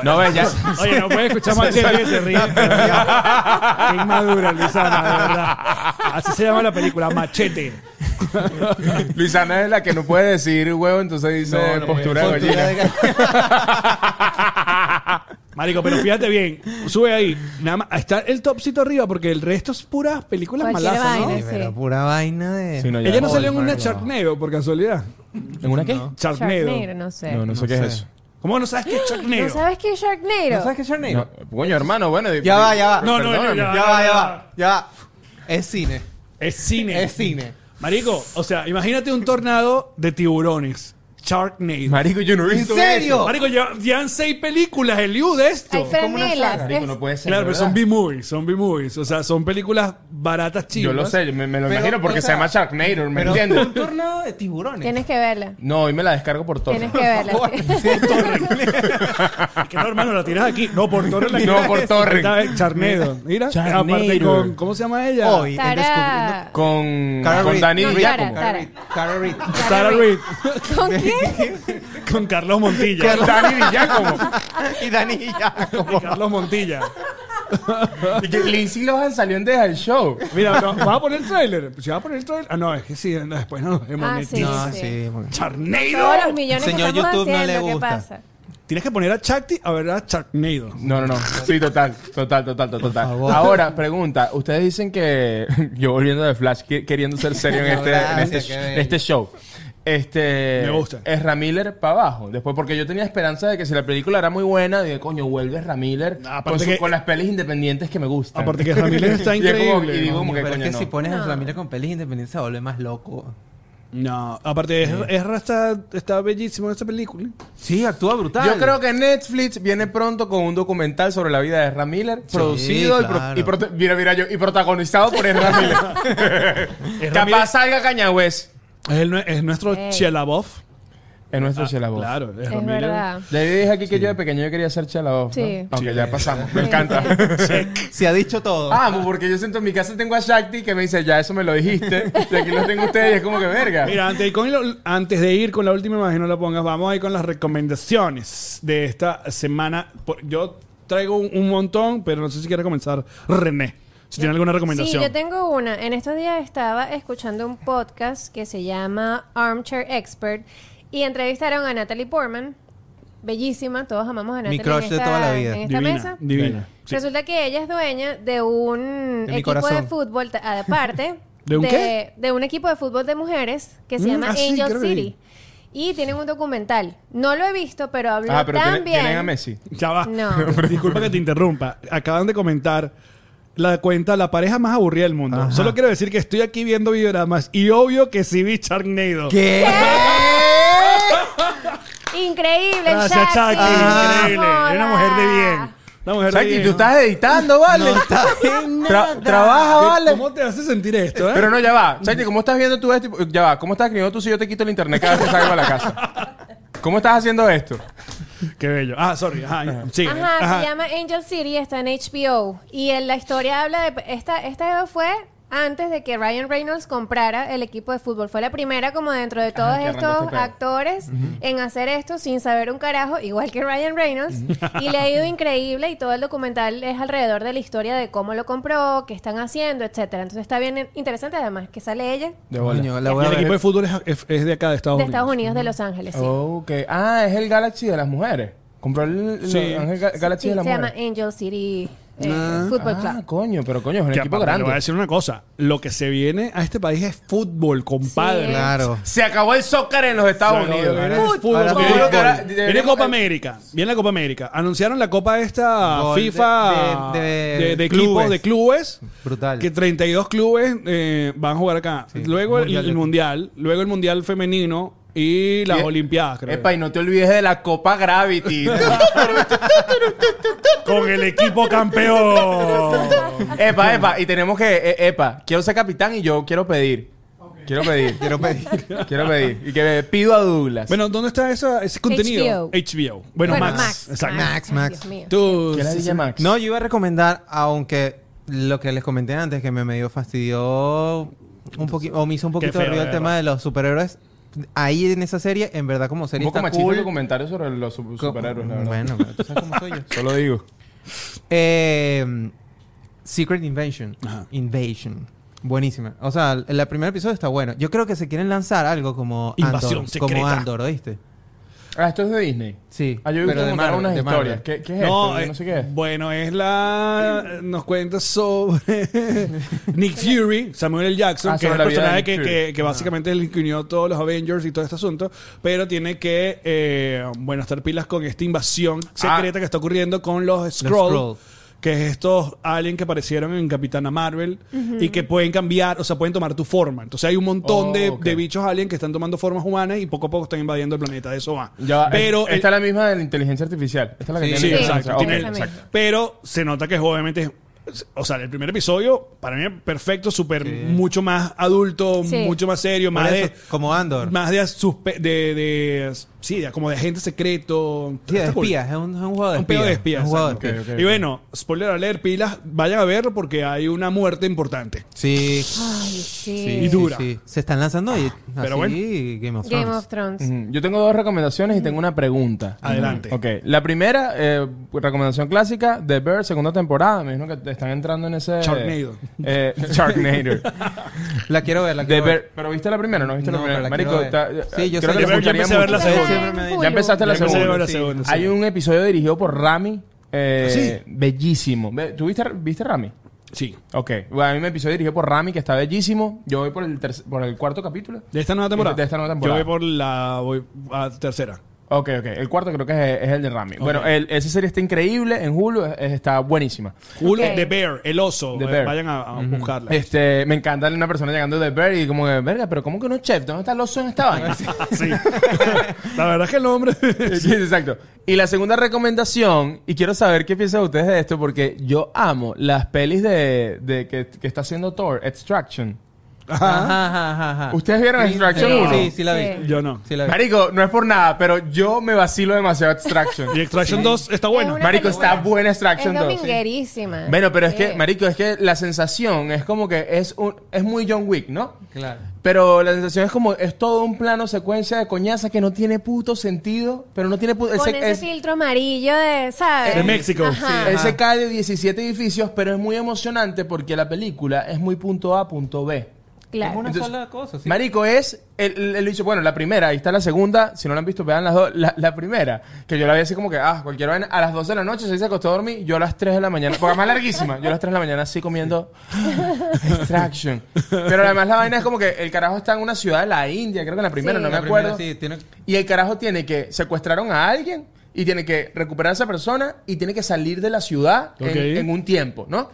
[SPEAKER 4] No ves, ya.
[SPEAKER 1] Oye, no puedes escuchar Machete que se ríe. Qué inmadura, Luisana, de verdad. Así se llama la película, Machete.
[SPEAKER 4] Luisana es la que no puede decir huevo, entonces dice postura de
[SPEAKER 3] Postura
[SPEAKER 4] gallina.
[SPEAKER 3] de gallina.
[SPEAKER 1] Marico, pero fíjate bien, sube ahí. Nada más, está el topcito arriba porque el resto es puras películas
[SPEAKER 2] Cualquier
[SPEAKER 1] malas, ¿no?
[SPEAKER 2] vaina.
[SPEAKER 3] Sí, pero pura vaina de...
[SPEAKER 4] Sí, no, ya.
[SPEAKER 1] Ella no salió en
[SPEAKER 3] Ay,
[SPEAKER 1] una
[SPEAKER 3] no.
[SPEAKER 1] Sharknado por casualidad.
[SPEAKER 4] ¿En una qué?
[SPEAKER 2] Sharknado,
[SPEAKER 1] Sharknado.
[SPEAKER 2] no sé.
[SPEAKER 4] No, no sé qué es eso.
[SPEAKER 1] ¿Cómo no sabes qué es
[SPEAKER 2] ¿No
[SPEAKER 1] Sharknado?
[SPEAKER 2] sabes qué es Sharknado?
[SPEAKER 3] ¿No sabes qué es Sharknado?
[SPEAKER 4] No, coño, hermano, bueno.
[SPEAKER 3] Ya va, ya va.
[SPEAKER 1] No, no, no,
[SPEAKER 4] Perdóname.
[SPEAKER 1] ya,
[SPEAKER 3] Ya va, ya va, ya va. Es cine.
[SPEAKER 1] Es cine.
[SPEAKER 3] Es cine.
[SPEAKER 1] Marico, o sea, imagínate un tornado de tiburones. Sharknado.
[SPEAKER 4] Marico, yo no he
[SPEAKER 3] ¿En
[SPEAKER 4] visto
[SPEAKER 3] serio?
[SPEAKER 1] Marico, ya, ya han seis películas el Liu de
[SPEAKER 2] Hay
[SPEAKER 1] esto.
[SPEAKER 4] eso.
[SPEAKER 2] franelas.
[SPEAKER 4] Marico,
[SPEAKER 2] es-
[SPEAKER 4] no puede ser.
[SPEAKER 1] Claro, pero
[SPEAKER 4] ¿verdad?
[SPEAKER 1] son B-movies, son B-movies. O sea, son películas baratas chivas.
[SPEAKER 4] Yo lo sé, me, me lo
[SPEAKER 3] Pero,
[SPEAKER 4] imagino porque
[SPEAKER 3] o sea,
[SPEAKER 4] se llama Sharknado, ¿me
[SPEAKER 3] Pero
[SPEAKER 4] entiendes?
[SPEAKER 3] un tornado de tiburones.
[SPEAKER 2] Tienes que verla.
[SPEAKER 4] No, hoy me la descargo por todo.
[SPEAKER 2] Tienes que verla. sí.
[SPEAKER 1] Es que no, hermano, la tiras aquí. No, por Torres la
[SPEAKER 4] No, por Torres.
[SPEAKER 1] Charnedo. Mira,
[SPEAKER 4] Charnedo. Oh,
[SPEAKER 1] aparte con. ¿Cómo se llama ella?
[SPEAKER 3] Hoy, en
[SPEAKER 2] Cara-
[SPEAKER 4] Con,
[SPEAKER 3] Cara
[SPEAKER 4] con
[SPEAKER 3] Reed.
[SPEAKER 4] Dani
[SPEAKER 2] No,
[SPEAKER 4] Diaco.
[SPEAKER 2] Cara.
[SPEAKER 3] Cara Reed. Cara Reed.
[SPEAKER 1] Sarah Reed.
[SPEAKER 2] ¿Con quién?
[SPEAKER 1] Con Carlos Montilla.
[SPEAKER 4] Con Dani Villacomo.
[SPEAKER 3] Y Dani ya.
[SPEAKER 1] Con Carlos Montilla.
[SPEAKER 4] Y que Lindsay Lohan salió en Deja el Show.
[SPEAKER 1] Mira, no, ¿vas a poner el tráiler? ¿Se va a poner el tráiler? Ah, no, es que sí, no, después no nos
[SPEAKER 2] Ah, sí,
[SPEAKER 1] monetiza.
[SPEAKER 3] No,
[SPEAKER 2] sí.
[SPEAKER 3] sí. bueno.
[SPEAKER 1] ¡Charnedo!
[SPEAKER 2] Todos los millones
[SPEAKER 3] Señor
[SPEAKER 2] que estamos
[SPEAKER 3] YouTube no le
[SPEAKER 2] haciendo, ¿qué
[SPEAKER 3] gusta.
[SPEAKER 2] pasa?
[SPEAKER 1] Tienes que poner a Chakti a ver a Charnedo.
[SPEAKER 4] No, no, no. Sí, total. Total, total, total. total.
[SPEAKER 3] favor.
[SPEAKER 4] Ahora, pregunta. Ustedes dicen que. Yo volviendo de Flash, que- queriendo ser serio en este, en este,
[SPEAKER 3] Gracias, qué bello.
[SPEAKER 4] en este show. Este.
[SPEAKER 1] Me gusta.
[SPEAKER 4] Es Ramiller para abajo. Después, porque yo tenía esperanza de que si la película era muy buena, dije, coño, vuelve Ramiller
[SPEAKER 1] No, aparte
[SPEAKER 4] con, su-
[SPEAKER 1] que-
[SPEAKER 4] con las pelis independientes que me gustan.
[SPEAKER 1] Aparte que Ramírez está
[SPEAKER 4] Y es como-
[SPEAKER 1] increíble.
[SPEAKER 4] y digo como que,
[SPEAKER 3] Pero es
[SPEAKER 4] coño,
[SPEAKER 3] que
[SPEAKER 4] no.
[SPEAKER 3] si pones a Ramírez con pelis independientes se vuelve más loco.
[SPEAKER 1] No, aparte, es Ezra está, está bellísimo en esta película.
[SPEAKER 3] Sí, actúa brutal.
[SPEAKER 4] Yo creo que Netflix viene pronto con un documental sobre la vida de Ezra Miller,
[SPEAKER 3] Sí,
[SPEAKER 4] producido y pro-
[SPEAKER 3] claro.
[SPEAKER 4] y, prote- mira, mira yo, y protagonizado por Ezra Miller.
[SPEAKER 1] Ezra
[SPEAKER 4] Capaz salga Cañagüez.
[SPEAKER 1] Es, el nue- es nuestro
[SPEAKER 2] Ey.
[SPEAKER 1] Chelabov.
[SPEAKER 4] En nuestro
[SPEAKER 1] Ah,
[SPEAKER 4] Chelabov.
[SPEAKER 1] Claro, es,
[SPEAKER 2] Es verdad.
[SPEAKER 4] Ya yo dije aquí que yo de pequeño yo quería ser Chelabov.
[SPEAKER 2] Sí.
[SPEAKER 4] Aunque ya pasamos, me
[SPEAKER 2] Sí,
[SPEAKER 4] encanta.
[SPEAKER 3] Se ha dicho todo.
[SPEAKER 4] Amo, porque yo siento en mi casa tengo a Shakti que me dice, ya eso me lo dijiste. Y aquí lo tengo ustedes y es como que verga.
[SPEAKER 1] Mira, antes de, ir con lo- antes de ir con la última imagen, no la pongas, vamos a ir con las recomendaciones de esta semana. Por- Yo traigo un, un montón, pero no sé si quiere comenzar René. Si tiene alguna recomendación.
[SPEAKER 2] Sí, yo tengo una. En estos días estaba escuchando un podcast que se llama Armchair Expert y entrevistaron a Natalie Portman bellísima, todos amamos a Natalie.
[SPEAKER 3] Mi crush
[SPEAKER 2] en
[SPEAKER 3] de
[SPEAKER 2] esta-
[SPEAKER 3] toda la vida.
[SPEAKER 2] En esta
[SPEAKER 1] Divina,
[SPEAKER 2] mesa.
[SPEAKER 1] divina. Sí.
[SPEAKER 2] Resulta que ella es dueña de un
[SPEAKER 3] mi
[SPEAKER 2] equipo de
[SPEAKER 3] corazón.
[SPEAKER 2] fútbol, ta- aparte,
[SPEAKER 1] ¿De un qué?
[SPEAKER 2] de un equipo de fútbol de mujeres que se
[SPEAKER 1] Mm,
[SPEAKER 2] llama
[SPEAKER 1] ah, sí,
[SPEAKER 2] Angel
[SPEAKER 1] creo que
[SPEAKER 2] City. Y tienen un documental. No lo he visto, pero hablo
[SPEAKER 4] Ah, pero tiene-
[SPEAKER 2] tan bien.
[SPEAKER 4] tienen a Messi.
[SPEAKER 1] Ya va.
[SPEAKER 2] No.
[SPEAKER 1] Disculpa que te interrumpa. Acaban de comentar la cuenta La pareja más aburrida del mundo. Solo quiero decir que estoy aquí viendo videogramas y obvio que sí vi Sharknado.
[SPEAKER 3] ¿Qué?
[SPEAKER 2] Increíble,
[SPEAKER 1] Gracias,
[SPEAKER 2] Shakti.
[SPEAKER 1] Chucky. Increíble.
[SPEAKER 2] Hola.
[SPEAKER 1] Era una mujer de bien. Una mujer de
[SPEAKER 4] Chucky,
[SPEAKER 1] bien.
[SPEAKER 4] Ah. tú estás editando, ¿vale? Tra- trabaja,
[SPEAKER 1] ¿Qué-
[SPEAKER 4] ¿vale?
[SPEAKER 1] ¿Cómo te hace sentir esto, eh?
[SPEAKER 4] Pero no, ya va. Chucky, ¿cómo estás viendo tú esto? Ya va. ¿Cómo estás escribiendo tú si yo te quito el internet cada vez que salgo a la casa? ¿Cómo estás haciendo esto?
[SPEAKER 1] Qué bello. Ah, sorry. Ajá, sigue.
[SPEAKER 2] Ajá,
[SPEAKER 1] Ajá.
[SPEAKER 2] se llama Angel City, está en HBO. Y en la historia habla de. Esta, esta fue antes de que Ryan Reynolds comprara el equipo de fútbol. Fue la primera, como dentro de todos
[SPEAKER 4] que arrancó
[SPEAKER 2] estos
[SPEAKER 4] este pedo.
[SPEAKER 2] actores, en hacer esto sin saber un carajo, igual que Ryan Reynolds. Y le ha ido increíble. Y todo el documental es alrededor de la historia de cómo lo compró, qué están haciendo, etcétera. Entonces está bien interesante, además, que sale ella
[SPEAKER 4] De
[SPEAKER 3] Coño, la
[SPEAKER 1] Y
[SPEAKER 3] voy a
[SPEAKER 1] el equipo de
[SPEAKER 3] ver.
[SPEAKER 1] fútbol es, es- es de acá, de Estados
[SPEAKER 2] de
[SPEAKER 1] Unidos.
[SPEAKER 2] Estados Unidos, de Los Ángeles. sí.
[SPEAKER 4] Ok. Ah, es el Galaxy de las mujeres. Compró el, el
[SPEAKER 1] Sí.
[SPEAKER 4] Ángel Ga-
[SPEAKER 2] Sí,
[SPEAKER 4] Galaxy de
[SPEAKER 2] se
[SPEAKER 4] las
[SPEAKER 2] llama
[SPEAKER 4] mujeres.
[SPEAKER 2] Angel City eh, Football
[SPEAKER 4] Ah,
[SPEAKER 2] Club.
[SPEAKER 4] coño, pero coño, es un
[SPEAKER 1] Que
[SPEAKER 4] equipo
[SPEAKER 1] aparte, le voy a
[SPEAKER 4] grande.
[SPEAKER 1] decir una cosa. Lo que se viene a este país es fútbol, compadre.
[SPEAKER 2] Sí.
[SPEAKER 3] Claro.
[SPEAKER 4] Se acabó el soccer en los
[SPEAKER 1] Se
[SPEAKER 4] Estados
[SPEAKER 1] acabó
[SPEAKER 4] Unidos.
[SPEAKER 1] de ver el
[SPEAKER 4] ¿verdad?
[SPEAKER 1] fútbol.
[SPEAKER 3] Ahora
[SPEAKER 1] Viene-
[SPEAKER 3] fútbol.
[SPEAKER 1] Viene-
[SPEAKER 4] Deberíamos-
[SPEAKER 1] Viene Copa América. Viene la Copa América. Anunciaron la Copa esta
[SPEAKER 3] Gol de-
[SPEAKER 1] FIFA de,
[SPEAKER 3] de- de-
[SPEAKER 1] de
[SPEAKER 3] clubes.
[SPEAKER 1] equipos, de clubes.
[SPEAKER 3] Brutal.
[SPEAKER 1] Que 32 clubes eh, van a jugar acá. luego el- el,
[SPEAKER 3] mundial de-
[SPEAKER 1] Mundial, luego el Mundial Femenino y las
[SPEAKER 4] Y-
[SPEAKER 1] Olimpiadas, creo.
[SPEAKER 4] Epa, y no te olvides de la Copa Gravity.
[SPEAKER 1] Con el equipo campeón.
[SPEAKER 4] epa, epa, y tenemos que, e- epa, quiero ser capitán y yo quiero pedir. Quiero pedir.
[SPEAKER 3] Quiero pedir.
[SPEAKER 4] quiero pedir. Y que le pido a Douglas.
[SPEAKER 1] bueno, ¿dónde está esa- ese contenido?
[SPEAKER 2] HBO.
[SPEAKER 1] Bueno, Max. Exacto.
[SPEAKER 3] Max, Max.
[SPEAKER 2] Dios mío.
[SPEAKER 1] Tú-
[SPEAKER 4] ¿Qué la dice Max?
[SPEAKER 3] No, yo iba a recomendar, aunque lo que les comenté antes, que me medio fastidió un poquito, o me hizo un poquito
[SPEAKER 1] feo,
[SPEAKER 3] de ruido
[SPEAKER 1] de
[SPEAKER 3] el tema
[SPEAKER 1] verdad.
[SPEAKER 3] de los superhéroes. Ahí en esa serie, en verdad, como
[SPEAKER 4] un
[SPEAKER 3] serie
[SPEAKER 4] poco
[SPEAKER 3] está
[SPEAKER 4] machista
[SPEAKER 3] cool.
[SPEAKER 4] tu comentario sobre los su-
[SPEAKER 3] Co-
[SPEAKER 4] superhéroes, la verdad.
[SPEAKER 3] Bueno, pero tú sabes cómo soy yo.
[SPEAKER 4] Solo digo.
[SPEAKER 3] Eh, Secret Invasion.
[SPEAKER 1] Ajá.
[SPEAKER 3] Invasion. Buenísima. O sea, el, el primer episodio está bueno. Yo creo que se quieren lanzar algo como
[SPEAKER 1] Invasión
[SPEAKER 3] Andor,
[SPEAKER 1] secreta.
[SPEAKER 3] como Andor, ¿oíste?
[SPEAKER 4] Ah, esto es de Disney.
[SPEAKER 3] Sí,
[SPEAKER 4] Ah, yo vi que
[SPEAKER 3] pero de
[SPEAKER 4] contaron
[SPEAKER 3] Marvel,
[SPEAKER 4] unas
[SPEAKER 3] de Marvel.
[SPEAKER 4] historias. ¿Qué, qué es
[SPEAKER 1] No,
[SPEAKER 4] esto? Yo
[SPEAKER 1] eh,
[SPEAKER 4] no sé qué es.
[SPEAKER 1] Bueno, es la. Nos cuenta sobre Nick Fury, Samuel L. Jackson,
[SPEAKER 4] Ah,
[SPEAKER 1] que es el
[SPEAKER 4] sobre la vida de
[SPEAKER 1] personaje
[SPEAKER 4] Nick
[SPEAKER 1] que,
[SPEAKER 4] Fury.
[SPEAKER 1] que- que básicamente es el que unió todos los Avengers y todo este asunto, pero tiene que, eh, bueno, estar pilas con esta invasión
[SPEAKER 4] Ah.
[SPEAKER 1] secreta que está ocurriendo con los Skrull.
[SPEAKER 3] Skrull.
[SPEAKER 1] Que es estos aliens que aparecieron en Capitana Marvel y que pueden cambiar, o sea, pueden tomar tu forma. Entonces hay un montón
[SPEAKER 4] Oh,
[SPEAKER 1] de,
[SPEAKER 4] ok.
[SPEAKER 1] de bichos aliens que están tomando formas humanas y poco a poco están invadiendo el planeta. De eso va.
[SPEAKER 4] Ya eh, va,
[SPEAKER 1] Pero
[SPEAKER 4] es-
[SPEAKER 1] el-
[SPEAKER 4] esta es la misma de la inteligencia artificial. Esta es la que
[SPEAKER 1] eh, Sí,
[SPEAKER 4] tiene
[SPEAKER 1] sí,
[SPEAKER 4] la
[SPEAKER 1] exacto.
[SPEAKER 4] inteligencia
[SPEAKER 2] ok,
[SPEAKER 1] Tiene-
[SPEAKER 2] esa misma.
[SPEAKER 1] exacto. Pero se nota que obviamente. O sea, el primer episodio, para mí, perfecto, súper, mucho más adulto,
[SPEAKER 2] Sí.
[SPEAKER 1] mucho más serio, más
[SPEAKER 3] Por
[SPEAKER 1] de.
[SPEAKER 3] eso, como Andor.
[SPEAKER 1] Más de, suspe- de, de- Sí, de- como de agente secreto.
[SPEAKER 3] Sí, de
[SPEAKER 1] Está cool.
[SPEAKER 3] espías. Es un, es un juego de
[SPEAKER 1] Un pedo de espías.
[SPEAKER 3] espías. Es un juego de
[SPEAKER 1] exacto.
[SPEAKER 3] espías.
[SPEAKER 4] espías. Ok, ok,
[SPEAKER 1] Y
[SPEAKER 4] ok.
[SPEAKER 1] bueno, spoiler alert, pilas, vayan a verlo porque hay una muerte importante.
[SPEAKER 3] Sí.
[SPEAKER 2] Ay, sí.
[SPEAKER 1] Y dura.
[SPEAKER 3] Se están lanzando y
[SPEAKER 1] Pero
[SPEAKER 3] así,
[SPEAKER 1] bueno.
[SPEAKER 3] Game of Thrones.
[SPEAKER 2] Game of Thrones.
[SPEAKER 4] Ujú. Yo tengo dos recomendaciones y tengo una pregunta.
[SPEAKER 1] Adelante.
[SPEAKER 4] Ok, la primera, eh, recomendación clásica, The Bear, segunda temporada. Me imagino que te están entrando en ese...
[SPEAKER 1] Sharknado.
[SPEAKER 4] Eh, Sharknado.
[SPEAKER 3] La quiero ver, la
[SPEAKER 4] The
[SPEAKER 3] quiero
[SPEAKER 4] Bear.
[SPEAKER 3] ver.
[SPEAKER 4] Pero viste la primera, ¿no? ¿Viste
[SPEAKER 3] No,
[SPEAKER 4] la primera?
[SPEAKER 3] pero la
[SPEAKER 4] Marico,
[SPEAKER 3] quiero ver.
[SPEAKER 4] está-
[SPEAKER 3] Sí, yo
[SPEAKER 4] creo
[SPEAKER 3] sé
[SPEAKER 4] que
[SPEAKER 3] que-
[SPEAKER 4] te
[SPEAKER 1] Yo empecé a
[SPEAKER 4] gustaría
[SPEAKER 1] ver la
[SPEAKER 4] mucho.
[SPEAKER 2] Esa
[SPEAKER 1] segunda.
[SPEAKER 2] está
[SPEAKER 3] Siempre me
[SPEAKER 2] en
[SPEAKER 3] dicen.
[SPEAKER 4] Ya
[SPEAKER 2] Hulu.
[SPEAKER 4] empezaste la
[SPEAKER 1] Yo empecé a ver la
[SPEAKER 4] segunda.
[SPEAKER 1] segunda, sí.
[SPEAKER 4] Hay un episodio dirigido por Rami. eh, Bellísimo. Ve- ¿Tú viste, viste Rami?
[SPEAKER 1] Sí.
[SPEAKER 4] Ok. Bueno, a mí un episodio dirigido por Rami que está bellísimo. Yo voy por el, terc- por el cuarto capítulo.
[SPEAKER 1] De esta nueva temporada.
[SPEAKER 4] De esta nueva temporada.
[SPEAKER 1] Yo voy por la voy a tercera.
[SPEAKER 4] Ok, ok. El cuarto creo que es, es el de Rami. Bueno, el- esa serie está increíble. En Hulu es- es- está buenísima.
[SPEAKER 1] Uno,
[SPEAKER 2] Ok.
[SPEAKER 1] The Bear, el oso.
[SPEAKER 4] The
[SPEAKER 1] eh,
[SPEAKER 4] Bear.
[SPEAKER 1] Vayan a, a buscarla.
[SPEAKER 4] Este, me encanta una persona llegando de Bear y como que, verga, pero ¿cómo que no es chef? ¿Dónde está el oso en esta vaina?
[SPEAKER 1] Sí. la verdad es que el nombre.
[SPEAKER 4] Sí, exacto. Y la segunda recomendación, y quiero saber qué piensan ustedes de esto, porque yo amo las pelis de, de que, que está haciendo Thor, Extraction.
[SPEAKER 3] Ajá, ajá, ajá, ajá.
[SPEAKER 4] ¿Ustedes vieron Extraction
[SPEAKER 2] Sí.
[SPEAKER 4] 1?
[SPEAKER 3] Sí, sí la vi.
[SPEAKER 2] Sí.
[SPEAKER 1] Yo no.
[SPEAKER 3] Sí la vi.
[SPEAKER 4] Marico, no es por nada, pero yo me vacilo demasiado Extraction.
[SPEAKER 1] Y Extraction 2 está bueno.
[SPEAKER 2] Es una-
[SPEAKER 4] Marico, está buena Extraction
[SPEAKER 2] es
[SPEAKER 4] 2.
[SPEAKER 2] dominguerísima. Eh,
[SPEAKER 4] Bueno, pero es
[SPEAKER 2] Sí.
[SPEAKER 4] que, marico, es que la sensación es como que es un, es muy John Wick, ¿no?
[SPEAKER 3] Claro.
[SPEAKER 4] Pero la sensación es como, es todo un plano secuencia de coñaza que no tiene puto sentido, pero no tiene puto...
[SPEAKER 2] Con
[SPEAKER 4] ese-
[SPEAKER 2] ese
[SPEAKER 4] es-
[SPEAKER 2] filtro amarillo de, ¿sabes?
[SPEAKER 1] De México.
[SPEAKER 2] Ajá.
[SPEAKER 4] Él se cae de 17 edificios, pero es muy emocionante porque la película es muy punto A, punto B.
[SPEAKER 3] Es
[SPEAKER 2] Claro.
[SPEAKER 3] una
[SPEAKER 4] Entonces,
[SPEAKER 3] sola cosa. sí.
[SPEAKER 4] Marico es, él, él- él dice, bueno, la primera, ahí está la segunda, si no la han visto, vean las dos, la, la primera, que yo la vi así como que, ah, cualquier vaina, a las 12 de la noche se, se acostó a dormir, yo a las 3 de la mañana, porque además es larguísima, yo a las 3 de la mañana así comiendo extraction, pero además la vaina es como que el carajo está en una ciudad de la India, creo que en la primera,
[SPEAKER 2] Sí.
[SPEAKER 4] no me
[SPEAKER 3] La primera,
[SPEAKER 4] acuerdo,
[SPEAKER 3] sí, tiene-
[SPEAKER 4] y el carajo tiene que, secuestraron a alguien, y tiene que recuperar a esa persona, y tiene que salir de la ciudad en-
[SPEAKER 1] Ok.
[SPEAKER 4] en, un tiempo, ¿no?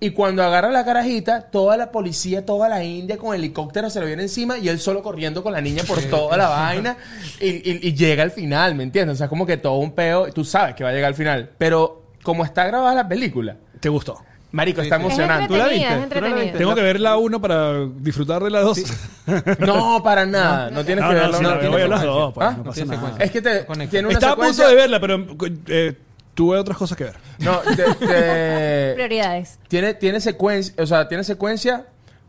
[SPEAKER 4] Y cuando agarra la carajita, toda la policía, toda la India con helicóptero se lo viene encima y él solo corriendo con la niña por toda la vaina y, y- y llega al final, ¿me entiendes? O sea, es como que todo un peo, tú sabes que va a llegar al final, pero como está grabada la película,
[SPEAKER 1] ¿Te gustó?
[SPEAKER 4] Marico, está
[SPEAKER 3] Sí, sí.
[SPEAKER 2] Es
[SPEAKER 4] emocionante.
[SPEAKER 3] ¿Tú la
[SPEAKER 2] entretenida, es
[SPEAKER 3] viste? ¿Tú no la
[SPEAKER 2] entretenida.
[SPEAKER 3] viste?
[SPEAKER 1] Tengo que ver la 1 para disfrutar de la 2.
[SPEAKER 4] No, para nada, no, tienes
[SPEAKER 1] No,
[SPEAKER 4] que
[SPEAKER 1] no,
[SPEAKER 4] verlo.
[SPEAKER 1] sí,
[SPEAKER 4] no
[SPEAKER 1] la veo,
[SPEAKER 4] tiene
[SPEAKER 1] veo las
[SPEAKER 4] secuencia.
[SPEAKER 1] dos, pues,
[SPEAKER 4] ¿Ah?
[SPEAKER 1] no
[SPEAKER 3] no
[SPEAKER 1] pasa
[SPEAKER 3] tiene
[SPEAKER 1] nada.
[SPEAKER 3] secuencia.
[SPEAKER 4] Es que te,
[SPEAKER 3] Conecta.
[SPEAKER 4] tiene una
[SPEAKER 1] Estaba a punto
[SPEAKER 4] secuencia...
[SPEAKER 1] de verla, pero eh, tuve otras cosas que ver.
[SPEAKER 4] No, te- te-
[SPEAKER 2] Prioridades.
[SPEAKER 4] Tiene, tiene secuencia, o sea, tiene secuencia,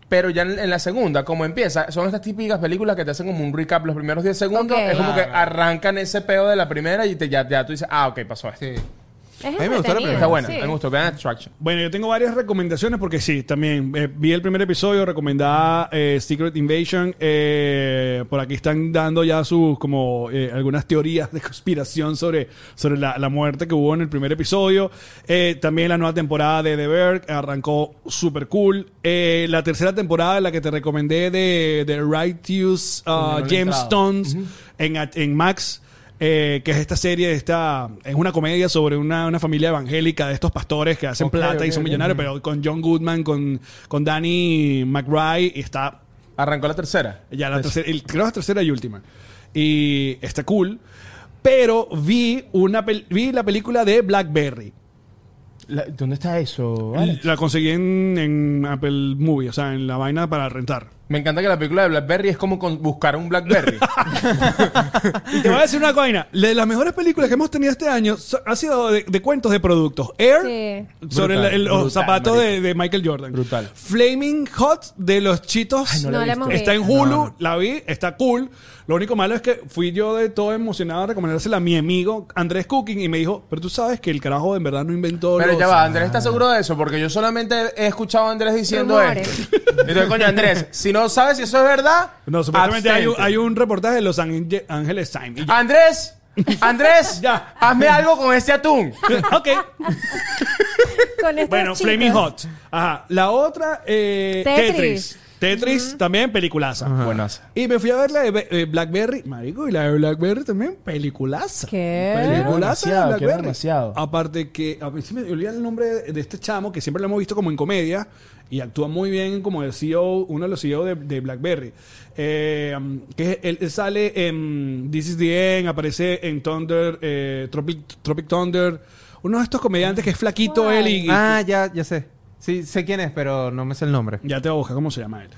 [SPEAKER 4] pero ya en, en la segunda, como empieza, son estas típicas películas que te hacen como un recap los primeros 10 segundos.
[SPEAKER 2] Ok.
[SPEAKER 4] Es como que
[SPEAKER 3] Claro.
[SPEAKER 4] arrancan ese peo de la primera y te, ya, ya tú dices, ah, ok, pasó esto.
[SPEAKER 3] Sí.
[SPEAKER 2] Es
[SPEAKER 3] mí me gustó la
[SPEAKER 2] entretenida,
[SPEAKER 3] primera.
[SPEAKER 4] Está bueno,
[SPEAKER 2] sí.
[SPEAKER 4] me gustó. Vean Attraction.
[SPEAKER 1] Bueno, yo tengo varias recomendaciones porque sí, también eh, vi el primer episodio, recomendada eh, Secret Invasion. eh, por aquí están dando ya sus, como, eh, algunas teorías de conspiración sobre, sobre la, la muerte que hubo en el primer episodio. Eh, también la nueva temporada de The Berg arrancó súper cool. Eh, la tercera temporada, la que te recomendé de, de Righteous uh,
[SPEAKER 4] no le he
[SPEAKER 1] James
[SPEAKER 4] entrado.
[SPEAKER 1] Stones en, at- en Max, eh, que es esta serie, esta, es una comedia sobre una, una familia evangélica de estos pastores que hacen
[SPEAKER 4] Ok,
[SPEAKER 1] plata y
[SPEAKER 4] ok,
[SPEAKER 1] son
[SPEAKER 4] ok.
[SPEAKER 1] millonarios, pero con John Goodman, con, con Danny McBride, y está
[SPEAKER 4] Arrancó la tercera.
[SPEAKER 1] ya la tercera, el- creo que es la tercera y última. Y está cool. Pero vi, una pel- vi la película de Blackberry.
[SPEAKER 4] La- ¿Dónde está eso? Alex?
[SPEAKER 1] La conseguí en, en Apple Movie, o sea, en la vaina para rentar.
[SPEAKER 4] Me encanta que la película de Blackberry es como con- buscar un Blackberry.
[SPEAKER 1] Y te voy a decir una vaina. La de las mejores películas que hemos tenido este año so- ha sido de, de cuentos de productos. Air,
[SPEAKER 2] Sí.
[SPEAKER 1] sobre
[SPEAKER 4] Brutal,
[SPEAKER 1] la- el- los
[SPEAKER 4] brutal,
[SPEAKER 1] zapatos de,
[SPEAKER 4] marico.
[SPEAKER 1] de Michael Jordan.
[SPEAKER 4] Brutal.
[SPEAKER 1] Flaming Hot de los Chitos.
[SPEAKER 2] no la No he la visto. hemos
[SPEAKER 1] Está en
[SPEAKER 2] visto.
[SPEAKER 1] Hulu, la vi, está cool. Lo único malo es que fui yo de todo emocionado a recomendársela a mi amigo Andrés Cooking y me dijo, pero tú sabes que el carajo en verdad no inventó
[SPEAKER 4] Pero
[SPEAKER 1] los-
[SPEAKER 4] ya va, Andrés está seguro de eso, porque yo solamente he escuchado a Andrés diciendo
[SPEAKER 2] Rumores.
[SPEAKER 4] esto. Entonces, coño, Andrés, si no sabes si eso es verdad,
[SPEAKER 1] No, supuestamente hay un,
[SPEAKER 4] abstente.
[SPEAKER 1] hay un reportaje de Los Ange- Ángeles Times. Y yo,
[SPEAKER 4] Andrés, Andrés,
[SPEAKER 1] Ya.
[SPEAKER 4] hazme algo con este atún.
[SPEAKER 1] ok.
[SPEAKER 2] Con estos
[SPEAKER 1] Bueno,
[SPEAKER 2] chicos.
[SPEAKER 1] Flaming Hot. Ajá. La otra, eh, Tetris.
[SPEAKER 2] Tetris.
[SPEAKER 1] Tetris, también peliculaza.
[SPEAKER 4] Buenaza.
[SPEAKER 1] Y me fui a ver la de Be- eh, Blackberry, marico, y la de Blackberry también, peliculaza.
[SPEAKER 2] ¿Qué?
[SPEAKER 1] Peliculaza de
[SPEAKER 4] Quiero demasiado, quiero
[SPEAKER 1] Blackberry.
[SPEAKER 4] demasiado.
[SPEAKER 1] Aparte que, a mí se me olvida el nombre de, de este chamo, que siempre lo hemos visto como en comedia, y actúa muy bien como el CEO, uno de los CEO de, de Blackberry. Eh, um, que es- él, él sale en This is the End, aparece en Thunder, eh, Tropic, Tropic Thunder, uno de estos comediantes que es flaquito
[SPEAKER 2] Wow.
[SPEAKER 1] él y,
[SPEAKER 3] Ah, ya, ya sé. Sí, sé quién es, pero no me sé el nombre.
[SPEAKER 1] ya te voy a buscar cómo se llama él.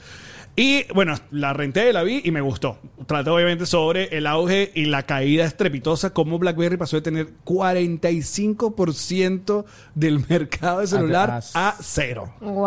[SPEAKER 1] Y bueno, la renté, la vi y me gustó. Trata obviamente sobre el auge y la caída estrepitosa, cómo BlackBerry pasó de tener 45% del mercado de celular
[SPEAKER 4] a-
[SPEAKER 1] a cero.
[SPEAKER 2] Wow.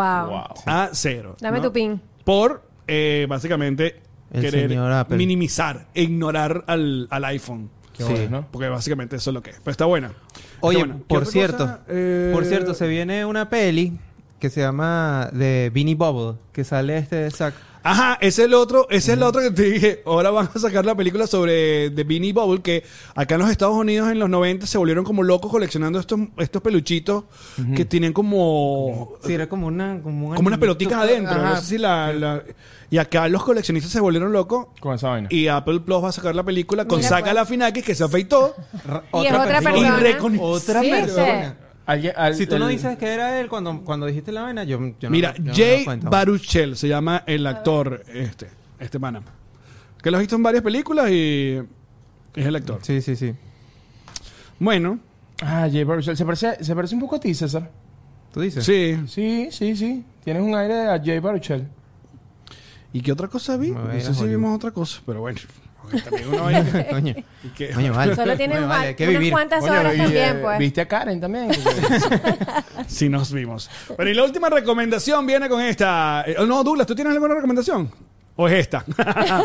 [SPEAKER 1] A cero.
[SPEAKER 2] Dame
[SPEAKER 1] ¿no?
[SPEAKER 2] tu pin.
[SPEAKER 1] Por, eh, básicamente,
[SPEAKER 3] El señor
[SPEAKER 1] querer
[SPEAKER 3] Apple.
[SPEAKER 1] minimizar, ignorar al, al iPhone.
[SPEAKER 4] Qué
[SPEAKER 3] Sí.
[SPEAKER 4] bueno, ¿no?
[SPEAKER 1] Porque básicamente eso es lo que es. Pero está buena. Está
[SPEAKER 3] Oye,
[SPEAKER 1] buena. ¿Qué
[SPEAKER 3] por
[SPEAKER 1] otra
[SPEAKER 3] cierto,
[SPEAKER 1] cosa? Eh,
[SPEAKER 3] por cierto, se viene una peli que se llama The Beanie Bubble, que sale este Zack.
[SPEAKER 1] Ajá, ese es el otro, ese es el otro que te dije. Ahora van a sacar la película sobre The Beanie Bubble, que acá en los Estados Unidos en los 90 se volvieron como locos coleccionando estos, estos peluchitos que tienen como.
[SPEAKER 3] Sí, era como una como, un
[SPEAKER 1] Como unas
[SPEAKER 3] animito.
[SPEAKER 1] pelotitas adentro.
[SPEAKER 3] Ajá.
[SPEAKER 1] No sé si la, la- Y acá los coleccionistas se volvieron locos.
[SPEAKER 4] Con esa vaina.
[SPEAKER 1] Y Apple Plus va a sacar la película con
[SPEAKER 2] Mira,
[SPEAKER 1] Saca
[SPEAKER 2] pues.
[SPEAKER 1] la que se afeitó.
[SPEAKER 3] Ra-
[SPEAKER 2] Y es otra persona.
[SPEAKER 1] Y recon-
[SPEAKER 3] Otra
[SPEAKER 2] Sí,
[SPEAKER 3] persona.
[SPEAKER 4] Alguien- al-
[SPEAKER 3] Si tú no
[SPEAKER 4] el-
[SPEAKER 3] dices que era él cuando, cuando dijiste la vaina, yo, yo no-
[SPEAKER 1] Mira,
[SPEAKER 3] yo no me
[SPEAKER 1] Jay
[SPEAKER 3] doy cuenta.
[SPEAKER 1] Baruchel se llama el actor, este, este pana. Que lo has visto en varias películas y es el actor.
[SPEAKER 3] Sí, sí, sí.
[SPEAKER 1] Bueno,
[SPEAKER 4] Ah, Jay Baruchel. Se parece, se parece un poco a ti, César.
[SPEAKER 3] ¿Tú dices?
[SPEAKER 1] sí.
[SPEAKER 4] Sí, sí, sí. Tienes un aire a Jay Baruchel.
[SPEAKER 1] ¿Y qué otra cosa vi?
[SPEAKER 3] Me voy a
[SPEAKER 1] No
[SPEAKER 3] ir
[SPEAKER 1] sé
[SPEAKER 3] a
[SPEAKER 1] si
[SPEAKER 3] Hollywood.
[SPEAKER 1] vimos otra cosa, pero bueno. Porque también uno va a-
[SPEAKER 3] Coño.
[SPEAKER 1] y que-
[SPEAKER 3] Coño, vale.
[SPEAKER 2] Solo tienes
[SPEAKER 3] Coño,
[SPEAKER 2] mal-
[SPEAKER 3] vale, hay que
[SPEAKER 2] unas
[SPEAKER 3] vivir.
[SPEAKER 2] cuantas
[SPEAKER 4] Coño,
[SPEAKER 2] horas
[SPEAKER 4] y,
[SPEAKER 2] también,
[SPEAKER 4] eh,
[SPEAKER 2] pues.
[SPEAKER 4] Viste a Karen también.
[SPEAKER 1] Sí nos vimos. Pero y la última recomendación viene con esta. Eh, No, Douglas, ¿tú tienes alguna recomendación? ¿O es esta?
[SPEAKER 3] esta.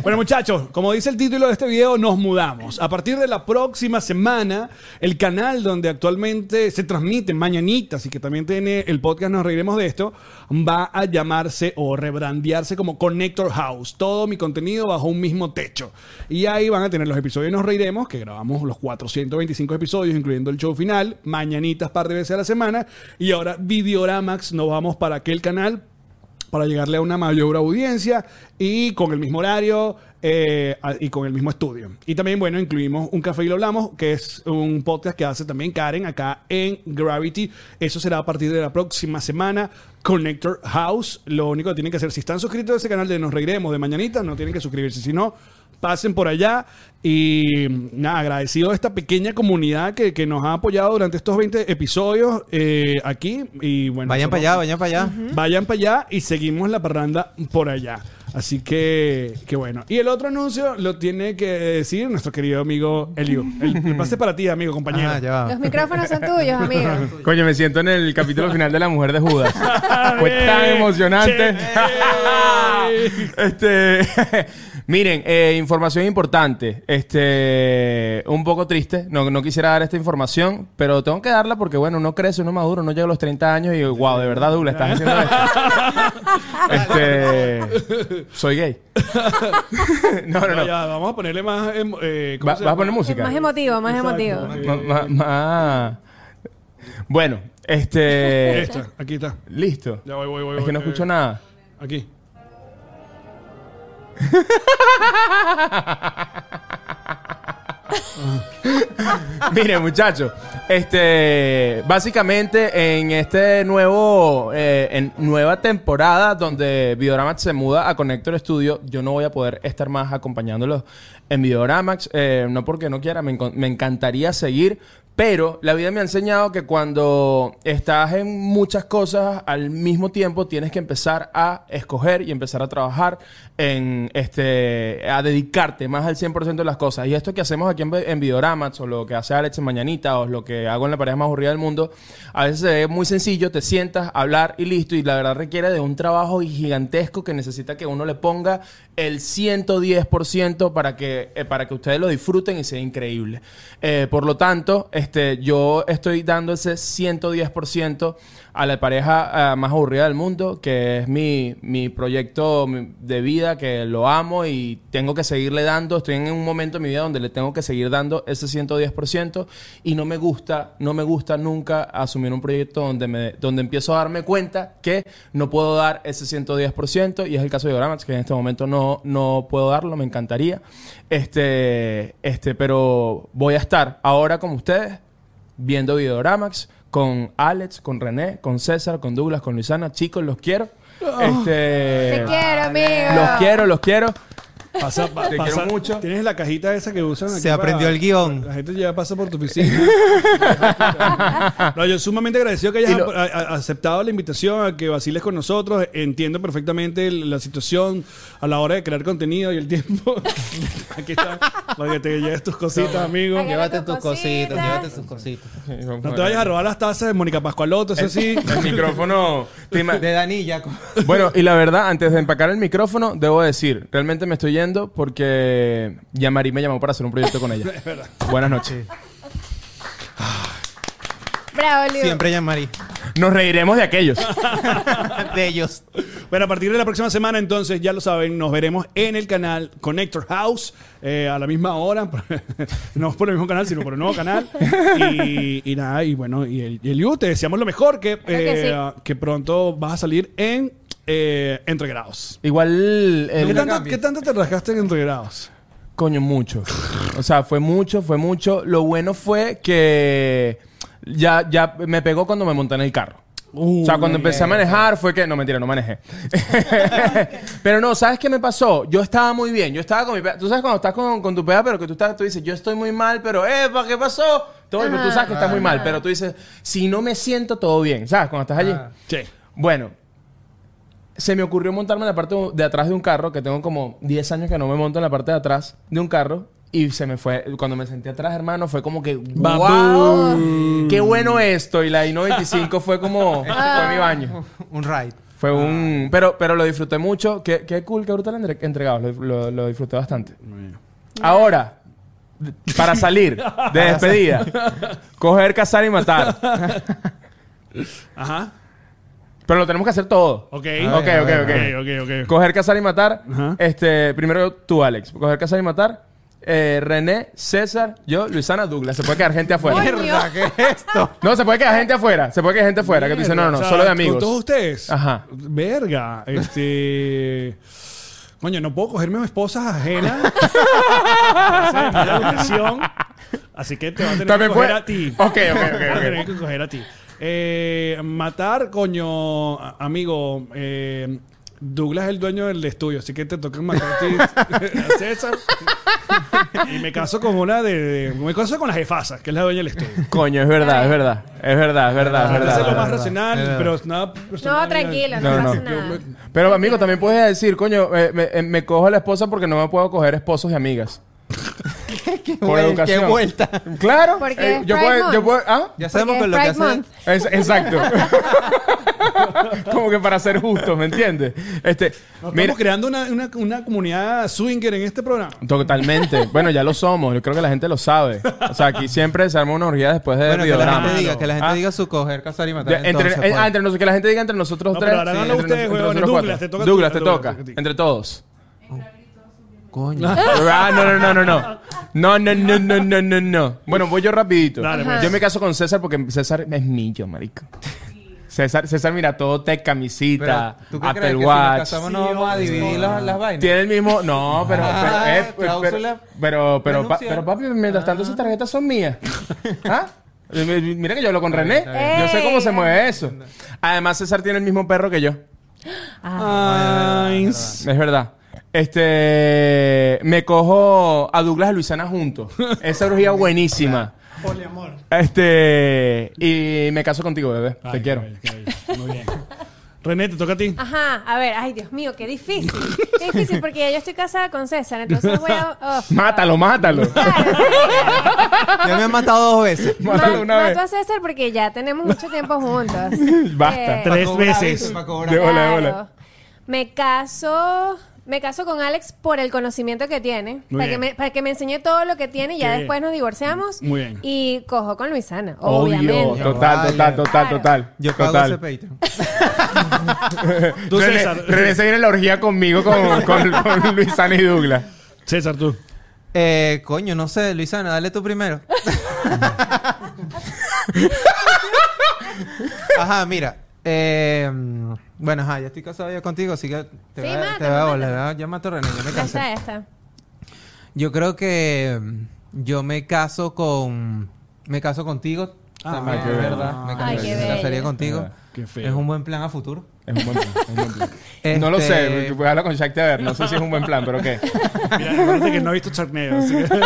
[SPEAKER 1] bueno, muchachos, como dice el título de este video, nos mudamos. A partir de la próxima semana, el canal donde actualmente se transmiten mañanitas y que también tiene el podcast Nos Reiremos de Esto, va a llamarse o rebrandearse como Connector House. Todo mi contenido bajo un mismo techo. Y ahí van a tener los episodios Nos Reiremos, que grabamos los 425 episodios, incluyendo el show final, mañanitas par de veces a la semana. Y ahora Videoramax, nos vamos para aquel canal para llegarle a una mayor audiencia y con el mismo horario eh, a- y con el mismo estudio. Y también, bueno, incluimos Un Café y lo hablamos, que es un podcast que hace también Karen acá en Gravity. Eso será a partir de la próxima semana. Connector House. Lo único que tienen que hacer, si están suscritos a ese canal de Nos Reiremos de Mañanita, no tienen que suscribirse, sino pasen por allá y nada, agradecido a esta pequeña comunidad que, que nos ha apoyado durante estos 20 episodios eh, aquí y bueno
[SPEAKER 3] Vayan
[SPEAKER 1] nosotros-
[SPEAKER 3] para allá, vayan para allá.
[SPEAKER 1] Vayan para allá y seguimos la parranda por allá. Así que, que bueno. Y el otro anuncio lo tiene que decir nuestro querido amigo Eliu. El, el pase para ti, amigo, compañero.
[SPEAKER 3] Ah, ya va.
[SPEAKER 2] Los micrófonos son tuyos, amigo.
[SPEAKER 4] Coño, me siento en el capítulo final de La Mujer de Judas. Fue tan
[SPEAKER 1] ¡Bien!
[SPEAKER 4] emocionante.
[SPEAKER 1] ¡Sí!
[SPEAKER 4] este, miren, eh, información importante. Este, un poco triste. No, no quisiera dar esta información, pero tengo que darla porque, bueno, uno crece, uno madura, uno llega a los 30 años y, wow, de verdad, Douglas, estás haciendo esto. este, soy gay. no, no,
[SPEAKER 1] No,
[SPEAKER 4] no.
[SPEAKER 1] ya, vamos a ponerle más. em- eh, ¿cómo
[SPEAKER 4] Va-
[SPEAKER 1] se
[SPEAKER 4] ¿Vas a
[SPEAKER 1] llama?
[SPEAKER 4] poner música?
[SPEAKER 2] Más emotivo, más emotivo.
[SPEAKER 4] Ma- ma- ma- Bueno, este.
[SPEAKER 1] Esta, aquí está.
[SPEAKER 4] Listo.
[SPEAKER 1] Ya voy, voy, voy.
[SPEAKER 4] Es que no
[SPEAKER 1] voy,
[SPEAKER 4] escucho
[SPEAKER 1] eh,
[SPEAKER 4] nada.
[SPEAKER 1] Aquí.
[SPEAKER 4] Miren, muchachos, este, básicamente en este nuevo, eh, en nueva temporada donde Videoramax se muda a Connector Studio, yo no voy a poder estar más acompañándolos en Videoramax, eh, no porque no quiera, me, encon- me encantaría seguir, pero la vida me ha enseñado que cuando estás en muchas cosas al mismo tiempo, tienes que empezar a escoger y empezar a trabajar en este, a dedicarte más al 100% de las cosas. Y esto que hacemos aquí en, Ve- en Videoramax, o lo que hace Alex en Mañanita, o lo que hago en la pareja más aburrida del mundo, a veces es muy sencillo, te sientas, hablar y listo. Y la verdad requiere de un trabajo gigantesco que necesita que uno le ponga el 110% para que, eh, para que ustedes lo disfruten y sea increíble. Eh, por lo tanto, este, yo estoy dando ese 110% a la pareja ah, más aburrida del mundo, que es mi, mi proyecto mi- de vida, que lo amo y tengo que seguirle dando. Estoy en un momento de mi vida donde le tengo que seguir dando ese 110% y no me gusta, no me gusta nunca asumir un proyecto donde, me, donde empiezo a darme cuenta que no puedo dar ese 110% y es el caso de Oramax, que en este momento no, no puedo darlo, me encantaría. Este, este, pero voy a estar ahora con ustedes viendo Videoramax con Alex, con René, con César, con Douglas, con Luisana. Chicos, los quiero.
[SPEAKER 2] Te
[SPEAKER 4] Este,
[SPEAKER 2] quiero, amigo.
[SPEAKER 4] los quiero, los quiero.
[SPEAKER 1] Pasa, pa-
[SPEAKER 4] Te quiero
[SPEAKER 1] pasa-
[SPEAKER 4] mucho.
[SPEAKER 1] Tienes la cajita esa que usan. aquí
[SPEAKER 3] Se aprendió
[SPEAKER 1] para-
[SPEAKER 3] el guión.
[SPEAKER 1] La gente ya pasa por tu oficina. no, yo sumamente agradecido que hayas
[SPEAKER 4] Y lo-
[SPEAKER 1] a- a- aceptado la invitación a que vaciles con nosotros. Entiendo perfectamente el- la situación a la hora de crear contenido y el tiempo. Aquí está, para que te lleves tus cositas, amigo.
[SPEAKER 2] Agarra
[SPEAKER 3] Llévate
[SPEAKER 2] tus
[SPEAKER 3] tus cositas,
[SPEAKER 2] cositas.
[SPEAKER 3] llévate tus cositas.
[SPEAKER 1] No Eh, te vayas a robar las tazas de Mónica Pascualoto, eso sí.
[SPEAKER 4] El micrófono. te ima-
[SPEAKER 3] De Danilla. co-
[SPEAKER 4] Bueno, y la verdad, antes de empacar el micrófono, debo decir, realmente me estoy yendo porque Yamari me llamó para hacer un proyecto con ella. Buenas noches.
[SPEAKER 2] Bravo, Liu.
[SPEAKER 3] Siempre llamaré.
[SPEAKER 4] Nos reiremos de aquellos.
[SPEAKER 3] De ellos.
[SPEAKER 1] Bueno, a partir de la próxima semana, entonces, ya lo saben, nos veremos en el canal Connector House eh, a la misma hora. no por el mismo canal, sino por el nuevo canal. Y, y nada, y bueno, y el, y el Yu, te deseamos lo mejor, que,
[SPEAKER 2] que
[SPEAKER 1] eh, que pronto vas a salir en eh, Entre Grados.
[SPEAKER 4] Igual. eh, el-
[SPEAKER 1] ¿Qué tanto, qué tanto te rascaste en Entre Grados?
[SPEAKER 4] Coño, mucho. O sea, fue mucho, fue mucho. Lo bueno fue que ya, ya me pegó cuando me monté en el carro. o sea, cuando empecé a manejar fue que... No, mentira, no manejé. pero no, ¿sabes qué me pasó? Yo estaba muy bien. Yo estaba con mi... pea- Tú sabes cuando estás con, con tu pea, pero que tú, estás, tú dices, yo estoy muy mal, pero... ¡Epa, qué pasó! Todo, pero tú sabes que estás muy mal, pero tú dices, si no me siento, todo bien. ¿Sabes? Cuando estás allí.
[SPEAKER 1] Sí.
[SPEAKER 4] Bueno, se me ocurrió montarme en la parte de atrás de un carro, que tengo como 10 años que no me monto en la parte de atrás de un carro. Y se me fue, cuando me senté atrás, hermano, fue como que, ¡Wow! ¡Qué bueno esto! Y la I-95 fue como, fue mi baño.
[SPEAKER 3] Un ride.
[SPEAKER 4] Fue un... Pero, pero lo disfruté mucho. Qué, qué cool que ahorita lo entre- entregado. Lo, lo- lo disfruté bastante. Ahora, d- para salir de despedida. coger, cazar y matar.
[SPEAKER 1] Ajá.
[SPEAKER 4] Pero lo tenemos que hacer todo.
[SPEAKER 1] Ok.
[SPEAKER 4] Ok, ok, ok.
[SPEAKER 1] ok, ok.
[SPEAKER 4] Coger, cazar y matar.
[SPEAKER 1] Ajá.
[SPEAKER 4] Este, primero tú, Alex. Coger, cazar y matar. Eh, René, César, yo, Luisana, Douglas. Se puede quedar gente afuera.
[SPEAKER 2] Coño.
[SPEAKER 3] Mierda, ¿qué es esto?
[SPEAKER 4] No, se puede quedar gente afuera. Se puede quedar gente afuera. Que tú dices, no, no, no,
[SPEAKER 1] O sea,
[SPEAKER 4] solo de
[SPEAKER 1] Con todos
[SPEAKER 4] amigos.
[SPEAKER 1] ustedes.
[SPEAKER 4] Ajá.
[SPEAKER 1] Verga. Este. Coño, no puedo cogerme a esposas ajenas. Esa es mi obligación. Así que te va a tener
[SPEAKER 4] También
[SPEAKER 1] que coger
[SPEAKER 4] puede-
[SPEAKER 1] a ti.
[SPEAKER 4] Ok, ok, ok,
[SPEAKER 1] Te va a
[SPEAKER 4] ok.
[SPEAKER 1] tener que coger a ti. Eh, matar, coño, a- amigo. eh, Douglas es el dueño del estudio, así que te toca matar a ti, a César. Y me caso con una de, de- Me caso con la jefasa, que es la dueña del estudio.
[SPEAKER 4] Coño, es verdad, es verdad. Es verdad, es verdad, es
[SPEAKER 1] Entonces es
[SPEAKER 4] verdad.
[SPEAKER 1] lo más
[SPEAKER 3] verdad,
[SPEAKER 1] racional,
[SPEAKER 3] es verdad.
[SPEAKER 1] pero nada personal.
[SPEAKER 2] No, tranquilo,
[SPEAKER 4] No,
[SPEAKER 2] no,
[SPEAKER 4] no.
[SPEAKER 2] pasa
[SPEAKER 1] Yo
[SPEAKER 2] nada.
[SPEAKER 1] me-
[SPEAKER 4] Pero amigo, también puedes decir, coño, eh, me, eh, me cojo a la esposa porque no me puedo coger esposos y amigas.
[SPEAKER 3] ¿Qué,
[SPEAKER 4] Por
[SPEAKER 3] vuel- qué
[SPEAKER 4] educación.
[SPEAKER 3] vuelta?
[SPEAKER 4] Claro.
[SPEAKER 2] Porque
[SPEAKER 4] eh,
[SPEAKER 2] es
[SPEAKER 4] yo
[SPEAKER 2] Pride
[SPEAKER 4] puedo, yo
[SPEAKER 2] Month.
[SPEAKER 4] puedo, ah,
[SPEAKER 3] Ya sabemos
[SPEAKER 2] Porque
[SPEAKER 3] que lo que
[SPEAKER 2] Pride
[SPEAKER 3] hace...
[SPEAKER 2] Month.
[SPEAKER 4] es- exacto. Como que para ser justos, ¿me entiendes? Este,
[SPEAKER 1] Nos
[SPEAKER 4] mira,
[SPEAKER 1] estamos creando una, una, una comunidad swinger en este programa.
[SPEAKER 4] totalmente. Bueno, ya lo somos. Yo creo que la gente lo sabe. O sea, aquí siempre se arma una orgía después de
[SPEAKER 3] Bueno, que la
[SPEAKER 4] videorama.
[SPEAKER 3] gente diga, que la gente
[SPEAKER 4] Ah.
[SPEAKER 3] diga su coger, cazar y matar.
[SPEAKER 4] De- entre,
[SPEAKER 3] entonces,
[SPEAKER 4] eh,
[SPEAKER 3] pues.
[SPEAKER 4] ah, entre nosotros, que la gente diga entre nosotros
[SPEAKER 1] No,
[SPEAKER 4] tres.
[SPEAKER 1] pero ahora háganlo
[SPEAKER 4] entre
[SPEAKER 1] ustedes,
[SPEAKER 4] nos- entre
[SPEAKER 1] huevón.
[SPEAKER 4] nosotros
[SPEAKER 1] Douglas,
[SPEAKER 4] cuatro.
[SPEAKER 1] te toca a ti,
[SPEAKER 4] Douglas, te
[SPEAKER 1] Douglas,
[SPEAKER 4] toca.
[SPEAKER 1] te toca a ti.
[SPEAKER 4] Entre todos.
[SPEAKER 3] Coño.
[SPEAKER 4] Ah, no, no, no, no, no. No, no, no, no, no, no, no. Bueno, voy yo rapidito.
[SPEAKER 1] Dale,
[SPEAKER 2] pues.
[SPEAKER 4] Yo me caso con César porque César es mío, marico. César, César mira todo tech, camisita,
[SPEAKER 3] Pero, ¿Tú qué crees
[SPEAKER 4] Apple
[SPEAKER 3] que si nos
[SPEAKER 4] Watch.
[SPEAKER 3] casamos
[SPEAKER 6] Sí,
[SPEAKER 3] no vamos a
[SPEAKER 6] obvio.
[SPEAKER 3] dividir las, las vainas?
[SPEAKER 4] Tiene el mismo. No, pero.
[SPEAKER 3] Ah,
[SPEAKER 4] pero, eh, pero,
[SPEAKER 3] cláusula.
[SPEAKER 4] pero, pero, pa-
[SPEAKER 3] Renuncia.
[SPEAKER 4] pero, papi, mientras tanto, esas tarjetas son mías. ¿Ah? Eh, mi- Mira que yo hablo con René.
[SPEAKER 2] bien.
[SPEAKER 4] Yo sé cómo se
[SPEAKER 2] Ey.
[SPEAKER 4] mueve eso. Además, César tiene el mismo perro que yo.
[SPEAKER 1] Ay,
[SPEAKER 4] Es verdad. Este. Me cojo a Douglas y a Luisana juntos. Esa orgía buenísima.
[SPEAKER 6] Poliamor.
[SPEAKER 4] Este. Y me caso contigo, bebé. Te quiero.
[SPEAKER 1] qué bello, qué bello. Muy bien. René, te toca a ti.
[SPEAKER 2] Ajá, a ver, ay Dios mío, qué difícil. Qué difícil porque ya yo estoy casada con César, entonces voy a... oh.
[SPEAKER 4] Mátalo, mátalo.
[SPEAKER 2] Claro, sí.
[SPEAKER 3] Ya me han matado dos veces.
[SPEAKER 4] mátalo
[SPEAKER 2] Ma-
[SPEAKER 4] una vez.
[SPEAKER 2] Mato a César porque ya tenemos mucho tiempo juntos.
[SPEAKER 4] Basta.
[SPEAKER 2] Eh,
[SPEAKER 1] Tres
[SPEAKER 3] Pa' cobrar,
[SPEAKER 1] veces.
[SPEAKER 3] ¿viste? Pa' cobrar.
[SPEAKER 4] De bola, de
[SPEAKER 2] Claro.
[SPEAKER 4] bola.
[SPEAKER 2] Me caso, me caso con Alex por el conocimiento que tiene,
[SPEAKER 1] Muy
[SPEAKER 2] para
[SPEAKER 1] bien.
[SPEAKER 2] que, me, para que me enseñe todo lo que tiene y ya
[SPEAKER 1] Qué
[SPEAKER 2] después
[SPEAKER 1] bien.
[SPEAKER 2] nos divorciamos.
[SPEAKER 1] Muy bien.
[SPEAKER 2] Y cojo con Luisana,
[SPEAKER 4] Obvio.
[SPEAKER 2] obviamente.
[SPEAKER 4] Total, total, total,
[SPEAKER 2] Claro.
[SPEAKER 4] total.
[SPEAKER 3] Yo pago ese
[SPEAKER 4] total.
[SPEAKER 3] Patreon.
[SPEAKER 1] Tú,
[SPEAKER 4] René,
[SPEAKER 1] César.
[SPEAKER 4] René se viene a la orgía conmigo con, con, con Luisana y Douglas.
[SPEAKER 1] César, tú.
[SPEAKER 3] Eh, coño, no sé, Luisana, dale tú primero. ajá, mira. eh, bueno, ajá, ya estoy casado ya contigo, así que te
[SPEAKER 2] Sí,
[SPEAKER 3] voy a- te
[SPEAKER 2] mátame,
[SPEAKER 3] voy a
[SPEAKER 2] mátame.
[SPEAKER 3] volar, ¿verdad? Ya mato a René, ya me
[SPEAKER 2] Ya está,
[SPEAKER 3] cansé.
[SPEAKER 2] ya está.
[SPEAKER 3] Yo creo que mm, yo me caso con. Me caso contigo.
[SPEAKER 1] Ah,
[SPEAKER 3] también,
[SPEAKER 1] qué
[SPEAKER 3] es
[SPEAKER 1] bello.
[SPEAKER 3] verdad. Me,
[SPEAKER 2] Ay, qué
[SPEAKER 3] me
[SPEAKER 2] bello.
[SPEAKER 3] casaría contigo.
[SPEAKER 1] Qué feo.
[SPEAKER 3] Es un buen plan a futuro.
[SPEAKER 4] Es un buen plan. es un buen plan. No lo sé,
[SPEAKER 3] Este,
[SPEAKER 1] pues,
[SPEAKER 4] voy a hablar con Shaq de ver. No sé si es un buen plan, pero ¿qué?
[SPEAKER 1] Mira, acuérdate que no he visto Sharknado. así que-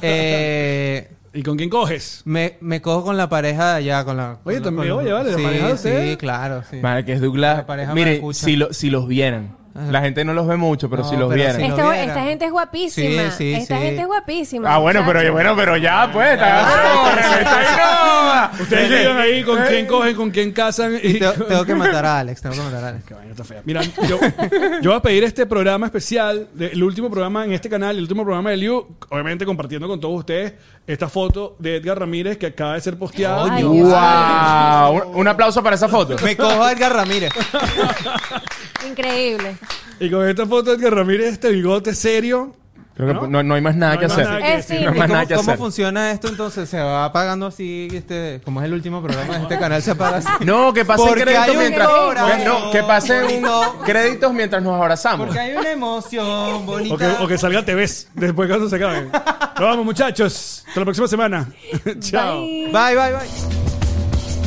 [SPEAKER 3] eh,
[SPEAKER 1] ¿Y con quién coges?
[SPEAKER 3] Me, me cojo con la pareja de allá, con la...
[SPEAKER 1] Oye,
[SPEAKER 3] con la-
[SPEAKER 1] también,
[SPEAKER 3] con
[SPEAKER 1] oye, vale, la
[SPEAKER 3] sí,
[SPEAKER 1] pareja de ustedes.
[SPEAKER 3] Sí, claro, sí.
[SPEAKER 4] Madre que es Douglas.
[SPEAKER 3] La pareja me
[SPEAKER 4] Mire,
[SPEAKER 3] escucha.
[SPEAKER 4] si, lo- si los vieran. La gente no los ve mucho, pero
[SPEAKER 3] No,
[SPEAKER 4] si los
[SPEAKER 3] pero
[SPEAKER 4] vieran.
[SPEAKER 3] sí.
[SPEAKER 2] Esta,
[SPEAKER 3] lo vieran.
[SPEAKER 2] Este esta gente es guapísima.
[SPEAKER 3] Sí, sí,
[SPEAKER 2] esta
[SPEAKER 3] sí.
[SPEAKER 2] gente es guapísima.
[SPEAKER 4] Ah, bueno, pero,
[SPEAKER 2] muchachos.
[SPEAKER 4] bueno, pero ya, pues. está- está ahí, no.
[SPEAKER 1] Ustedes llegan ahí con quién cogen, con quién casan. Y...
[SPEAKER 3] Te- tengo que matar a Alex, tengo que matar a Alex.
[SPEAKER 1] Qué vaina está fea. Mira, yo, yo voy a pedir este programa especial, de- el último programa en este canal, el último programa de Liu, obviamente compartiendo con todos ustedes esta foto de Edgar Ramírez que acaba de ser posteada.
[SPEAKER 2] Ay, Dios.
[SPEAKER 4] ¡Wow! Un, un aplauso para esa foto.
[SPEAKER 3] Me cojo a Edgar Ramírez.
[SPEAKER 2] Increíble.
[SPEAKER 1] Y con esta foto de Edgar Ramírez, este bigote serio.
[SPEAKER 4] Creo que no, no hay más nada
[SPEAKER 1] No
[SPEAKER 4] que
[SPEAKER 1] hay más
[SPEAKER 4] hacer.
[SPEAKER 1] nada que
[SPEAKER 2] Eh,
[SPEAKER 1] decir.
[SPEAKER 2] sí.
[SPEAKER 4] No hay
[SPEAKER 3] ¿Y
[SPEAKER 4] más nada
[SPEAKER 3] ¿Cómo,
[SPEAKER 4] que
[SPEAKER 3] cómo
[SPEAKER 4] hacer.
[SPEAKER 3] funciona esto entonces? Se va pagando así, este, como es el último programa de este canal, se paga así.
[SPEAKER 4] No, que pasen
[SPEAKER 3] Porque hay
[SPEAKER 4] créditos
[SPEAKER 3] un
[SPEAKER 4] mientras.
[SPEAKER 3] cobra,
[SPEAKER 4] no, que pasen
[SPEAKER 3] bonito.
[SPEAKER 4] créditos mientras nos abrazamos.
[SPEAKER 3] Porque hay una emoción bonita.
[SPEAKER 1] O que, o que salga te ves después cuando se acabe. Nos vamos, muchachos. Hasta la próxima semana. Chao.
[SPEAKER 2] Bye.
[SPEAKER 3] Bye, bye, bye.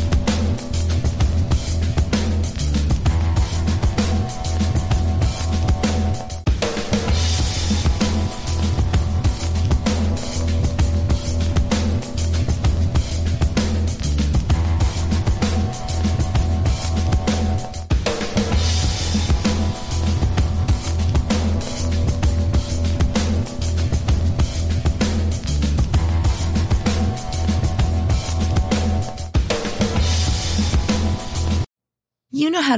[SPEAKER 7] know how